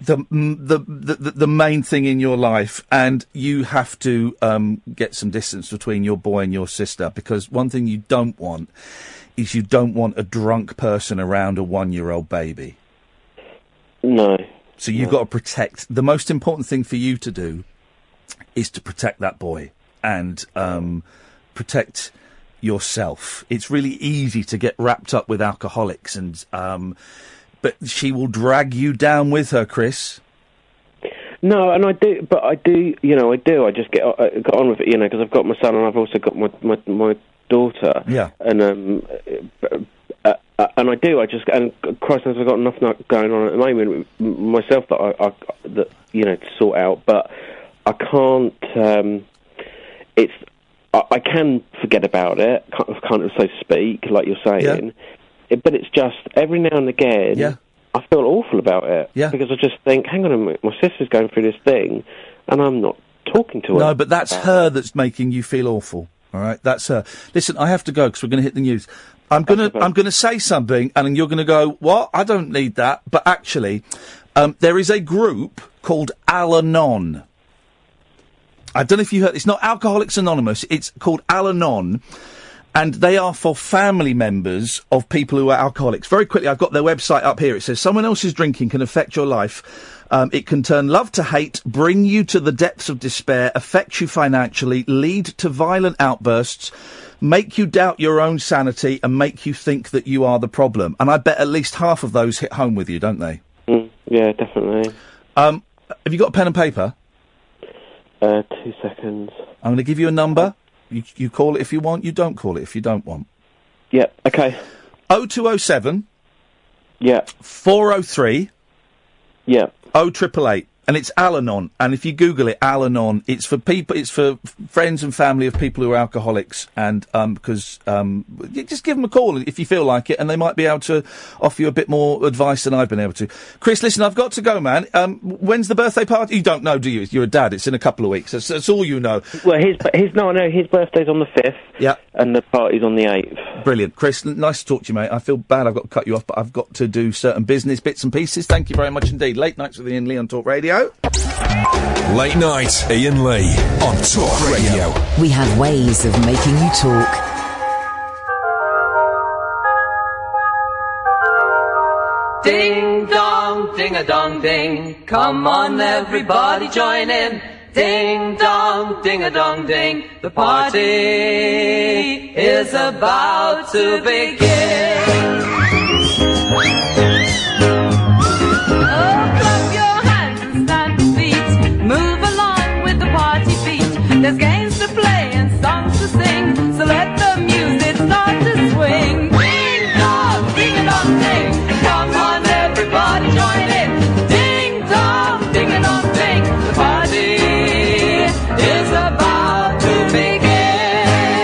the, mm, the the the- the main thing in your life, and you have to um, get some distance between your boy and your sister because one thing you don't want is you don't want a drunk person around a one-year-old baby. No. So you've got to protect. The most important thing for you to do is to protect that boy and um, protect yourself. It's really easy to get wrapped up with alcoholics, and um, but she will drag you down with her, Chris. No, and I do, but I do, you know, I do. I just get I got on with it, you know, because I've got my son and I've also got my my, my daughter. Yeah. And um, uh, uh, and I do. I just and Christ knows I've got enough not going on at the moment with myself that I, I that you know to sort out, but I can't. Um, it's I, I can forget about it, kind of, kind of so to speak, like you're saying. It, but it's just every now and again. Yeah. I feel awful about it yeah. because I just think, hang on a minute, my sister's going through this thing, and I'm not talking to her. No, but Uh, that's her that's making you feel awful. All right, that's her. Listen, I have to go because we're going to hit the news. I'm gonna I'm gonna say something, and then you're gonna go, "What? I don't need that." But actually, um, there is a group called Al-Anon. I don't know if you heard. It's not Alcoholics Anonymous. It's called Al-Anon, and they are for family members of people who are alcoholics. Very quickly, I've got their website up here. It says, "Someone else's drinking can affect your life. Um, it can turn love to hate, bring you to the depths of despair, affect you financially, lead to violent outbursts." Make you doubt your own sanity and make you think that you are the problem. And I bet at least half of those hit home with you, don't they? Mm, yeah, definitely. Um, have you got a pen and paper? Uh, two seconds. I'm going to give you a number. You, you call it if you want. You don't call it if you don't want. Yep. Okay. 0207. Yeah. 403. Yeah. 0888. And it's Al-Anon. And if you Google it, Al-Anon, it's for people, it's for f- friends and family of people who are alcoholics. And, um, because, um, you just give them a call if you feel like it and they might be able to offer you a bit more advice than I've been able to. Chris, listen, I've got to go, man. Um, when's the birthday party? You don't know, do you? You're a dad. It's in a couple of weeks. That's, that's all you know. Well, his his no, no, his birthday's on the fifth. Yeah. And the party's on the eighth. Brilliant. Chris, n- nice to talk to you, mate. I feel bad I've got to cut you off, but I've got to do certain business bits and pieces. Thank you very much indeed. Late nights with Ian Lee on Talk Radio. Late night, Ian Lee on Talk Radio. We have ways of making you talk. Ding dong, ding a dong ding. Come on, everybody, join in. Ding dong, ding a dong ding. The party is about to begin. Oh, your hands and stand for feet. Move along with the party beat. There's games to play and songs to sing. So let the music start to swing. Ding dong, ding a dong ding. Come on, everybody, join in. Ding dong, ding a dong ding. The party is about to begin.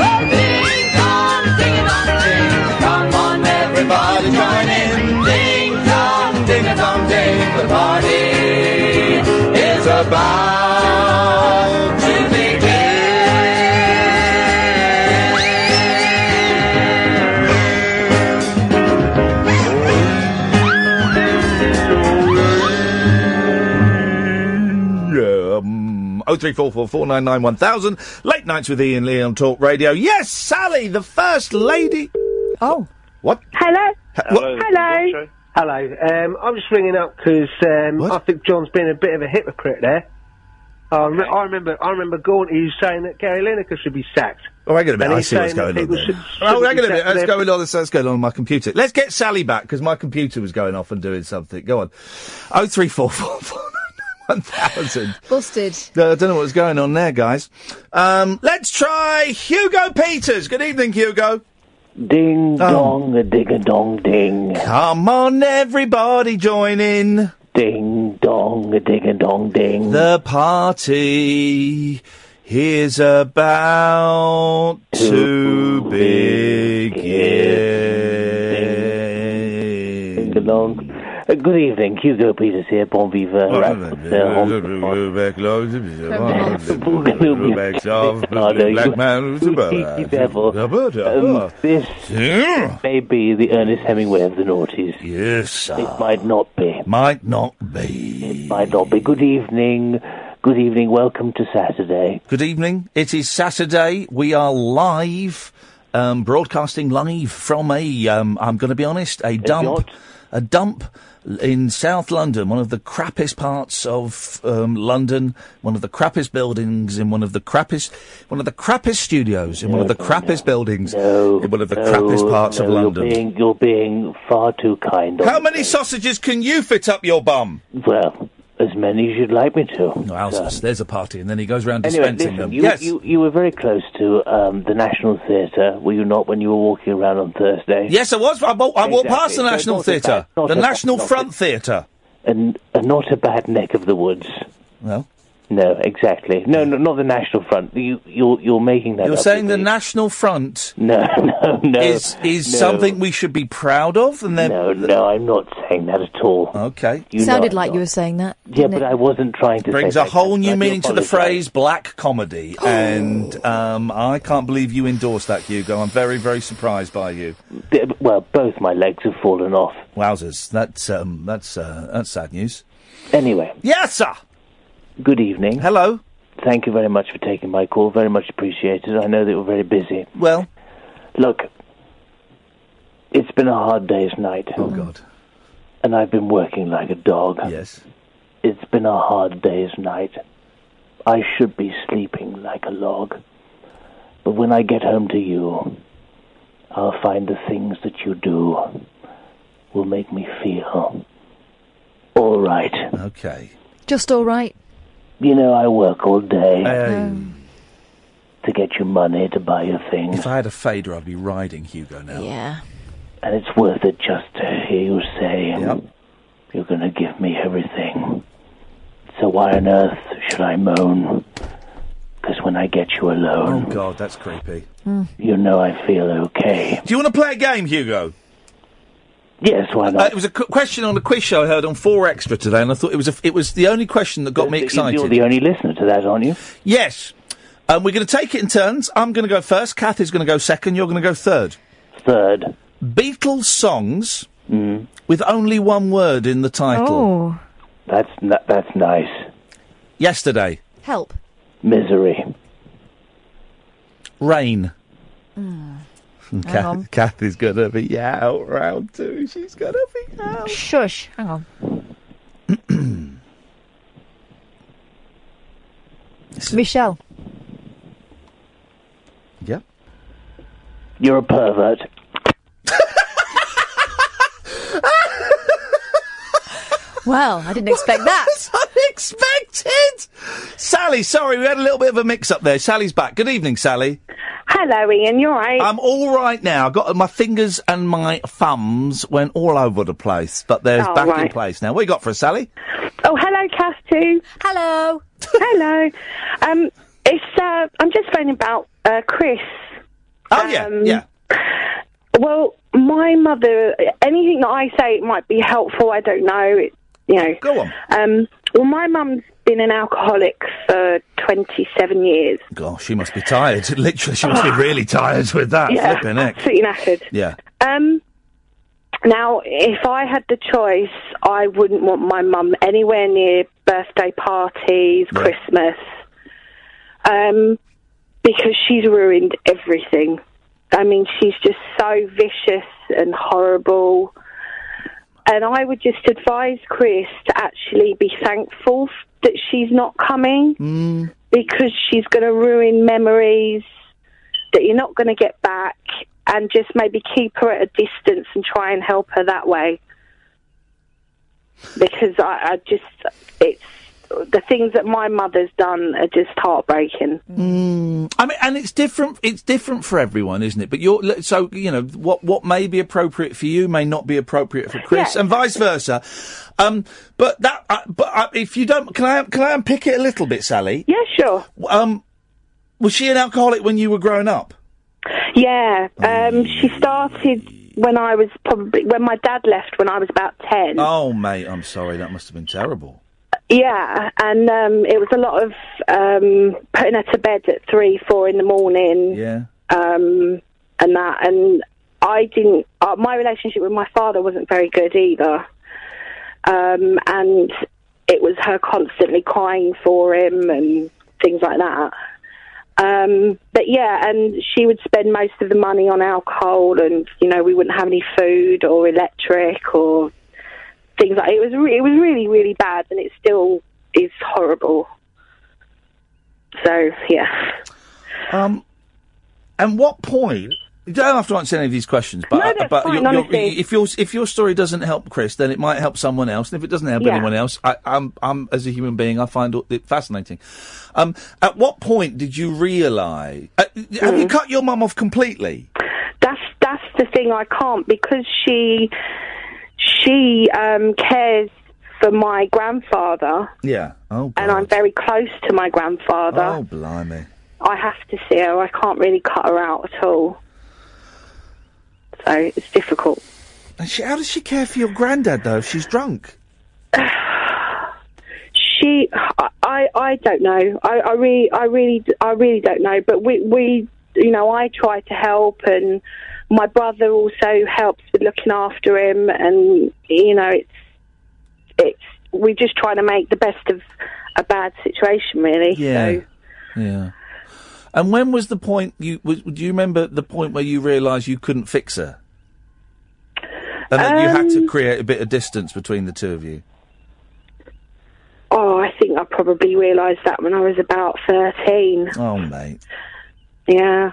Oh, ding dong, ding a dong ding. Come on, everybody, join in. Ding dong, ding a dong ding. The party is about to Um, 03444991000. Late nights with Ian Lee on Talk Radio. Yes, Sally, the first lady. Oh. What? Hello. Hello. Hello. Hello. Um, I'm just ringing up because um, I think John's been a bit of a hypocrite there. I, rem- I remember. I remember Gaunty was saying that Gary Lineker should be sacked. Oh, hang on a minute. And I he's see what's saying that going people on. There. should- Oh, hang on a minute. should be That's set going on. That's, that's going on on my computer. Let's get Sally back because my computer was going off and doing something. Go on. Oh three four four four nine nine one thousand. Busted. Uh, I don't know what's going on there, guys. Um, let's try Hugo Peters. Good evening, Hugo. Oh. Ding dong, a dig a dong ding. Come on, everybody, join in. Ding dong, a dig a dong ding. The party is about to begin. Ding along. Uh, good evening, Hugo Peters here, bon vivant. Oh, Raffles, uh, Hom- Oh, Um, This may be the Ernest Hemingway of the noughties. Yes, sir. It might not be. Might not be. It might not be. Good evening. Good evening. Welcome to Saturday. Good evening. It is Saturday. We are live, um, broadcasting live from a. Um, I'm going to be honest, a dump, yacht? a dump in South London, one of the crappiest parts of um, London, one of the crappiest buildings in one of the crappiest, one of the crappiest studios in one of the crappiest buildings in one of the crappiest parts of no, London. You're being, you're being far too kind. How many sausages can you fit up your bum? Well, as many as you'd like me to. Wowzers, there's a party, and then he goes round Anyway, dispensing listen, them. you, yes. you, you were very close to um, the National Theatre, were you not, when you were walking around on Thursday? Yes, I was. I walked, I walked Exactly. past the So National not a Theatre, bad- not the a bad- National not a- Front Theatre. And uh, not a bad neck of the woods. No. No, exactly. No, no not the National Front. You, you're, you're making that You're up. saying the National Front No, no, no. is is no. something we should be proud of, and then No, no, I'm not saying that at all. Okay, you Sounded know, like you were saying that. Yeah, didn't but it? I wasn't trying to. brings say a that. whole I new do meaning to the apologise. phrase black comedy, Oh. and um, I can't believe you endorsed that, Hugo. I'm very very surprised by you. D- Well, both my legs have fallen off. Wowzers, that's um, that's uh, that's sad news. Anyway. Yes, sir. Good evening. Hello. Thank you very much for taking my call. Very much appreciated. I know that you're very busy. Well, look, it's been a hard day's night. Oh God. And I've been working like a dog. Yes. It's been a hard day's night. I should be sleeping like a log. But when I get home to you, I'll find the things that you do will make me feel all right. Okay. Just all right. You know, I work all day Um, to get you money to buy your things, If I had a fader, I'd be riding Hugo now. Yeah. and it's worth it just to hear you say um, you're going to give me everything. So why on earth should I moan? Because when I get you Oh alone, God, that's creepy. Hmm. you know I feel okay. Do you want to play a game, Hugo? Yes, why not? Uh, it was a qu- question on a quiz show I heard on Four Extra today, and I thought it was a f- it was the only question that got me excited. You're the only listener to that, aren't you? Yes, um, we're going to take it in turns. I'm going to go first. Kath is going to go second. You're going to go third. Third. Mm. Beatles songs with only one word in the title. Oh. That's n- that's nice. Yesterday, Help. Misery. rain. Hmm. Hang on. Kath, Kath is going to be out round two. She's going to be out. Shush. Hang on. Michelle. Yeah. You're a pervert. Well, I didn't expect that. unexpected. Sally, sorry, we had a little bit of a mix up there. Sally's back. Good evening, Sally. Hello, Ian. You're right. I'm all right now. I've got my fingers and my thumbs went all over the place, but they're Oh, back in right. place now. What you got for us, Sally? oh, hello, Cass too. Hello. hello. Um, it's uh, I'm just phoning about uh, Chris. Oh yeah, yeah. Well, my mother. Anything that I say might be helpful. I don't know. It, you know. Go on. Um, well, my mum's been an alcoholic for 27 years. Gosh, she must be tired. Literally, she must be really tired with that. Yeah, Flipping heck. absolutely knackered. Yeah. Um, now, if I had the choice, I wouldn't want my mum anywhere near birthday parties, Yeah. Christmas, um, because she's ruined everything. I mean, she's just so vicious and horrible. And I would just advise Chris to actually be thankful f- that she's not coming because she's going to ruin memories that you're not going to get back and just maybe keep her at a distance and try and help her that way. Because I, I just, it's the things that my mother's done are just heartbreaking. Mm, I mean, and it's different. It's different for everyone, isn't it? But you're look, so you know what what may be appropriate for you may not be appropriate for Chris, and vice versa. Um, but that, uh, but uh, if you don't, can I can I unpick it a little bit, Sally? Yeah, sure. Um, was she an alcoholic when you were growing up? Yeah, um, she started when I was probably, when my dad left when I was about 10. Oh, mate, I'm sorry. That must have been terrible. Yeah, and um, it was a lot of um, putting her to bed at three, four in the morning. Yeah. um, and that. And I didn't. Uh, my relationship with my father wasn't very good either. um, and it was her constantly crying for him and things like that. Um, but yeah, and she would spend most of the money on alcohol, and you know we wouldn't have any food or electric or things like it was. Re- it was really really bad, and it still is horrible. So yeah, Um, and what point? You don't have to answer any of these questions, but, uh, No, that's but fine, your- your- honestly. if your if your story doesn't help Chris, then it might help someone else. And if it doesn't help Yeah. anyone else, I, I'm I'm as a human being, I find all- it fascinating. Um, at what point did you realise? Uh, Mm-hmm. have you cut your mum off completely? that's that's the thing I can't because she she um, cares for my grandfather, Yeah. Oh, and I'm very close to my grandfather. oh, blimey. I have to see her. I can't really cut her out at all. So it's difficult. And she, how does she care for your granddad though? If she's drunk. She, I, I, I don't know. I, I really, I really, I really don't know. But we, we, you know, I try to help, and my brother also helps with looking after him, and you know, it's, it's, we just try to make the best of a bad situation, really. Yeah. So, Yeah. And when was the point you was, do you remember the point where you realised you couldn't fix her? And that you had to create a bit of distance between the two of you. oh, I think I probably realised that when I was about thirteen. Oh mate. Yeah.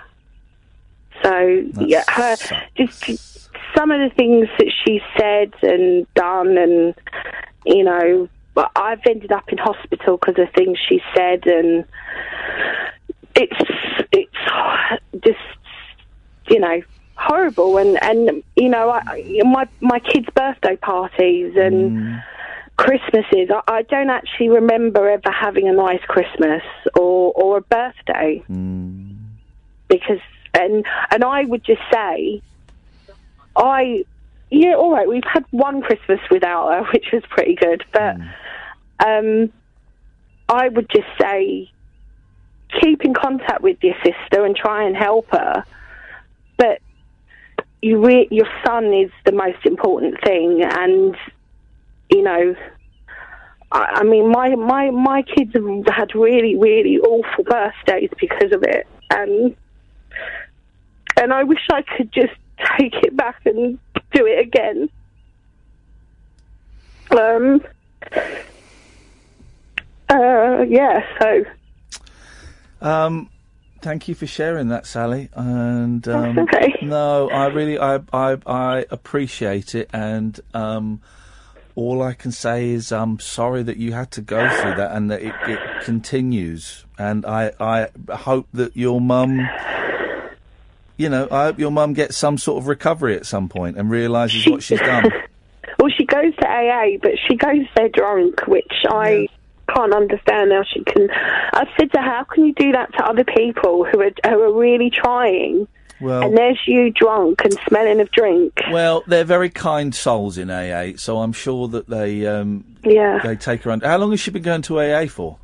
So yeah, her just just some of the things that she said and done, and you know, but I've ended up in hospital because of things she said, and it's it's just you know horrible, and and you know, I, my my kids' birthday parties and. Christmases, I, I don't actually remember ever having a nice Christmas or, or a birthday because and and I would just say, I yeah, all right, we've had one Christmas without her, which was pretty good, but um, I would just say keep in contact with your sister and try and help her, but you re- your son is the most important thing, and you know. I I mean, my, my, my kids have had really, really awful birthdays because of it. And and I wish I could just take it back and do it again. Um, uh, yeah, so Um, thank you for sharing that, Sally. And um, That's okay. no, I really I I, I appreciate it, and um, all I can say is I'm sorry that you had to go through that, and that it, it continues. And I I hope that your mum. You know, I hope your mum gets some sort of recovery at some point and realises what she's done. well, she goes to AA, but she goes there drunk, which I can't understand how she can. I've said to her, how can you do that to other people who are who are really trying? Well- and there's you drunk and smelling of drink. Well, they're very kind souls in AA, so I'm sure that they um, Yeah. they take her under. How long has she been going to AA for?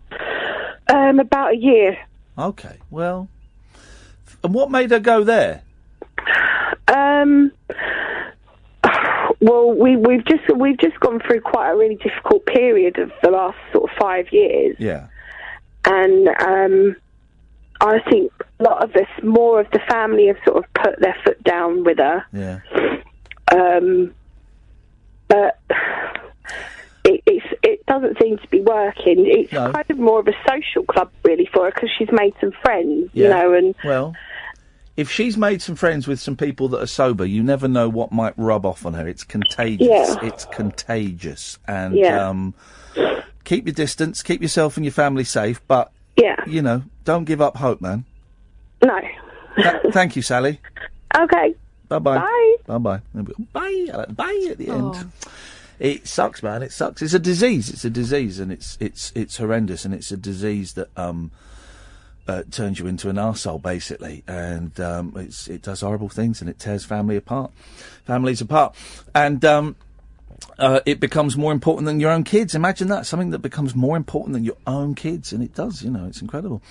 Um, about a year. Okay, well, and what made her go there? Um, well, we, we've just we've just gone through quite a really difficult period of the last sort of five years, Yeah. and um, I think a lot of us, more of the family, have sort of put their foot down with her. Yeah. Um, but it, it's, it doesn't seem to be working. It's No. kind of more of a social club really for her because she's made some friends, you Yeah. know, and Well, if she's made some friends with some people that are sober, you never know what might rub off on her. It's contagious. Yeah. It's contagious. And Yeah. um, keep your distance, keep yourself and your family safe, but, yeah, you know, don't give up hope, man. no, Th- thank you, Sally. okay, Bye-bye. Bye. Oh. Bye-bye. Bye. uh, Bye at the end. It sucks, man. It sucks. It's a disease. It's a disease, and it's it's it's horrendous, and it's a disease that um uh, turns you into an arsehole, basically, and um, it's it does horrible things, and it tears family apart, families apart, and um uh, it becomes more important than your own kids. Imagine that, something that becomes more important than your own kids, and it does. You know, it's incredible.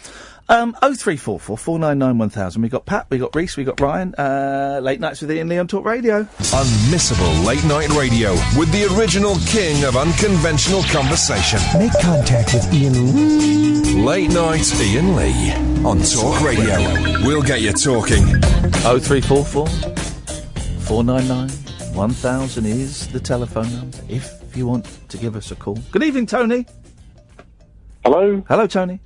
Um, oh three four four four nine nine one thousand. We got Pat, we got Reese, we got Ryan. Uh, late nights with Ian Lee on Talk Radio. Unmissable late night radio with the original king of unconventional conversation. Make contact with Ian Lee. Late night Ian Lee on Talk Radio. We'll get you talking. Oh three four four four nine nine one thousand is the telephone number if you want to give us a call. Good evening, Tony. Hello. Hello, Tony.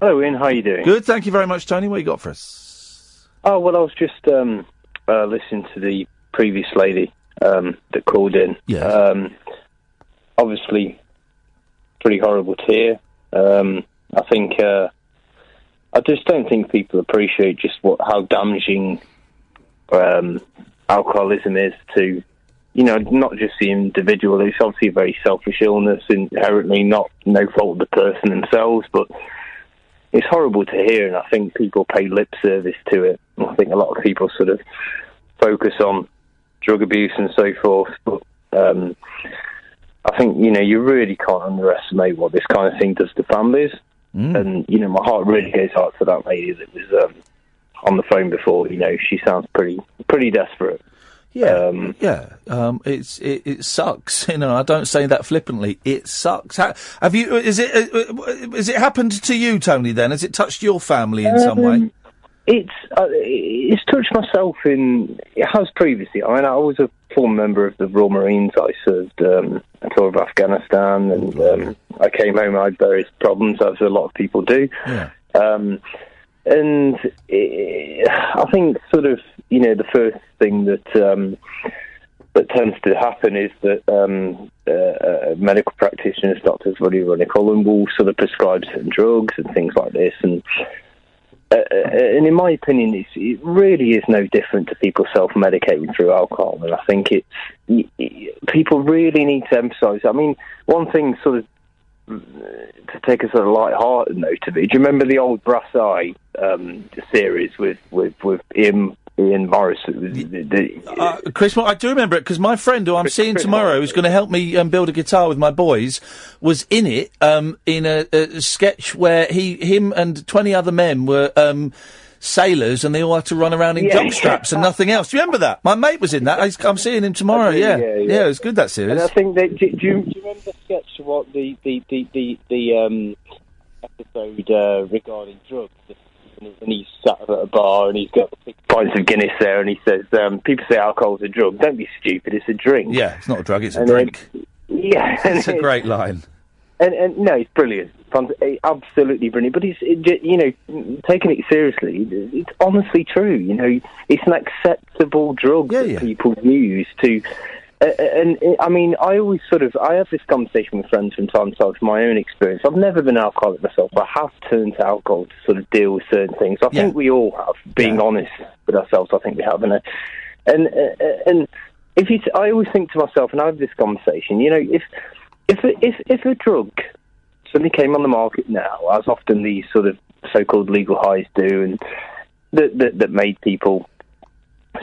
Hello, Ian. How are you doing? Good, thank you very much, Tony. What you got for us? Oh well, I was just um, uh, listening to the previous lady um, that called in. Yes. Um, obviously, pretty horrible to hear. Um, I think uh, I just don't think people appreciate just what how damaging um, alcoholism is to you know not just the individual. It's obviously a very selfish illness, inherently not no fault of the person themselves, but it's horrible to hear, and I think people pay lip service to it. And I think a lot of people sort of focus on drug abuse and so forth, but um, I think you know you really can't underestimate what this kind of thing does to families. And you know, my heart really goes out to that lady that was um, on the phone before. You know, she sounds pretty pretty desperate. Yeah, yeah. Um, it's it, it sucks. You know, I don't say that flippantly. It sucks. Ha- have you? Is it? uh, uh, Has it happened to you, Tony? Then has it touched your family in some way? Um, It's uh, it's touched myself in it has previously. I mean, I was a former member of the Royal Marines. I served um, a tour of Afghanistan, and um, I came home. I had various problems, as a lot of people do. Yeah. Um, and it, I think sort of you know the first thing that um, that tends to happen is that um, uh, uh, medical practitioners, doctors, what do you want to call them, will sort of prescribe certain drugs and things like this. And uh, uh, and in my opinion, it's, it really is no different to people self-medicating through alcohol. And I think it's y- y- people really need to emphasise. I mean, one thing sort of to take a sort of light-hearted note of it. Do you remember the old Brass Eye um, series with with with Ian Ian Morris? It was the- the- Uh, Chris, well, I do remember it because my friend who I'm seeing tomorrow, who's going to help me um, build a guitar with my boys, was in it um, in a, a sketch where he, him, and twenty other men were um, sailors, and they all had to run around in Yeah. jockstraps and nothing else. Do you remember that? My mate was in that. I, I'm seeing him tomorrow. do, Yeah. yeah, yeah, yeah. it was good that series. And I think they do, do, you, do you remember the sketch of what the the the the, the um, episode uh, regarding drugs? And he- and he's sat at a bar and he's got six pints of Guinness there, and he says, um, "People say alcohol's a drug. Don't be stupid. It's a drink." Yeah, it's not a drug; it's a And then- drink. Yeah, and it's a great line. And, and no, it's brilliant, Fant- eh, absolutely brilliant. But it's it, ju- you know taking it seriously, it's honestly true. You know, it's an acceptable drug that people use to. Uh, and eh, I mean, I always sort of I have this conversation with friends from time to time. From my own experience, I've never been an alcoholic myself, but I have turned to alcohol to sort of deal with certain things. I think we all have. Being honest with ourselves, I think we have, and uh, and uh, and if you, t- I always think to myself, and I have this conversation. You know, if if a, if if a drug suddenly came on the market now, as often these sort of so-called legal highs do, and that that, that made people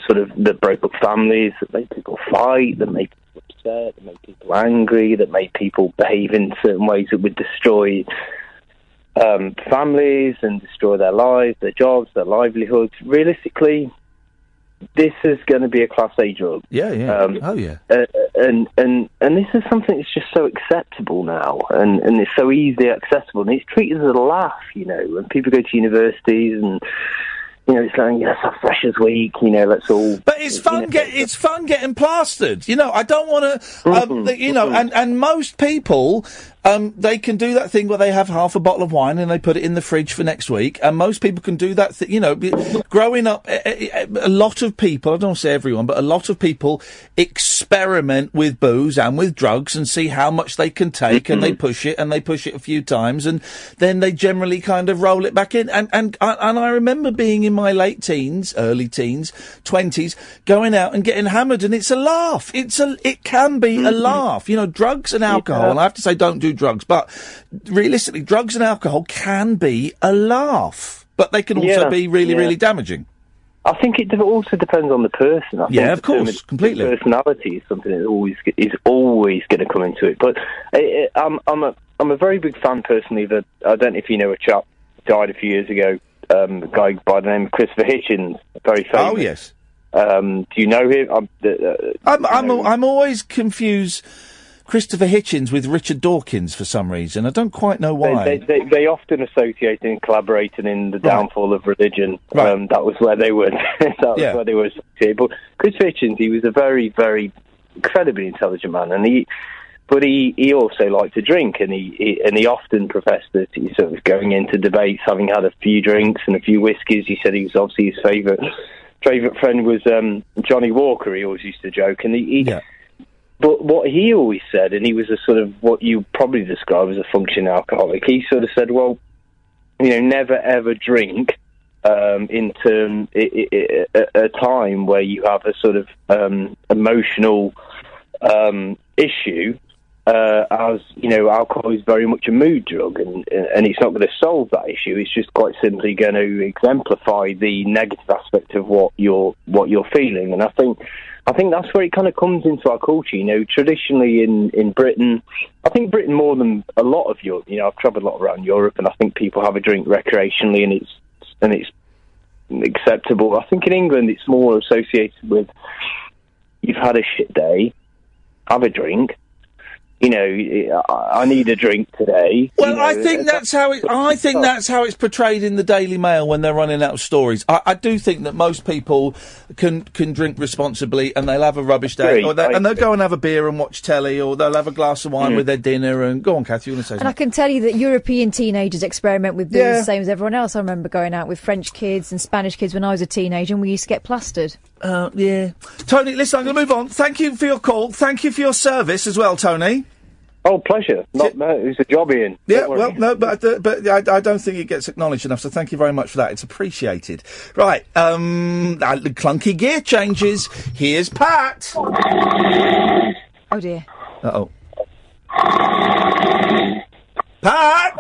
sort of that broke up families, that made people fight, that made people upset, that made people angry, that made people behave in certain ways that would destroy um, families and destroy their lives, their jobs, their livelihoods. Realistically, this is going to be a class A drug. Yeah, yeah. Um, oh, yeah. Uh, and and and this is something that's just so acceptable now, and and it's so easily accessible, and it's treated as a laugh, you know. When people go to universities, and you know, it's like yes, our freshers week, you know, let's all. But it's fun. Get, it's fun getting plastered. You know, I don't want to. Mm-hmm, Um, th- you know, and and most people, um, they can do that thing where they have half a bottle of wine and they put it in the fridge for next week. And most people can do that. Th- you know, be- growing up, a, a, a lot of people. I don't want to say everyone, but a lot of people experiment with booze and with drugs and see how much they can take, and they Mm-hmm. push it and they push it a few times, and then they generally kind of roll it back in. And and and and I remember being in my late teens, early teens, twenties, going out and getting hammered, and it's a laugh. It's a it can be Mm-hmm. a laugh. You know, drugs and alcohol. And I have to say, don't do drugs, but realistically, drugs and alcohol can be a laugh, but they can also Yeah, be really, yeah. really damaging. I think it de- also depends on the person. I Yeah, think of course, determin- completely. Personality is something that always g- is always going to come into it. But uh, uh, I'm I'm a I'm a very big fan personally. That I don't know if you know a chap died a few years ago. Um, a guy by the name of Christopher Hitchens, very famous. Oh yes. Um, do you know him? I'm, uh, uh, I'm I'm, al- I'm always confused Christopher Hitchens with Richard Dawkins for some reason. I don't quite know why. They, they, they, they often associate and collaborating in the downfall of religion. Um, that was where they were. that was Yeah. where they were associated. But Chris Hitchens, he was a very, very incredibly intelligent man, and he. But he, he also liked to drink, and he, he and he often professed that he sort of going into debates, having had a few drinks and a few whiskies. He said he was obviously his favourite favourite friend was um, Johnny Walker. He always used to joke, and he, he but what he always said, and he was a sort of what you probably describe as a functioning alcoholic, he sort of said, well, you know, never ever drink um, in term i- i- i- a a time where you have a sort of um, emotional um, issue. Uh, as you know, alcohol is very much a mood drug, and and it's not going to solve that issue. It's just quite simply going to exemplify the negative aspect of what you're what you're feeling. And I think I think that's where it kind of comes into our culture. You know, traditionally in in Britain, I think Britain more than a lot of Europe. You know, I've travelled a lot around Europe, and I think people have a drink recreationally, and it's and it's acceptable. I think in England, it's more associated with you've had a shit day, have a drink. You know, I, I need a drink today. Well, you know, I think that's how it. I think that's how it's portrayed in the Daily Mail when they're running out of stories. I, I do think that most people can can drink responsibly and they'll have a rubbish day, Agree, or they, I and they'll go and have a beer and watch telly, or they'll have a glass of wine Mm. with their dinner. And go on, Kathy, you want to say And I something? can tell you that European teenagers experiment with booze Yeah. the same as everyone else. I remember going out with French kids and Spanish kids when I was a teenager, and we used to get plastered. Uh, yeah. Tony, listen, I'm going to move on. Thank you for your call. Thank you for your service as well, Tony. Oh, pleasure. Not, no, it was a job, Ian. Yeah, well, no, but I- but I, I don't think it gets acknowledged enough. So thank you very much for that. It's appreciated. Right, um, uh, the clunky gear changes. Here's Pat. Oh dear. Uh oh. Pat!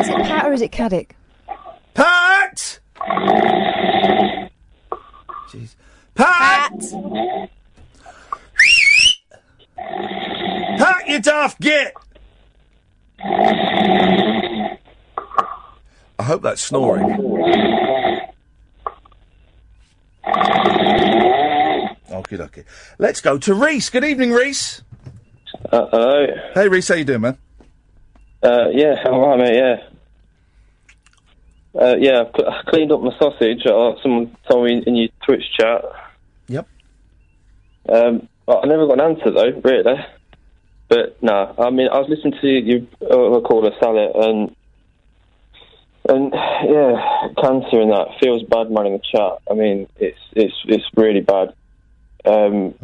Is it Pat or is it Caddick? Pat! Pat! Pat, you daft git! I hope that's snoring. Okay, okay. Let's go to Reese. Good evening, Reese. Uh, hello. Hey, Reese, how you doing, man? Uh, yeah, all right, mate. Yeah. Uh, yeah, I've cl- I cleaned up my sausage. Uh, someone told me in your Twitch chat. Yep. Um, well, I never got an answer though, really. But no, I mean, I was listening to you uh, call a salad and and yeah, cancer and that feels bad, man. In the chat, I mean, it's it's it's really bad. Um,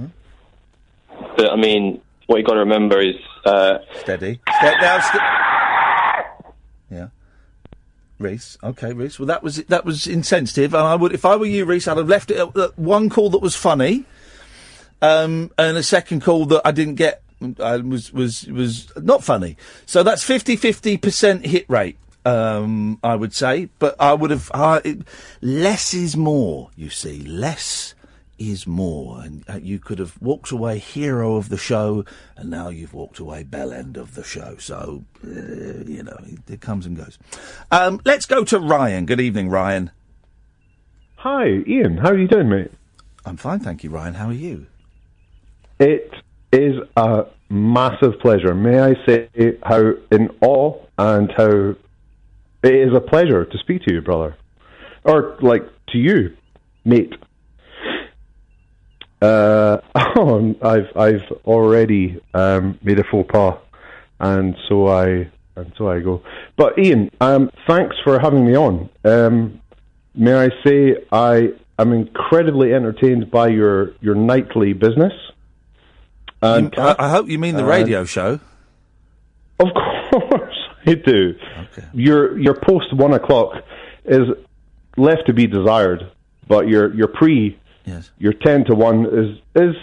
But I mean, what you got to remember is uh, steady. Step down. st- yeah. Reese. Okay, Reese. Well, that was that was insensitive, and I would, if I were you, Reese, I'd have left it at at one call that was funny, um, and a second call that I didn't get uh, was was was not funny. So that's 50 percent hit rate. Um, I would say, but I would have I it, less is more. You see, less is more, and uh, you could have walked away hero of the show, and now you've walked away bell end of the show. So uh, you know it, it comes and goes. Um, let's go to Ryan. Good evening, Ryan. Hi, Ian. How are you doing, mate? I'm fine, thank you, Ryan. How are you? It is a massive pleasure. May I say how in awe and how it is a pleasure to speak to you, brother, or like to you, mate. Uh, oh, I've I've already um, made a faux pas, and so I and so I go. But Ian, um, thanks for having me on. Um, may I say I am incredibly entertained by your your nightly business. And I, I hope you mean the uh, radio show. Of course I do. Your your post one o'clock is left to be desired, but your your pre Yes. your ten to one is is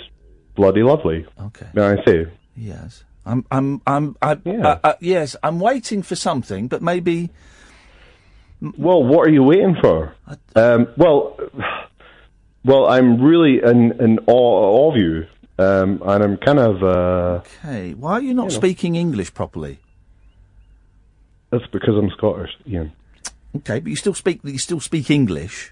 bloody lovely. Okay. May I say? Yes. uh, I'm. I'm. I'm. I, yeah. yes. I'm waiting for something, but maybe, Well, what are you waiting for? Um, well, well, I'm really in, in awe of you, um, and I'm kind of. Uh, Hey, why are you not speaking English properly? that's because I'm Scottish, Ian. Okay, but you still speak you still speak English.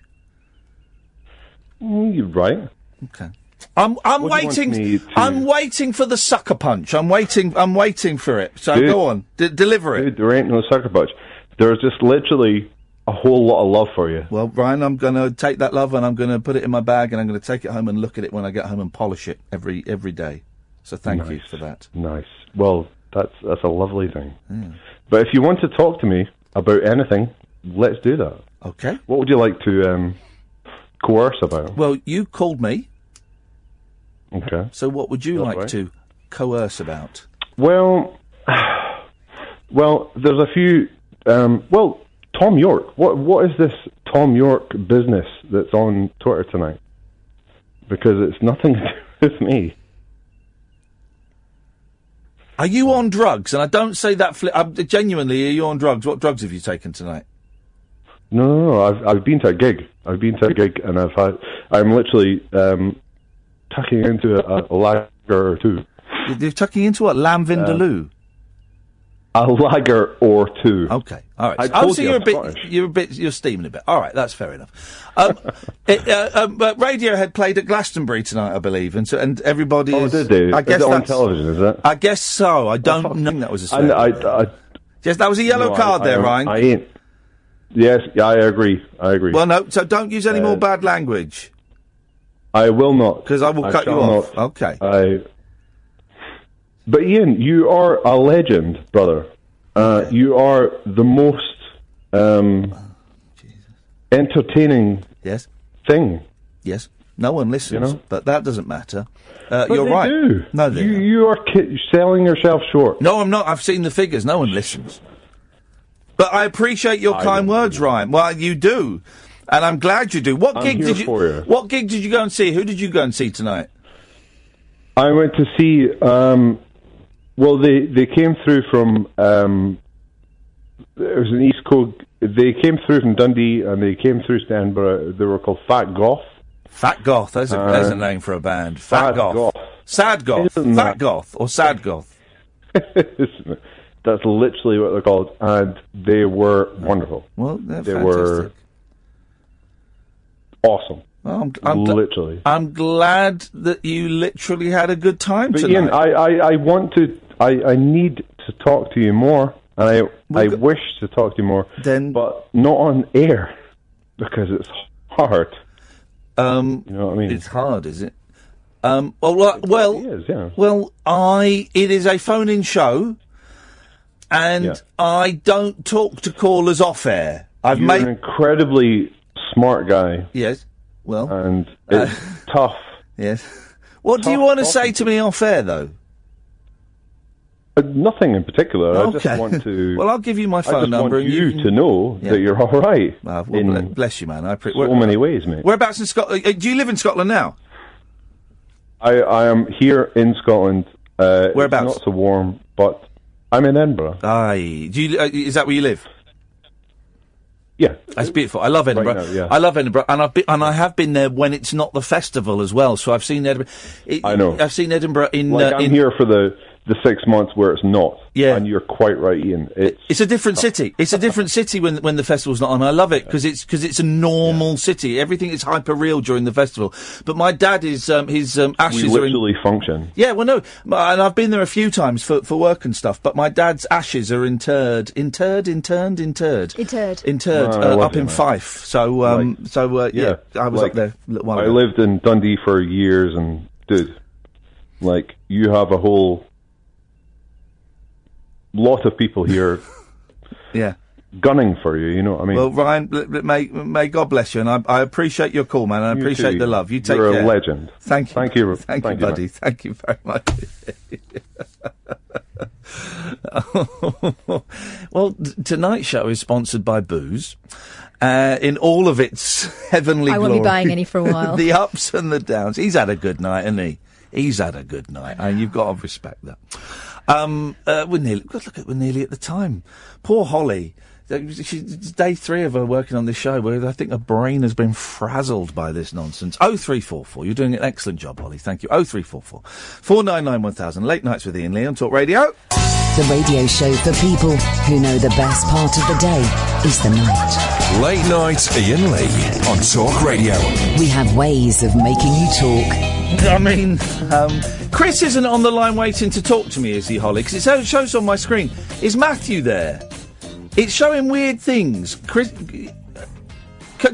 Mm, You're right. Okay. I'm I'm What do you want me waiting. to- I'm waiting for the sucker punch. I'm waiting. I'm waiting for it. So go on. D- deliver it. there ain't no sucker punch. There's just literally a whole lot of love for you. Well, Brian, I'm going to take that love and I'm going to put it in my bag and I'm going to take it home and look at it when I get home and polish it every every day. So thank you for that. Nice. Well, that's that's a lovely thing. But if you want to talk to me about anything, let's do that. Okay. What would you like to um, coerce about? Well, you called me. Okay. So what would you like to coerce about? Well, well, there's a few. Um, well, Tom York. What what is this Tom York business that's on Twitter tonight? Because it's nothing to do with me. Are you on drugs? And I don't say that fli- I'm, genuinely. Are you on drugs? What drugs have you taken tonight? No, no, no. I've I've been to a gig. I've been to a gig, and I've had. I'm literally um, tucking into a, a lager or two. You- You're tucking into what? Lamb Vindaloo. Uh, A lager or two. Okay. All right. I so- oh, told so you you're a I'm bit, Scottish. you're a bit, you're steaming a bit. All right, that's fair enough. Um, it, uh, um, but Radiohead played at Glastonbury tonight, I believe, and so and everybody. Oh, is, did they? I Is guess it on that's- television? Is it? I guess so. I don't know. That was a I, swear. I, I, Yes, that was a yellow no, I- card I there, don't- Ryan. I ain't. Yes, yeah, I agree. I agree. well, no. So don't use any Uh, more bad language. I will not. Because I will cut you off. Okay. I. But Ian, you are a legend, brother. Uh, You are the most um, entertaining Yes. thing. Yes. No one listens, You know? but that doesn't matter. Uh, But you're they right. do. No, they you, you are ki- selling yourself short. No, I'm not. I've seen the figures. No one listens. But I appreciate your kind words, Ryan. Well, you do, and I'm glad you do. What I'm gig here did you, for you. What gig did you go and see? Who did you go and see tonight? I went to see. Um, well, they they came through from. Um, it was an East Coast. They came through from Dundee and they came through to Edinburgh. They were called Fat Goth. Fat Goth. That's a, Uh, that's a name for a band. Fat, Goth. Sad Goth. Fat Isn't that- Goth or Sad Goth. That's literally what they're called, and they were wonderful. Well, they're they were awesome. Well, I'm, I'm gl- literally. I'm glad that you literally had a good time But tonight. Ian, I, I, I want to, I, I need to talk to you more, and I, I wish to talk to you more, then, but not on air because it's hard. Um, you know what I mean? It's hard, is it? Um, well, well, well, well, I it is a phone-in show, and Yeah. I don't talk to callers off air. I've You're made an incredibly smart guy. Yes. Well, uh, and it's tough. Yes. What do you want to say to me off air, though? Uh, Nothing in particular. I Okay. just want to. Well, I'll give you my I just phone number want and you you can- to know Yeah. Uh, that you're all right. well, in ble- bless you, man. I pre- so many ways, mate. Whereabouts in Scotland? Uh, do you live in Scotland now? I, I am here in Scotland. Uh, Whereabouts? It's not so warm, but I'm in Edinburgh. Aye. Do you, uh, is that where you live? Yeah, that's beautiful. I love Edinburgh. now, yeah. I love Edinburgh, and I've been, and I have been there when it's not the festival as well. So I've seen Edinburgh. It, I know. I've seen Edinburgh in. Like uh, I'm in here for the the six months where it's not. Yeah. and you're quite right, Ian. It's It's a different city. It's a different city when when the festival's not on. I love it because it's because it's a normal city. Everything is hyper real during the festival. But my dad is um, his um, we ashes are in literally function. Yeah, well, no, m- and I've been there a few times for, for work and stuff. But my dad's ashes are interred, interred, interned, interred, Interred. interred No, I uh, love up you, in mate. Fife. So, um, so uh, yeah, I was like, up there a little while I ago. lived in Dundee for years, and dude, like you have a whole lot of people here. yeah. Gunning for you, you know what I mean? well, Ryan, l- l- may may God bless you, and I, I appreciate your call, man. And I You appreciate too. the love. You take You're a care. legend. Thank you. Thank you. Thank Thank, you, you, buddy. mate. Thank you very much. well, t- tonight's show is sponsored by booze, uh, in all of its heavenly I glory. won't be buying any for a while. the ups and the downs. He's had a good night, hasn't he? He's had a good night, and you've got to respect that. Um, uh, we're nearly. God, look at we're nearly at the time. Poor Holly. She's it's day three of her working on this show, but I think her brain has been frazzled by this nonsense. 0344. You're doing an excellent job, Holly. Thank you. 0344. 499 1000. Late nights with Ian Lee on Talk Radio. The radio show for people who know the best part of the day is the night. Late night Ian Lee on Talk Radio. We have ways of making you talk. I mean, um, Chris isn't on the line waiting to talk to me, is he, Holly? Because it so- shows on my screen. Is Matthew there? It's showing weird things. Chris, c-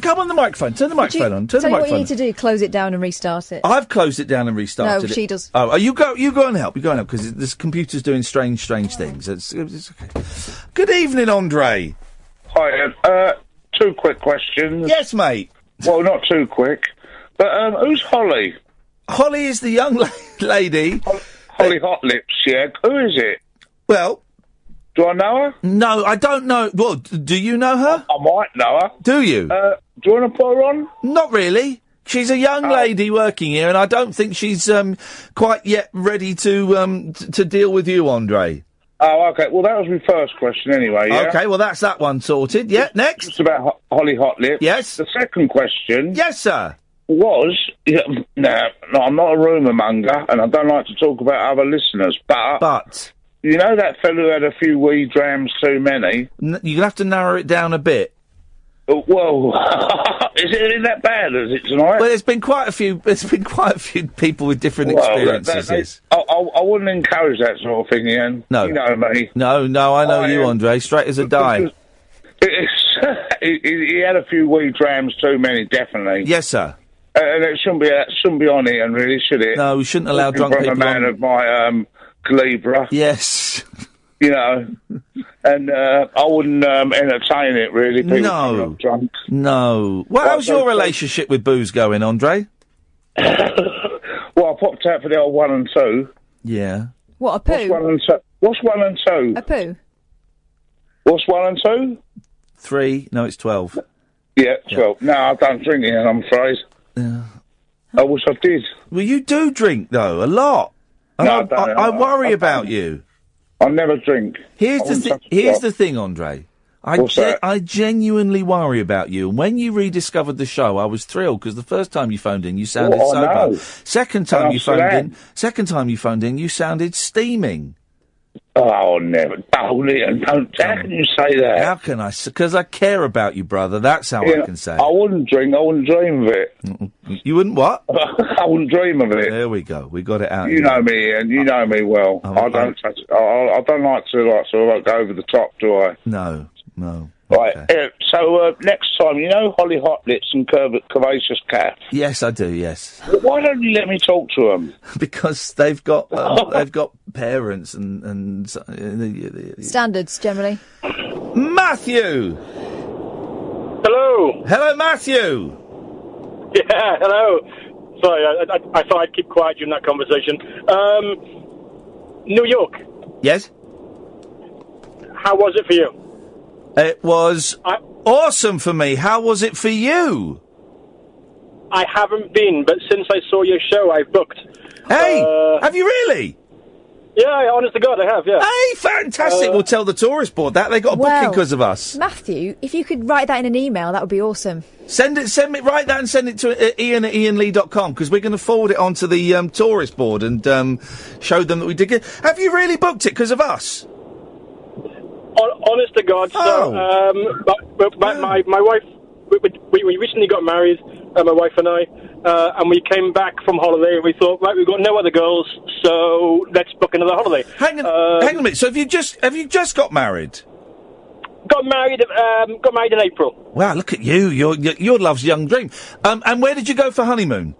come on the microphone. Turn the Do you- microphone on. Turn tell the you what you microphone. need to do: close it down and restart it. I've closed it down and restarted No, it. she does. Oh, you go. You go and help. You go and help because this computer's doing strange, strange things. It's, it's okay. Good evening, Andre. Hi, Ed. uh, two quick questions. Yes, mate. Well, not too quick, but um, who's Holly? Holly is the young la- lady. Holly Hot Lips, yeah. Who is it? Well, do I know her? No, I don't know. Well, d- do you know her? I might know her. Do you? Uh, do you want to put her on? Uh, Not really. She's a young lady working here, and I don't think she's um, quite yet ready to um, t- to deal with you, Andre. Oh, okay. Well, that was my first question anyway, yeah? Okay, well that's that one sorted. Yeah, next. It's about Ho- Holly Hot Lips. Yes. The second question. Yes, sir. Was, yeah, no, no, I'm not a rumour monger, and I don't like to talk about other listeners, but. But. You know that fellow who had a few wee drams too many? N- you're gonna have to narrow it down a bit. Uh, Whoa, is it really that bad? Is it tonight? Well, there's been quite a few. There's been quite a few people with different Well, that- experiences. that- I, I, I wouldn't encourage that sort of thing, Ian. No. You know me. No, no, I know I you, am- Andre. Straight as a die. It's- he, he he had a few wee drams too many, definitely. Yes, sir. Uh, and it shouldn't be that shouldn't be on Ian, really, should it? No, we shouldn't allow Talking drunk from people a man on- of my um, calibre. Yes. You know, and uh, I wouldn't um, entertain it really. People No. coming up drunk. No. Well, Well, how's so- your relationship with booze going, Andre? Well, I popped out for the old one and two. Yeah. What a What's one poo! and two? What's one and two? A poo. What's one and two? Three? No, it's twelve. Yeah, twelve. No, I don't drink it, I'm afraid. I wish I did. Well, you do drink though a lot, and No, I, I don't. I, I worry about you. I never drink. Here's I the wouldn't thi- touch a here's drop. the thing, Andre. I What's gen- that? I genuinely worry about you. And when you rediscovered the show, I was thrilled because the first time you phoned in, you sounded Oh, I sober. know. Second time And you I'm still phoned am. in, second time you phoned in, you sounded steaming. Oh, never. Don't, Ian, don't. How can you say that? Mm. How can I? Because I care about you, brother. That's how Yeah, I can say. I wouldn't drink. I wouldn't dream of it. mm. You wouldn't what? I wouldn't dream of it. There we go. We got it out. You know me, and you know me well. I don't. touch, I, I I don't like to like sort of like, go over the top, do I? No, no. Right. eh, so uh, next time, you know Holly Hot Lips and Curv- Curvaceous Cat. Yes, I do. Yes, Why don't you let me talk to them? because they've got um, they've got parents and and so- uh, Standards generally. Matthew. Hello. Hello, Matthew. Yeah, hello. Sorry, I, I, I thought I'd keep quiet during that conversation. Um, New York, Yes, how was it for you? it was awesome for me. How was it for you? I haven't been, but since I saw your show, I've booked. Uh, Hey, have you really? Yeah, honest to God, I have. Yeah. Uh, Hey, fantastic. we'll tell the tourist board that they got a booking Well, because of us. Matthew, if you could write that in an email, that would be awesome. Send it, send it, write that and send it to uh, Ian at ianlee.com because we're going to forward it onto the um, tourist board and um, show them that we did. Get... Have you really booked it because of us? Hon- honest to God, Oh. so, um, but, but, but my, my wife, we, we, we recently got married, uh, my wife and I, uh, and we came back from holiday and we thought, right, we've got no other girls, so let's book another holiday. Um, Hang on, hang on a minute. So have you just have you just got married? Got married, um, got married in April. Wow, look at you. Your your, your love's young dream. Um, and where did you go for honeymoon?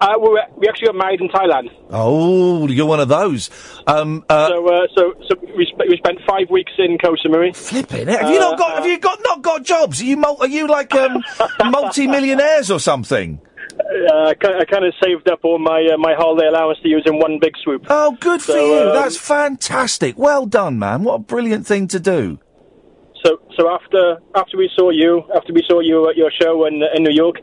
Uh, we, were, we actually got married in Thailand. Oh, you're one of those. Um, uh, So, uh, so, so we, sp- we spent five weeks in Koh Samui. Uh, Flipping have you not got have you got not got jobs? Are you mul- are you like um, multi-millionaires or something? Uh, I ki- I kind of saved up all my uh, my holiday allowance to use in one big swoop. Oh, good for So, you. um, That's fantastic. Well done, man. What a brilliant thing to do. So, so after after we saw you, after we saw you at your show in in New York,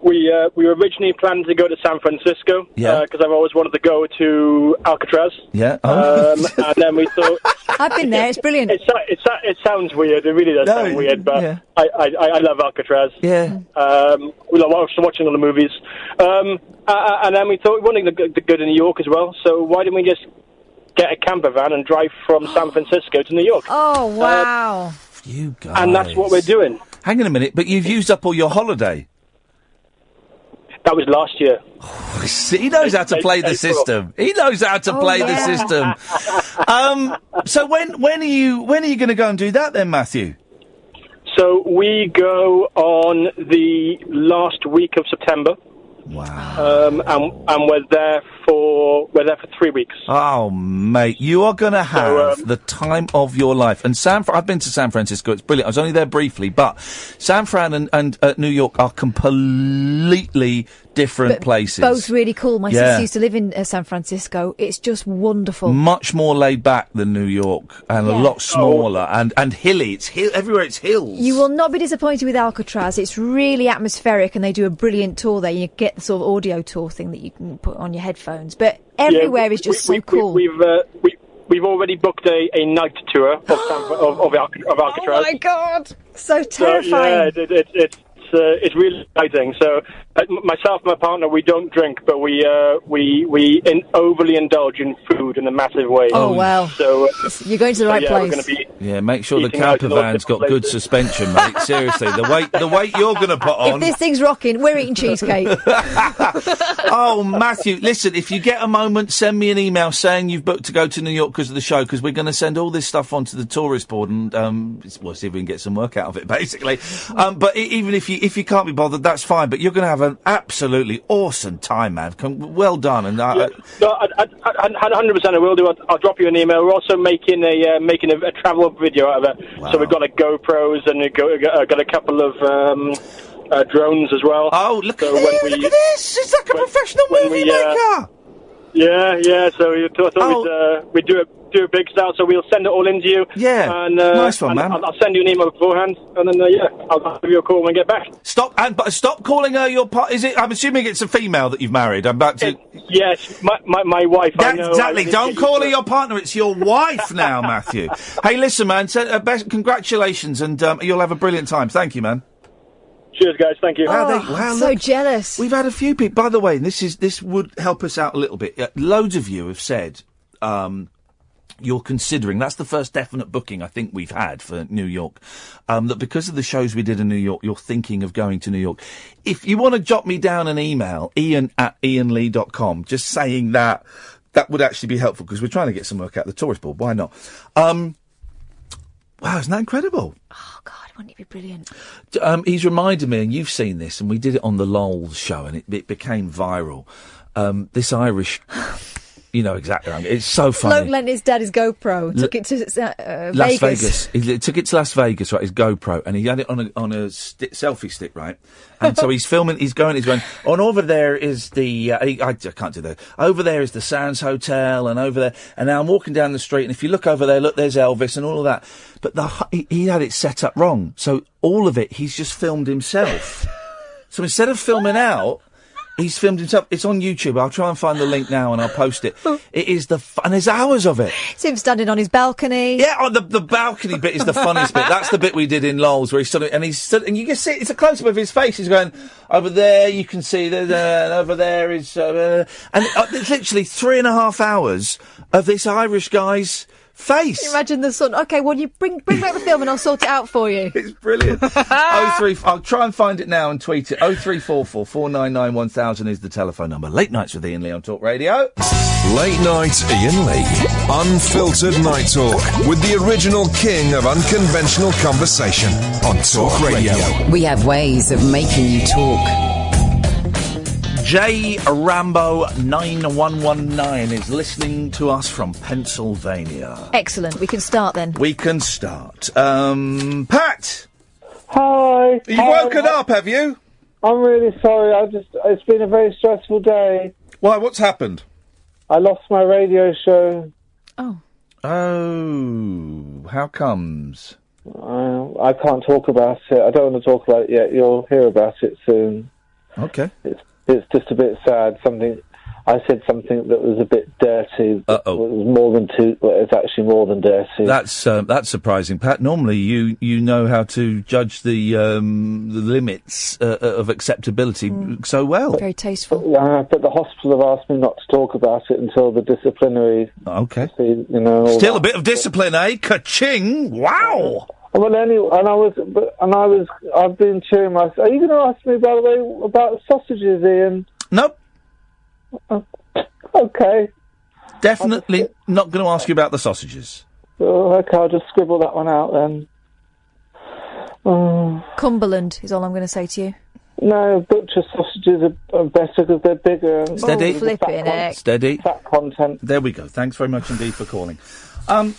we uh, we originally planned to go to San Francisco uh, Yeah. because I've always wanted to go to Alcatraz. Yeah. Oh. Um, and then we thought, I've been there. It's brilliant. It, so- it, so- it sounds weird. It really does No, sound weird, but yeah. I, I, I- I love Alcatraz. Yeah. Um, we love watch- watching all the movies. Um, uh, uh, and then we thought we wanted the, good- the good in New York as well, so why didn't we just get a camper van and drive from San Francisco to New York? Oh, wow. You guys. And that's what we're doing. Hang on a minute, but you've used up all your holiday. That was last year. he knows how to play the April. system. He knows how to Oh, play yeah. the system. um, so when when are you when are you going to go and do that then, Matthew? So we go on the last week of September. Wow. Um, and, and we're there for we're there for three weeks. Oh, mate, you are going to have um, the time of your life. And San, Fran- I've been to San Francisco. It's brilliant. I was only there briefly, but San Fran and, and uh, New York are completely different places. Both really cool. My Yeah. sister used to live in uh, San Francisco. It's just wonderful. much more laid back than New York, and a lot smaller and and hilly. It's hill everywhere. It's hills. You will not be disappointed with Alcatraz. It's really atmospheric, and they do a brilliant tour there. You get the sort of audio tour thing that you can put on your headphones, but everywhere Yeah, is just we, so cool. We, we've uh, we, we've already booked a, a night tour of, San, of, of, Alca- of Alcatraz. oh my god, So, so terrifying! yeah, it, it, it, it's uh, it's really exciting. So uh, m- myself, and my partner, we don't drink, but we uh, we we in, overly indulge in food in a massive way. Oh, wow. So uh, You're going to the so, right yeah, We're place. going to be Yeah, make sure the Eating out camper in all van's got different good suspension, mate. Seriously, the weight the weight you're going to put If on. this thing's rocking, we're eating cheesecake. oh, Matthew, listen, if you get a moment, send me an email saying you've booked to go to New York because of the show, because we're going to send all this stuff onto the tourist board and um, s- we'll see if we can get some work out of it, basically. Um, but e- even if you if you can't be bothered, that's fine. But you're going to have an absolutely awesome time, man. Con- well done, and uh, uh, No, I, I, I, 100% I will do. I'll, I'll drop you an email. We're also making a uh, making a, a travel video out of it. So we've got a GoPros and we've got, uh, got a couple of um, uh, drones as well. Oh, look so at this! look at this! It's like a professional movie maker. uh, Yeah, yeah. So we thought, thought we'd, Oh. uh, we'd do a do a big style. So we'll send it all into you. Yeah, and, uh, nice one, and man. I'll, I'll send you an email beforehand, and then uh, yeah, I'll, I'll give you a call when I get back. stop and but stop calling her your part. Is it? I'm assuming it's a female that you've married. I'm about to. yes, my my, my wife. I That- know, I exactly. really Don't get call you, her your partner. It's your wife now, Matthew. hey, listen, man. So, uh, best congratulations, and um, you'll have a brilliant time. Thank you, man. Cheers, guys. Thank you. Oh, Ah, so jealous. We've had a few people. By the way, and this is this would help us out a little bit. Uh, loads of you have said um, you're considering. That's the first definite booking I think we've had for New York. Um, that because of the shows we did in New York, you're thinking of going to New York. If you want to jot me down an email, Ian at ianlee.com, just saying that that would actually be helpful because we're trying to get some work out of the tourist board. Why not? Um, wow, isn't that incredible? Wouldn't it be brilliant? D- um, he's reminded me, and you've seen this, and we did it on the LOL show, and it, it became viral. Um, this Irish, you know exactly. Right. It's so Bloke funny. lent his dad his GoPro, L- took it to uh, Las Vegas. He li- took it to Las Vegas, right? His GoPro, and he had it on a on a sti selfie stick, right? And so he's filming. He's going. He's going. On over there is the. Uh, he, I, I can't do that. Over there is the Sands Hotel, and over there. And now I'm walking down the street, and if you look over there, look, there's Elvis, and all of that. But the hu- he, he had it set up wrong, so all of it he's just filmed himself. so instead of filming out. He's filmed himself. It's on YouTube. I'll try and find the link now and I'll post it. It is the fun. There's hours of it. It's him standing on his balcony. Yeah, oh, the the balcony bit is the funniest bit. That's the bit we did in Lowell's where he stood and he stood and you can see it's a close up of his face. He's going over there. You can see the, the- and over there is uh, uh," and uh, it's literally three and a half hours of this Irish guy's face. Imagine the sun. Okay, well, you bring bring back the film and I'll sort it out for you. It's brilliant. oh three. I'll try and find it now and tweet it. Oh three four four four nine nine one thousand is the telephone number. Late nights with Ian Lee on Talk Radio. Late Night Ian Lee. Unfiltered Night Talk with the original king of unconventional conversation on Talk Radio. We have ways of making you talk. J Rambo nine one one nine is listening to us from Pennsylvania. Excellent. We can start then. We can start. Um, Pat! Hi. You've woken up, have you? I'm really sorry. I just it's been a very stressful day. Why? What's happened? I lost my radio show. Oh, how comes? Uh, I can't talk about it. I don't want to talk about it yet. You'll hear about it soon. Okay. It's it's just a bit sad. Something I said something that was a bit dirty. uh was more than too. Well, it's actually more than dirty. That's um, that's surprising, Pat. Normally, you you know how to judge the um, the limits uh, of acceptability Mm. so well. Very tasteful. Uh, but the hospital have asked me not to talk about it until the disciplinary. Okay. You know. all Still a that. bit of discipline, eh? Ka-ching! Wow. Well, anyway, and I was, but, and I was, I've been cheering my. Are you going to ask me, by the way, about sausages, Ian? Oh, Nope. Okay. Definitely not going to ask you about the sausages. Oh, okay, I'll just scribble that one out then. Oh, Cumberland is all I'm going to say to you. no, butcher sausages are, are better because they're bigger. And Oh, Steady. Oh, the fat con- Steady. Fat content. There we go. Thanks very much indeed for calling. Um,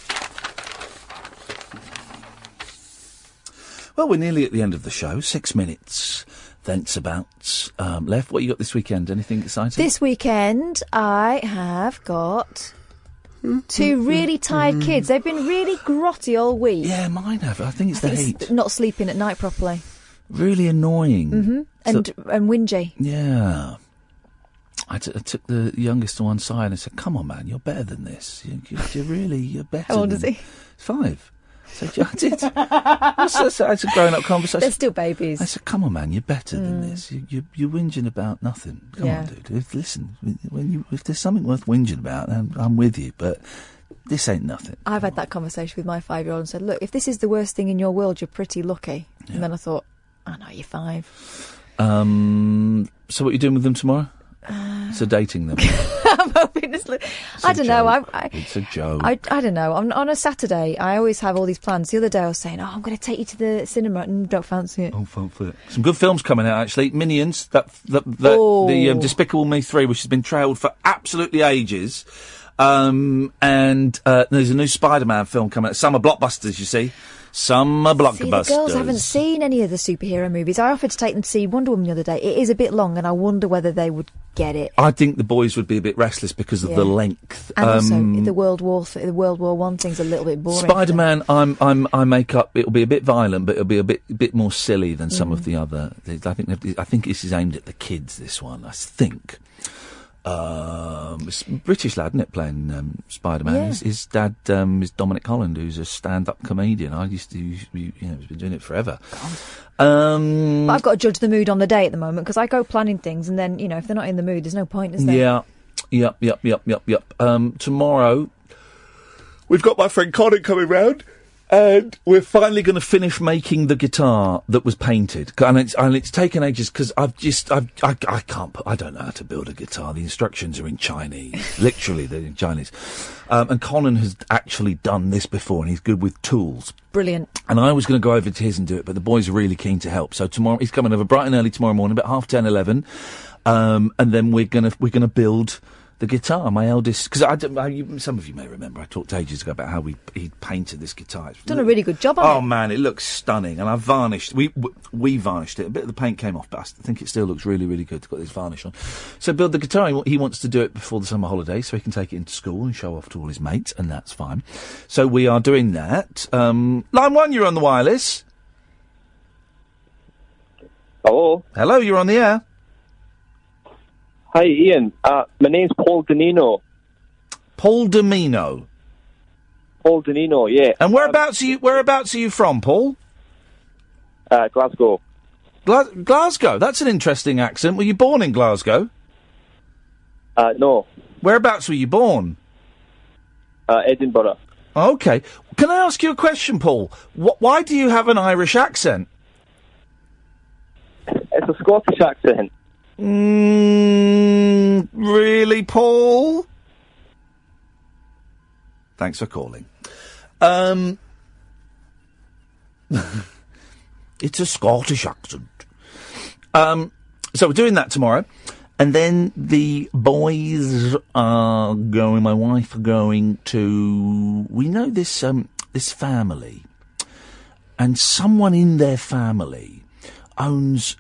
well, we're nearly at the end of the show. Six minutes. Thence about um, left. What you got this weekend? Anything exciting? This weekend, I have got two really tired kids. They've been really grotty all week. Mm-hmm. Yeah, mine have. I think it's the heat. Not sleeping at night properly. Really annoying. hmm And and whingy. Yeah. I, t- I took the youngest to one side and I said, "Come on, man, you're better than this. You, you, you're really, you're better." How old than-" is he? Five. So I did. That's, that's, that's a grown-up conversation. They're still babies. I said, "Come on, man, you're better than Mm. this. You, you, you're whinging about nothing. Come Yeah. on, dude. If, listen, when you, if there's something worth whinging about, I'm, I'm with you. But this ain't nothing. I've had that conversation with my five year old and said, Look, if this is the worst thing in your world, you're pretty lucky. And then I thought, I know you're five. Um, so what are you doing with them tomorrow? Sedating them. I'm hoping it's. Li- I Uh, don't know. I, I, it's a joke. I, I don't know. On, on a Saturday, I always have all these plans. The other day, I was saying, "Oh, I'm going to take you to the cinema," and don't fancy it. Oh, fun for it. Some good films coming out actually. Minions, that that, that the um, Oh. Despicable Me three, which has been trailed for absolutely ages, um, and uh, there's a new Spider-Man film coming out. Summer blockbusters, you see, summer See, blockbusters. the girls haven't seen any of the superhero movies. I offered to take them to see Wonder Woman the other day. It is a bit long, and I wonder whether they would get it. I think the boys would be a bit restless because of Yeah. the length. And also, Um, the World War th- the World War One thing's a little bit boring. Spider Man, I'm, I'm, I make up. It'll be a bit violent, but it'll be a bit, bit more silly than some Mm. of the other. I think, they've- I think this is aimed at the kids. This one, I think. Um, it's a British lad, isn't it, playing um, Spider Man? Yeah. His, his dad um, is Dominic Holland, who's a stand-up comedian. I used to, you know, he's been doing it forever. Um, But I've got to judge the mood on the day at the moment because I go planning things, and then you know if they're not in the mood, there's no point, is there? Yeah. Yep, yep, yep, yep, yep. Um, tomorrow, we've got my friend Connor coming round. And we're finally going to finish making the guitar that was painted, and it's and it's taken ages because I've just I've, I I can't put, I don't know how to build a guitar. The instructions are in Chinese, literally they're in Chinese. Um, and Conan has actually done this before, and he's good with tools. Brilliant. And I was going to go over to his and do it, but the boys are really keen to help. So tomorrow he's coming over bright and early tomorrow morning, about half 10, 11. Um, and then we're gonna we're gonna build the guitar. My eldest, because I, don't- I you, some of you may remember, I talked ages ago about how we he painted this guitar. It's Done a really good job on Oh it. man, it looks stunning, and I varnished. We w- we varnished it. A bit of the paint came off, but I st- think it still looks really really good. It's got this varnish on. So build the guitar. He wa- He wants to do it before the summer holidays, so he can take it into school and show off to all his mates, and that's fine. So we are doing that. Um, line one, you're on the wireless. Hello. Hello, you're on the air. Hi, Ian. Uh, my name's Paul Danino. Paul Domino. Paul Danino, yeah. Um, And whereabouts are you? Whereabouts are you from, Paul? Uh, Glasgow. Gla- Glasgow. That's an interesting accent. Were you born in Glasgow? Uh, no. Whereabouts were you born? Uh, Edinburgh. Okay. Can I ask you a question, Paul? Wh- why do you have an Irish accent? It's a Scottish accent. Mm, really, Paul? Thanks for calling. Um, it's a Scottish accent. Um, so we're doing that tomorrow. And then the boys are going, my wife are going to, we know this, um, this family. And someone in their family owns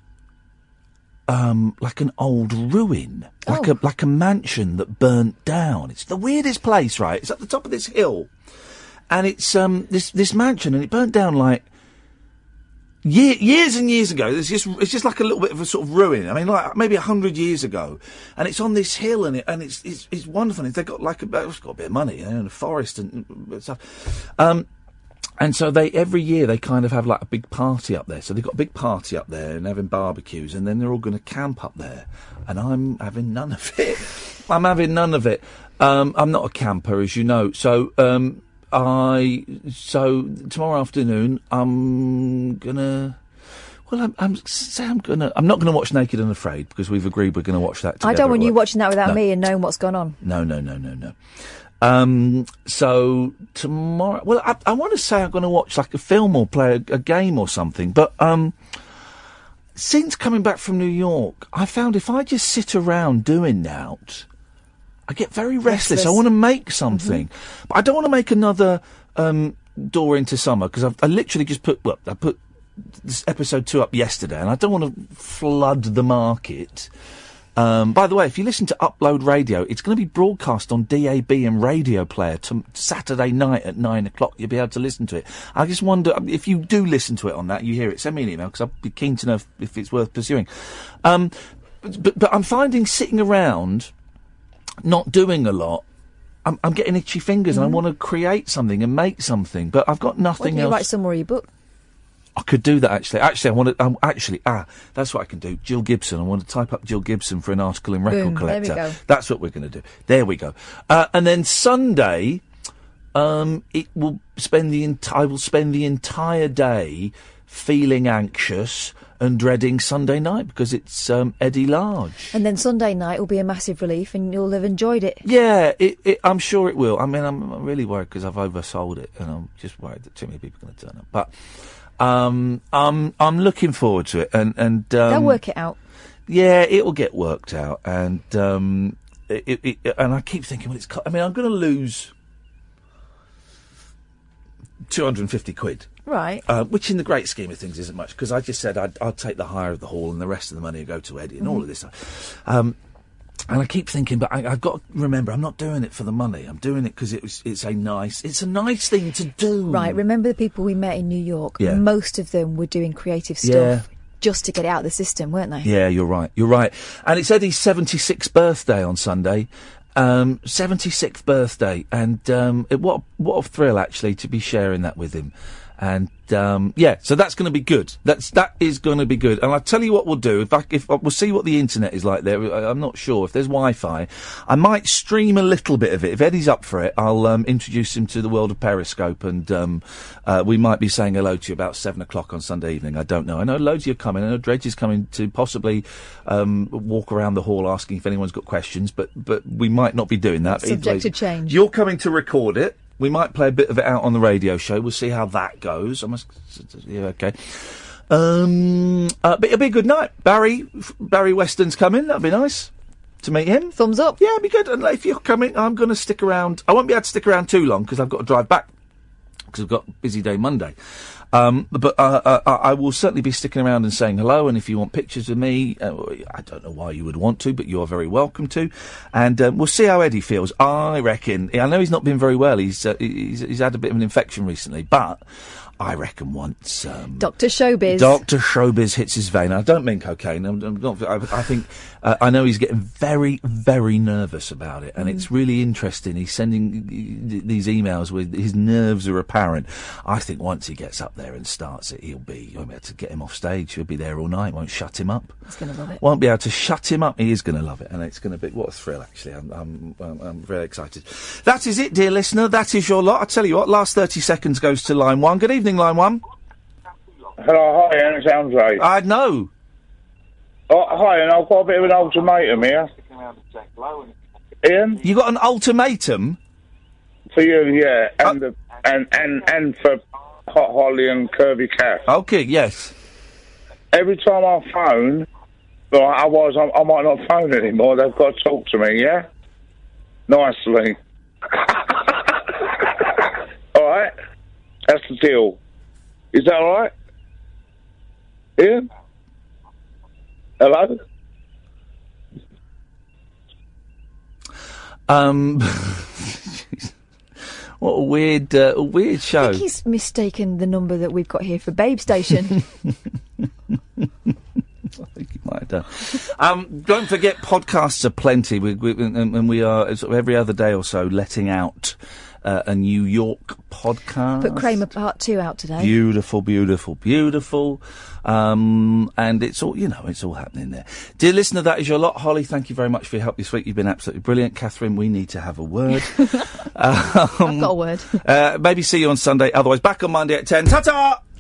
um, like an old ruin, like a like a mansion that burnt down. It's the weirdest place, right? It's at the top of this hill, and it's um this this mansion, and it burnt down like Ye years and years ago, it's just it's just like a little bit of a sort of ruin. I mean, like maybe a hundred years ago, and it's on this hill, and it and it's it's, it's wonderful. And they've got like a, it's got a bit of money you know, and a forest and and stuff. Um, and so they every year they kind of have like a big party up there. So they've got a big party up there and having barbecues, and then they're all going to camp up there. And I'm having none of it. I'm having none of it. Um, I'm not a camper, as you know. So um, I so tomorrow afternoon I'm gonna. Well, I'm, I'm say I'm gonna. I'm not gonna watch Naked and Afraid because we've agreed we're gonna watch that. Together I don't want at you work. watching that without No. me and knowing what's gone on. No, no, no, no, no. Um, so tomorrow, well, I, I want to say I'm going to watch like a film or play a, a game or something, but um, since coming back from New York, I found if I just sit around doing that, I get very restless. Restless. I want to make something, but I don't want to make another um, door into summer because I literally just put well, I put this episode two up yesterday, and I don't want to flood the market. Um, by the way, if you listen to Upload Radio, it's going to be broadcast on DAB and Radio Player to Saturday night at nine o'clock. You'll be able to listen to it. I just wonder um, if you do listen to it on that, you hear it. Send me an email because I'd be keen to know if, if it's worth pursuing. Um, but, but, but I'm finding sitting around, not doing a lot. I'm, I'm getting itchy fingers, and I want to create something and make something, but I've got Why nothing don't Mm-hmm. you else. write some more e-book? I could do that actually. Actually, I want to. Um, actually, ah, that's what I can do. Jill Gibson. I want to type up Jill Gibson for an article in Record Boom, there we Collector. go. That's what we're going to do. There we go. Uh, and then Sunday, um, it will spend the ent- I will spend the entire day feeling anxious and dreading Sunday night because it's um, Eddie Large. And then Sunday night will be a massive relief, and you'll have enjoyed it. Yeah, it, it, I'm sure it will. I mean, I'm I'm really worried because I've oversold it, and I'm just worried that too many people are going to turn up. But um, I'm I'm looking forward to it, and and um, They'll work it out. Yeah, it will get worked out, and um, it, it, it- and I keep thinking, well, it's. co- I mean, I'm going to lose two hundred and fifty quid. Right. Uh, which, in the great scheme of things, isn't much because I just said I'd, I'd take the hire of the hall and the rest of the money would go to Eddie and all Mm-hmm. Mhm. of this stuff. Um, and I keep thinking, but I, I've got to remember, I'm not doing it for the money. I'm doing it because it was, it's a nice, it's a nice thing to do. Right. Remember the people we met in New York? Yeah. Most of them were doing creative stuff Yeah. just to get it out of the system, weren't they? Yeah, you're right. You're right. And it's Eddie's 76th birthday on Sunday. Um, 76th birthday. And um, it, what, what a thrill, actually, to be sharing that with him. And um, yeah, so that's going to be good. That's that is going to be good. And I tell you what we'll do. If I, if we'll see what the internet is like there, I, I'm not sure if there's Wi-Fi. I might stream a little bit of it. If Eddie's up for it, I'll um, introduce him to the world of Periscope, and um, uh, we might be saying hello to you about seven o'clock on Sunday evening. I don't know. I know loads of you are coming. I know Dredge is coming to possibly um, walk around the hall asking if anyone's got questions, but but we might not be doing that. Subject to change. You're coming to record it. We might play a bit of it out on the radio show. We'll see how that goes. I must. Yeah, okay. Um, uh, but it'll be a good night. Barry Barry Weston's coming. That'd be nice to meet him. Thumbs up. Yeah, it'd be good. And if you're coming, I'm going to stick around. I won't be able to stick around too long because I've got to drive back because I've got a busy day Monday. Um, but uh, uh, I I will certainly be sticking around and saying hello. And if you want pictures of me, uh, I don't know why you would want to, but you are very welcome to. And um, we'll see how Eddie feels. I reckon. I know he's not been very well. He's uh, he's, he's had a bit of an infection recently, but I reckon once. Um, Doctor Showbiz. Doctor Showbiz hits his vein. I don't mean cocaine. I'm, I'm not. I, I think uh, I know he's getting very, very nervous about it, and it's really interesting. He's sending uh, th- these emails with his nerves are apparent. I think once he gets up there and starts it, he'll be. You'll be able to get him off stage. He'll be there all night. Won't shut him up. He's going to love it. Won't be able to shut him up. He is going to love it, and it's going to be what a thrill. Actually, I'm, I'm, I'm, I'm very excited. That is it, dear listener. That is your lot. I tell you what. Last thirty seconds goes to line one. Good evening, line one. Hello, hi, Ian, it's Andre. I know. Oh, hi, and I've got a bit of an ultimatum here. Ian? You got an ultimatum? Uh, For you, yeah, and, the, and, and, and for Hot Holly and Kirby Cat. Okay, yes. Every time I phone, well, I was, I, I might not phone anymore, they've got to talk to me, yeah? Nicely. alright? That's the deal. Is that alright? Ian? Hello? Um, What a weird, uh, a weird show. I think he's mistaken the number that we've got here for Babe Station. might have done. Um, don't forget, podcasts are plenty. We, we, and, and we are sort of every other day or so letting out uh, a New York podcast. Put Kramer Part 2 out today. Beautiful, beautiful, beautiful. Um, and it's all, you know, it's all happening there. Dear listener, that is your lot. Holly, thank you very much for your help this week. You've been absolutely brilliant. Catherine, we need to have a word. um, I've got a word. uh, maybe see you on Sunday. Otherwise, back on Monday at 10. Ta ta!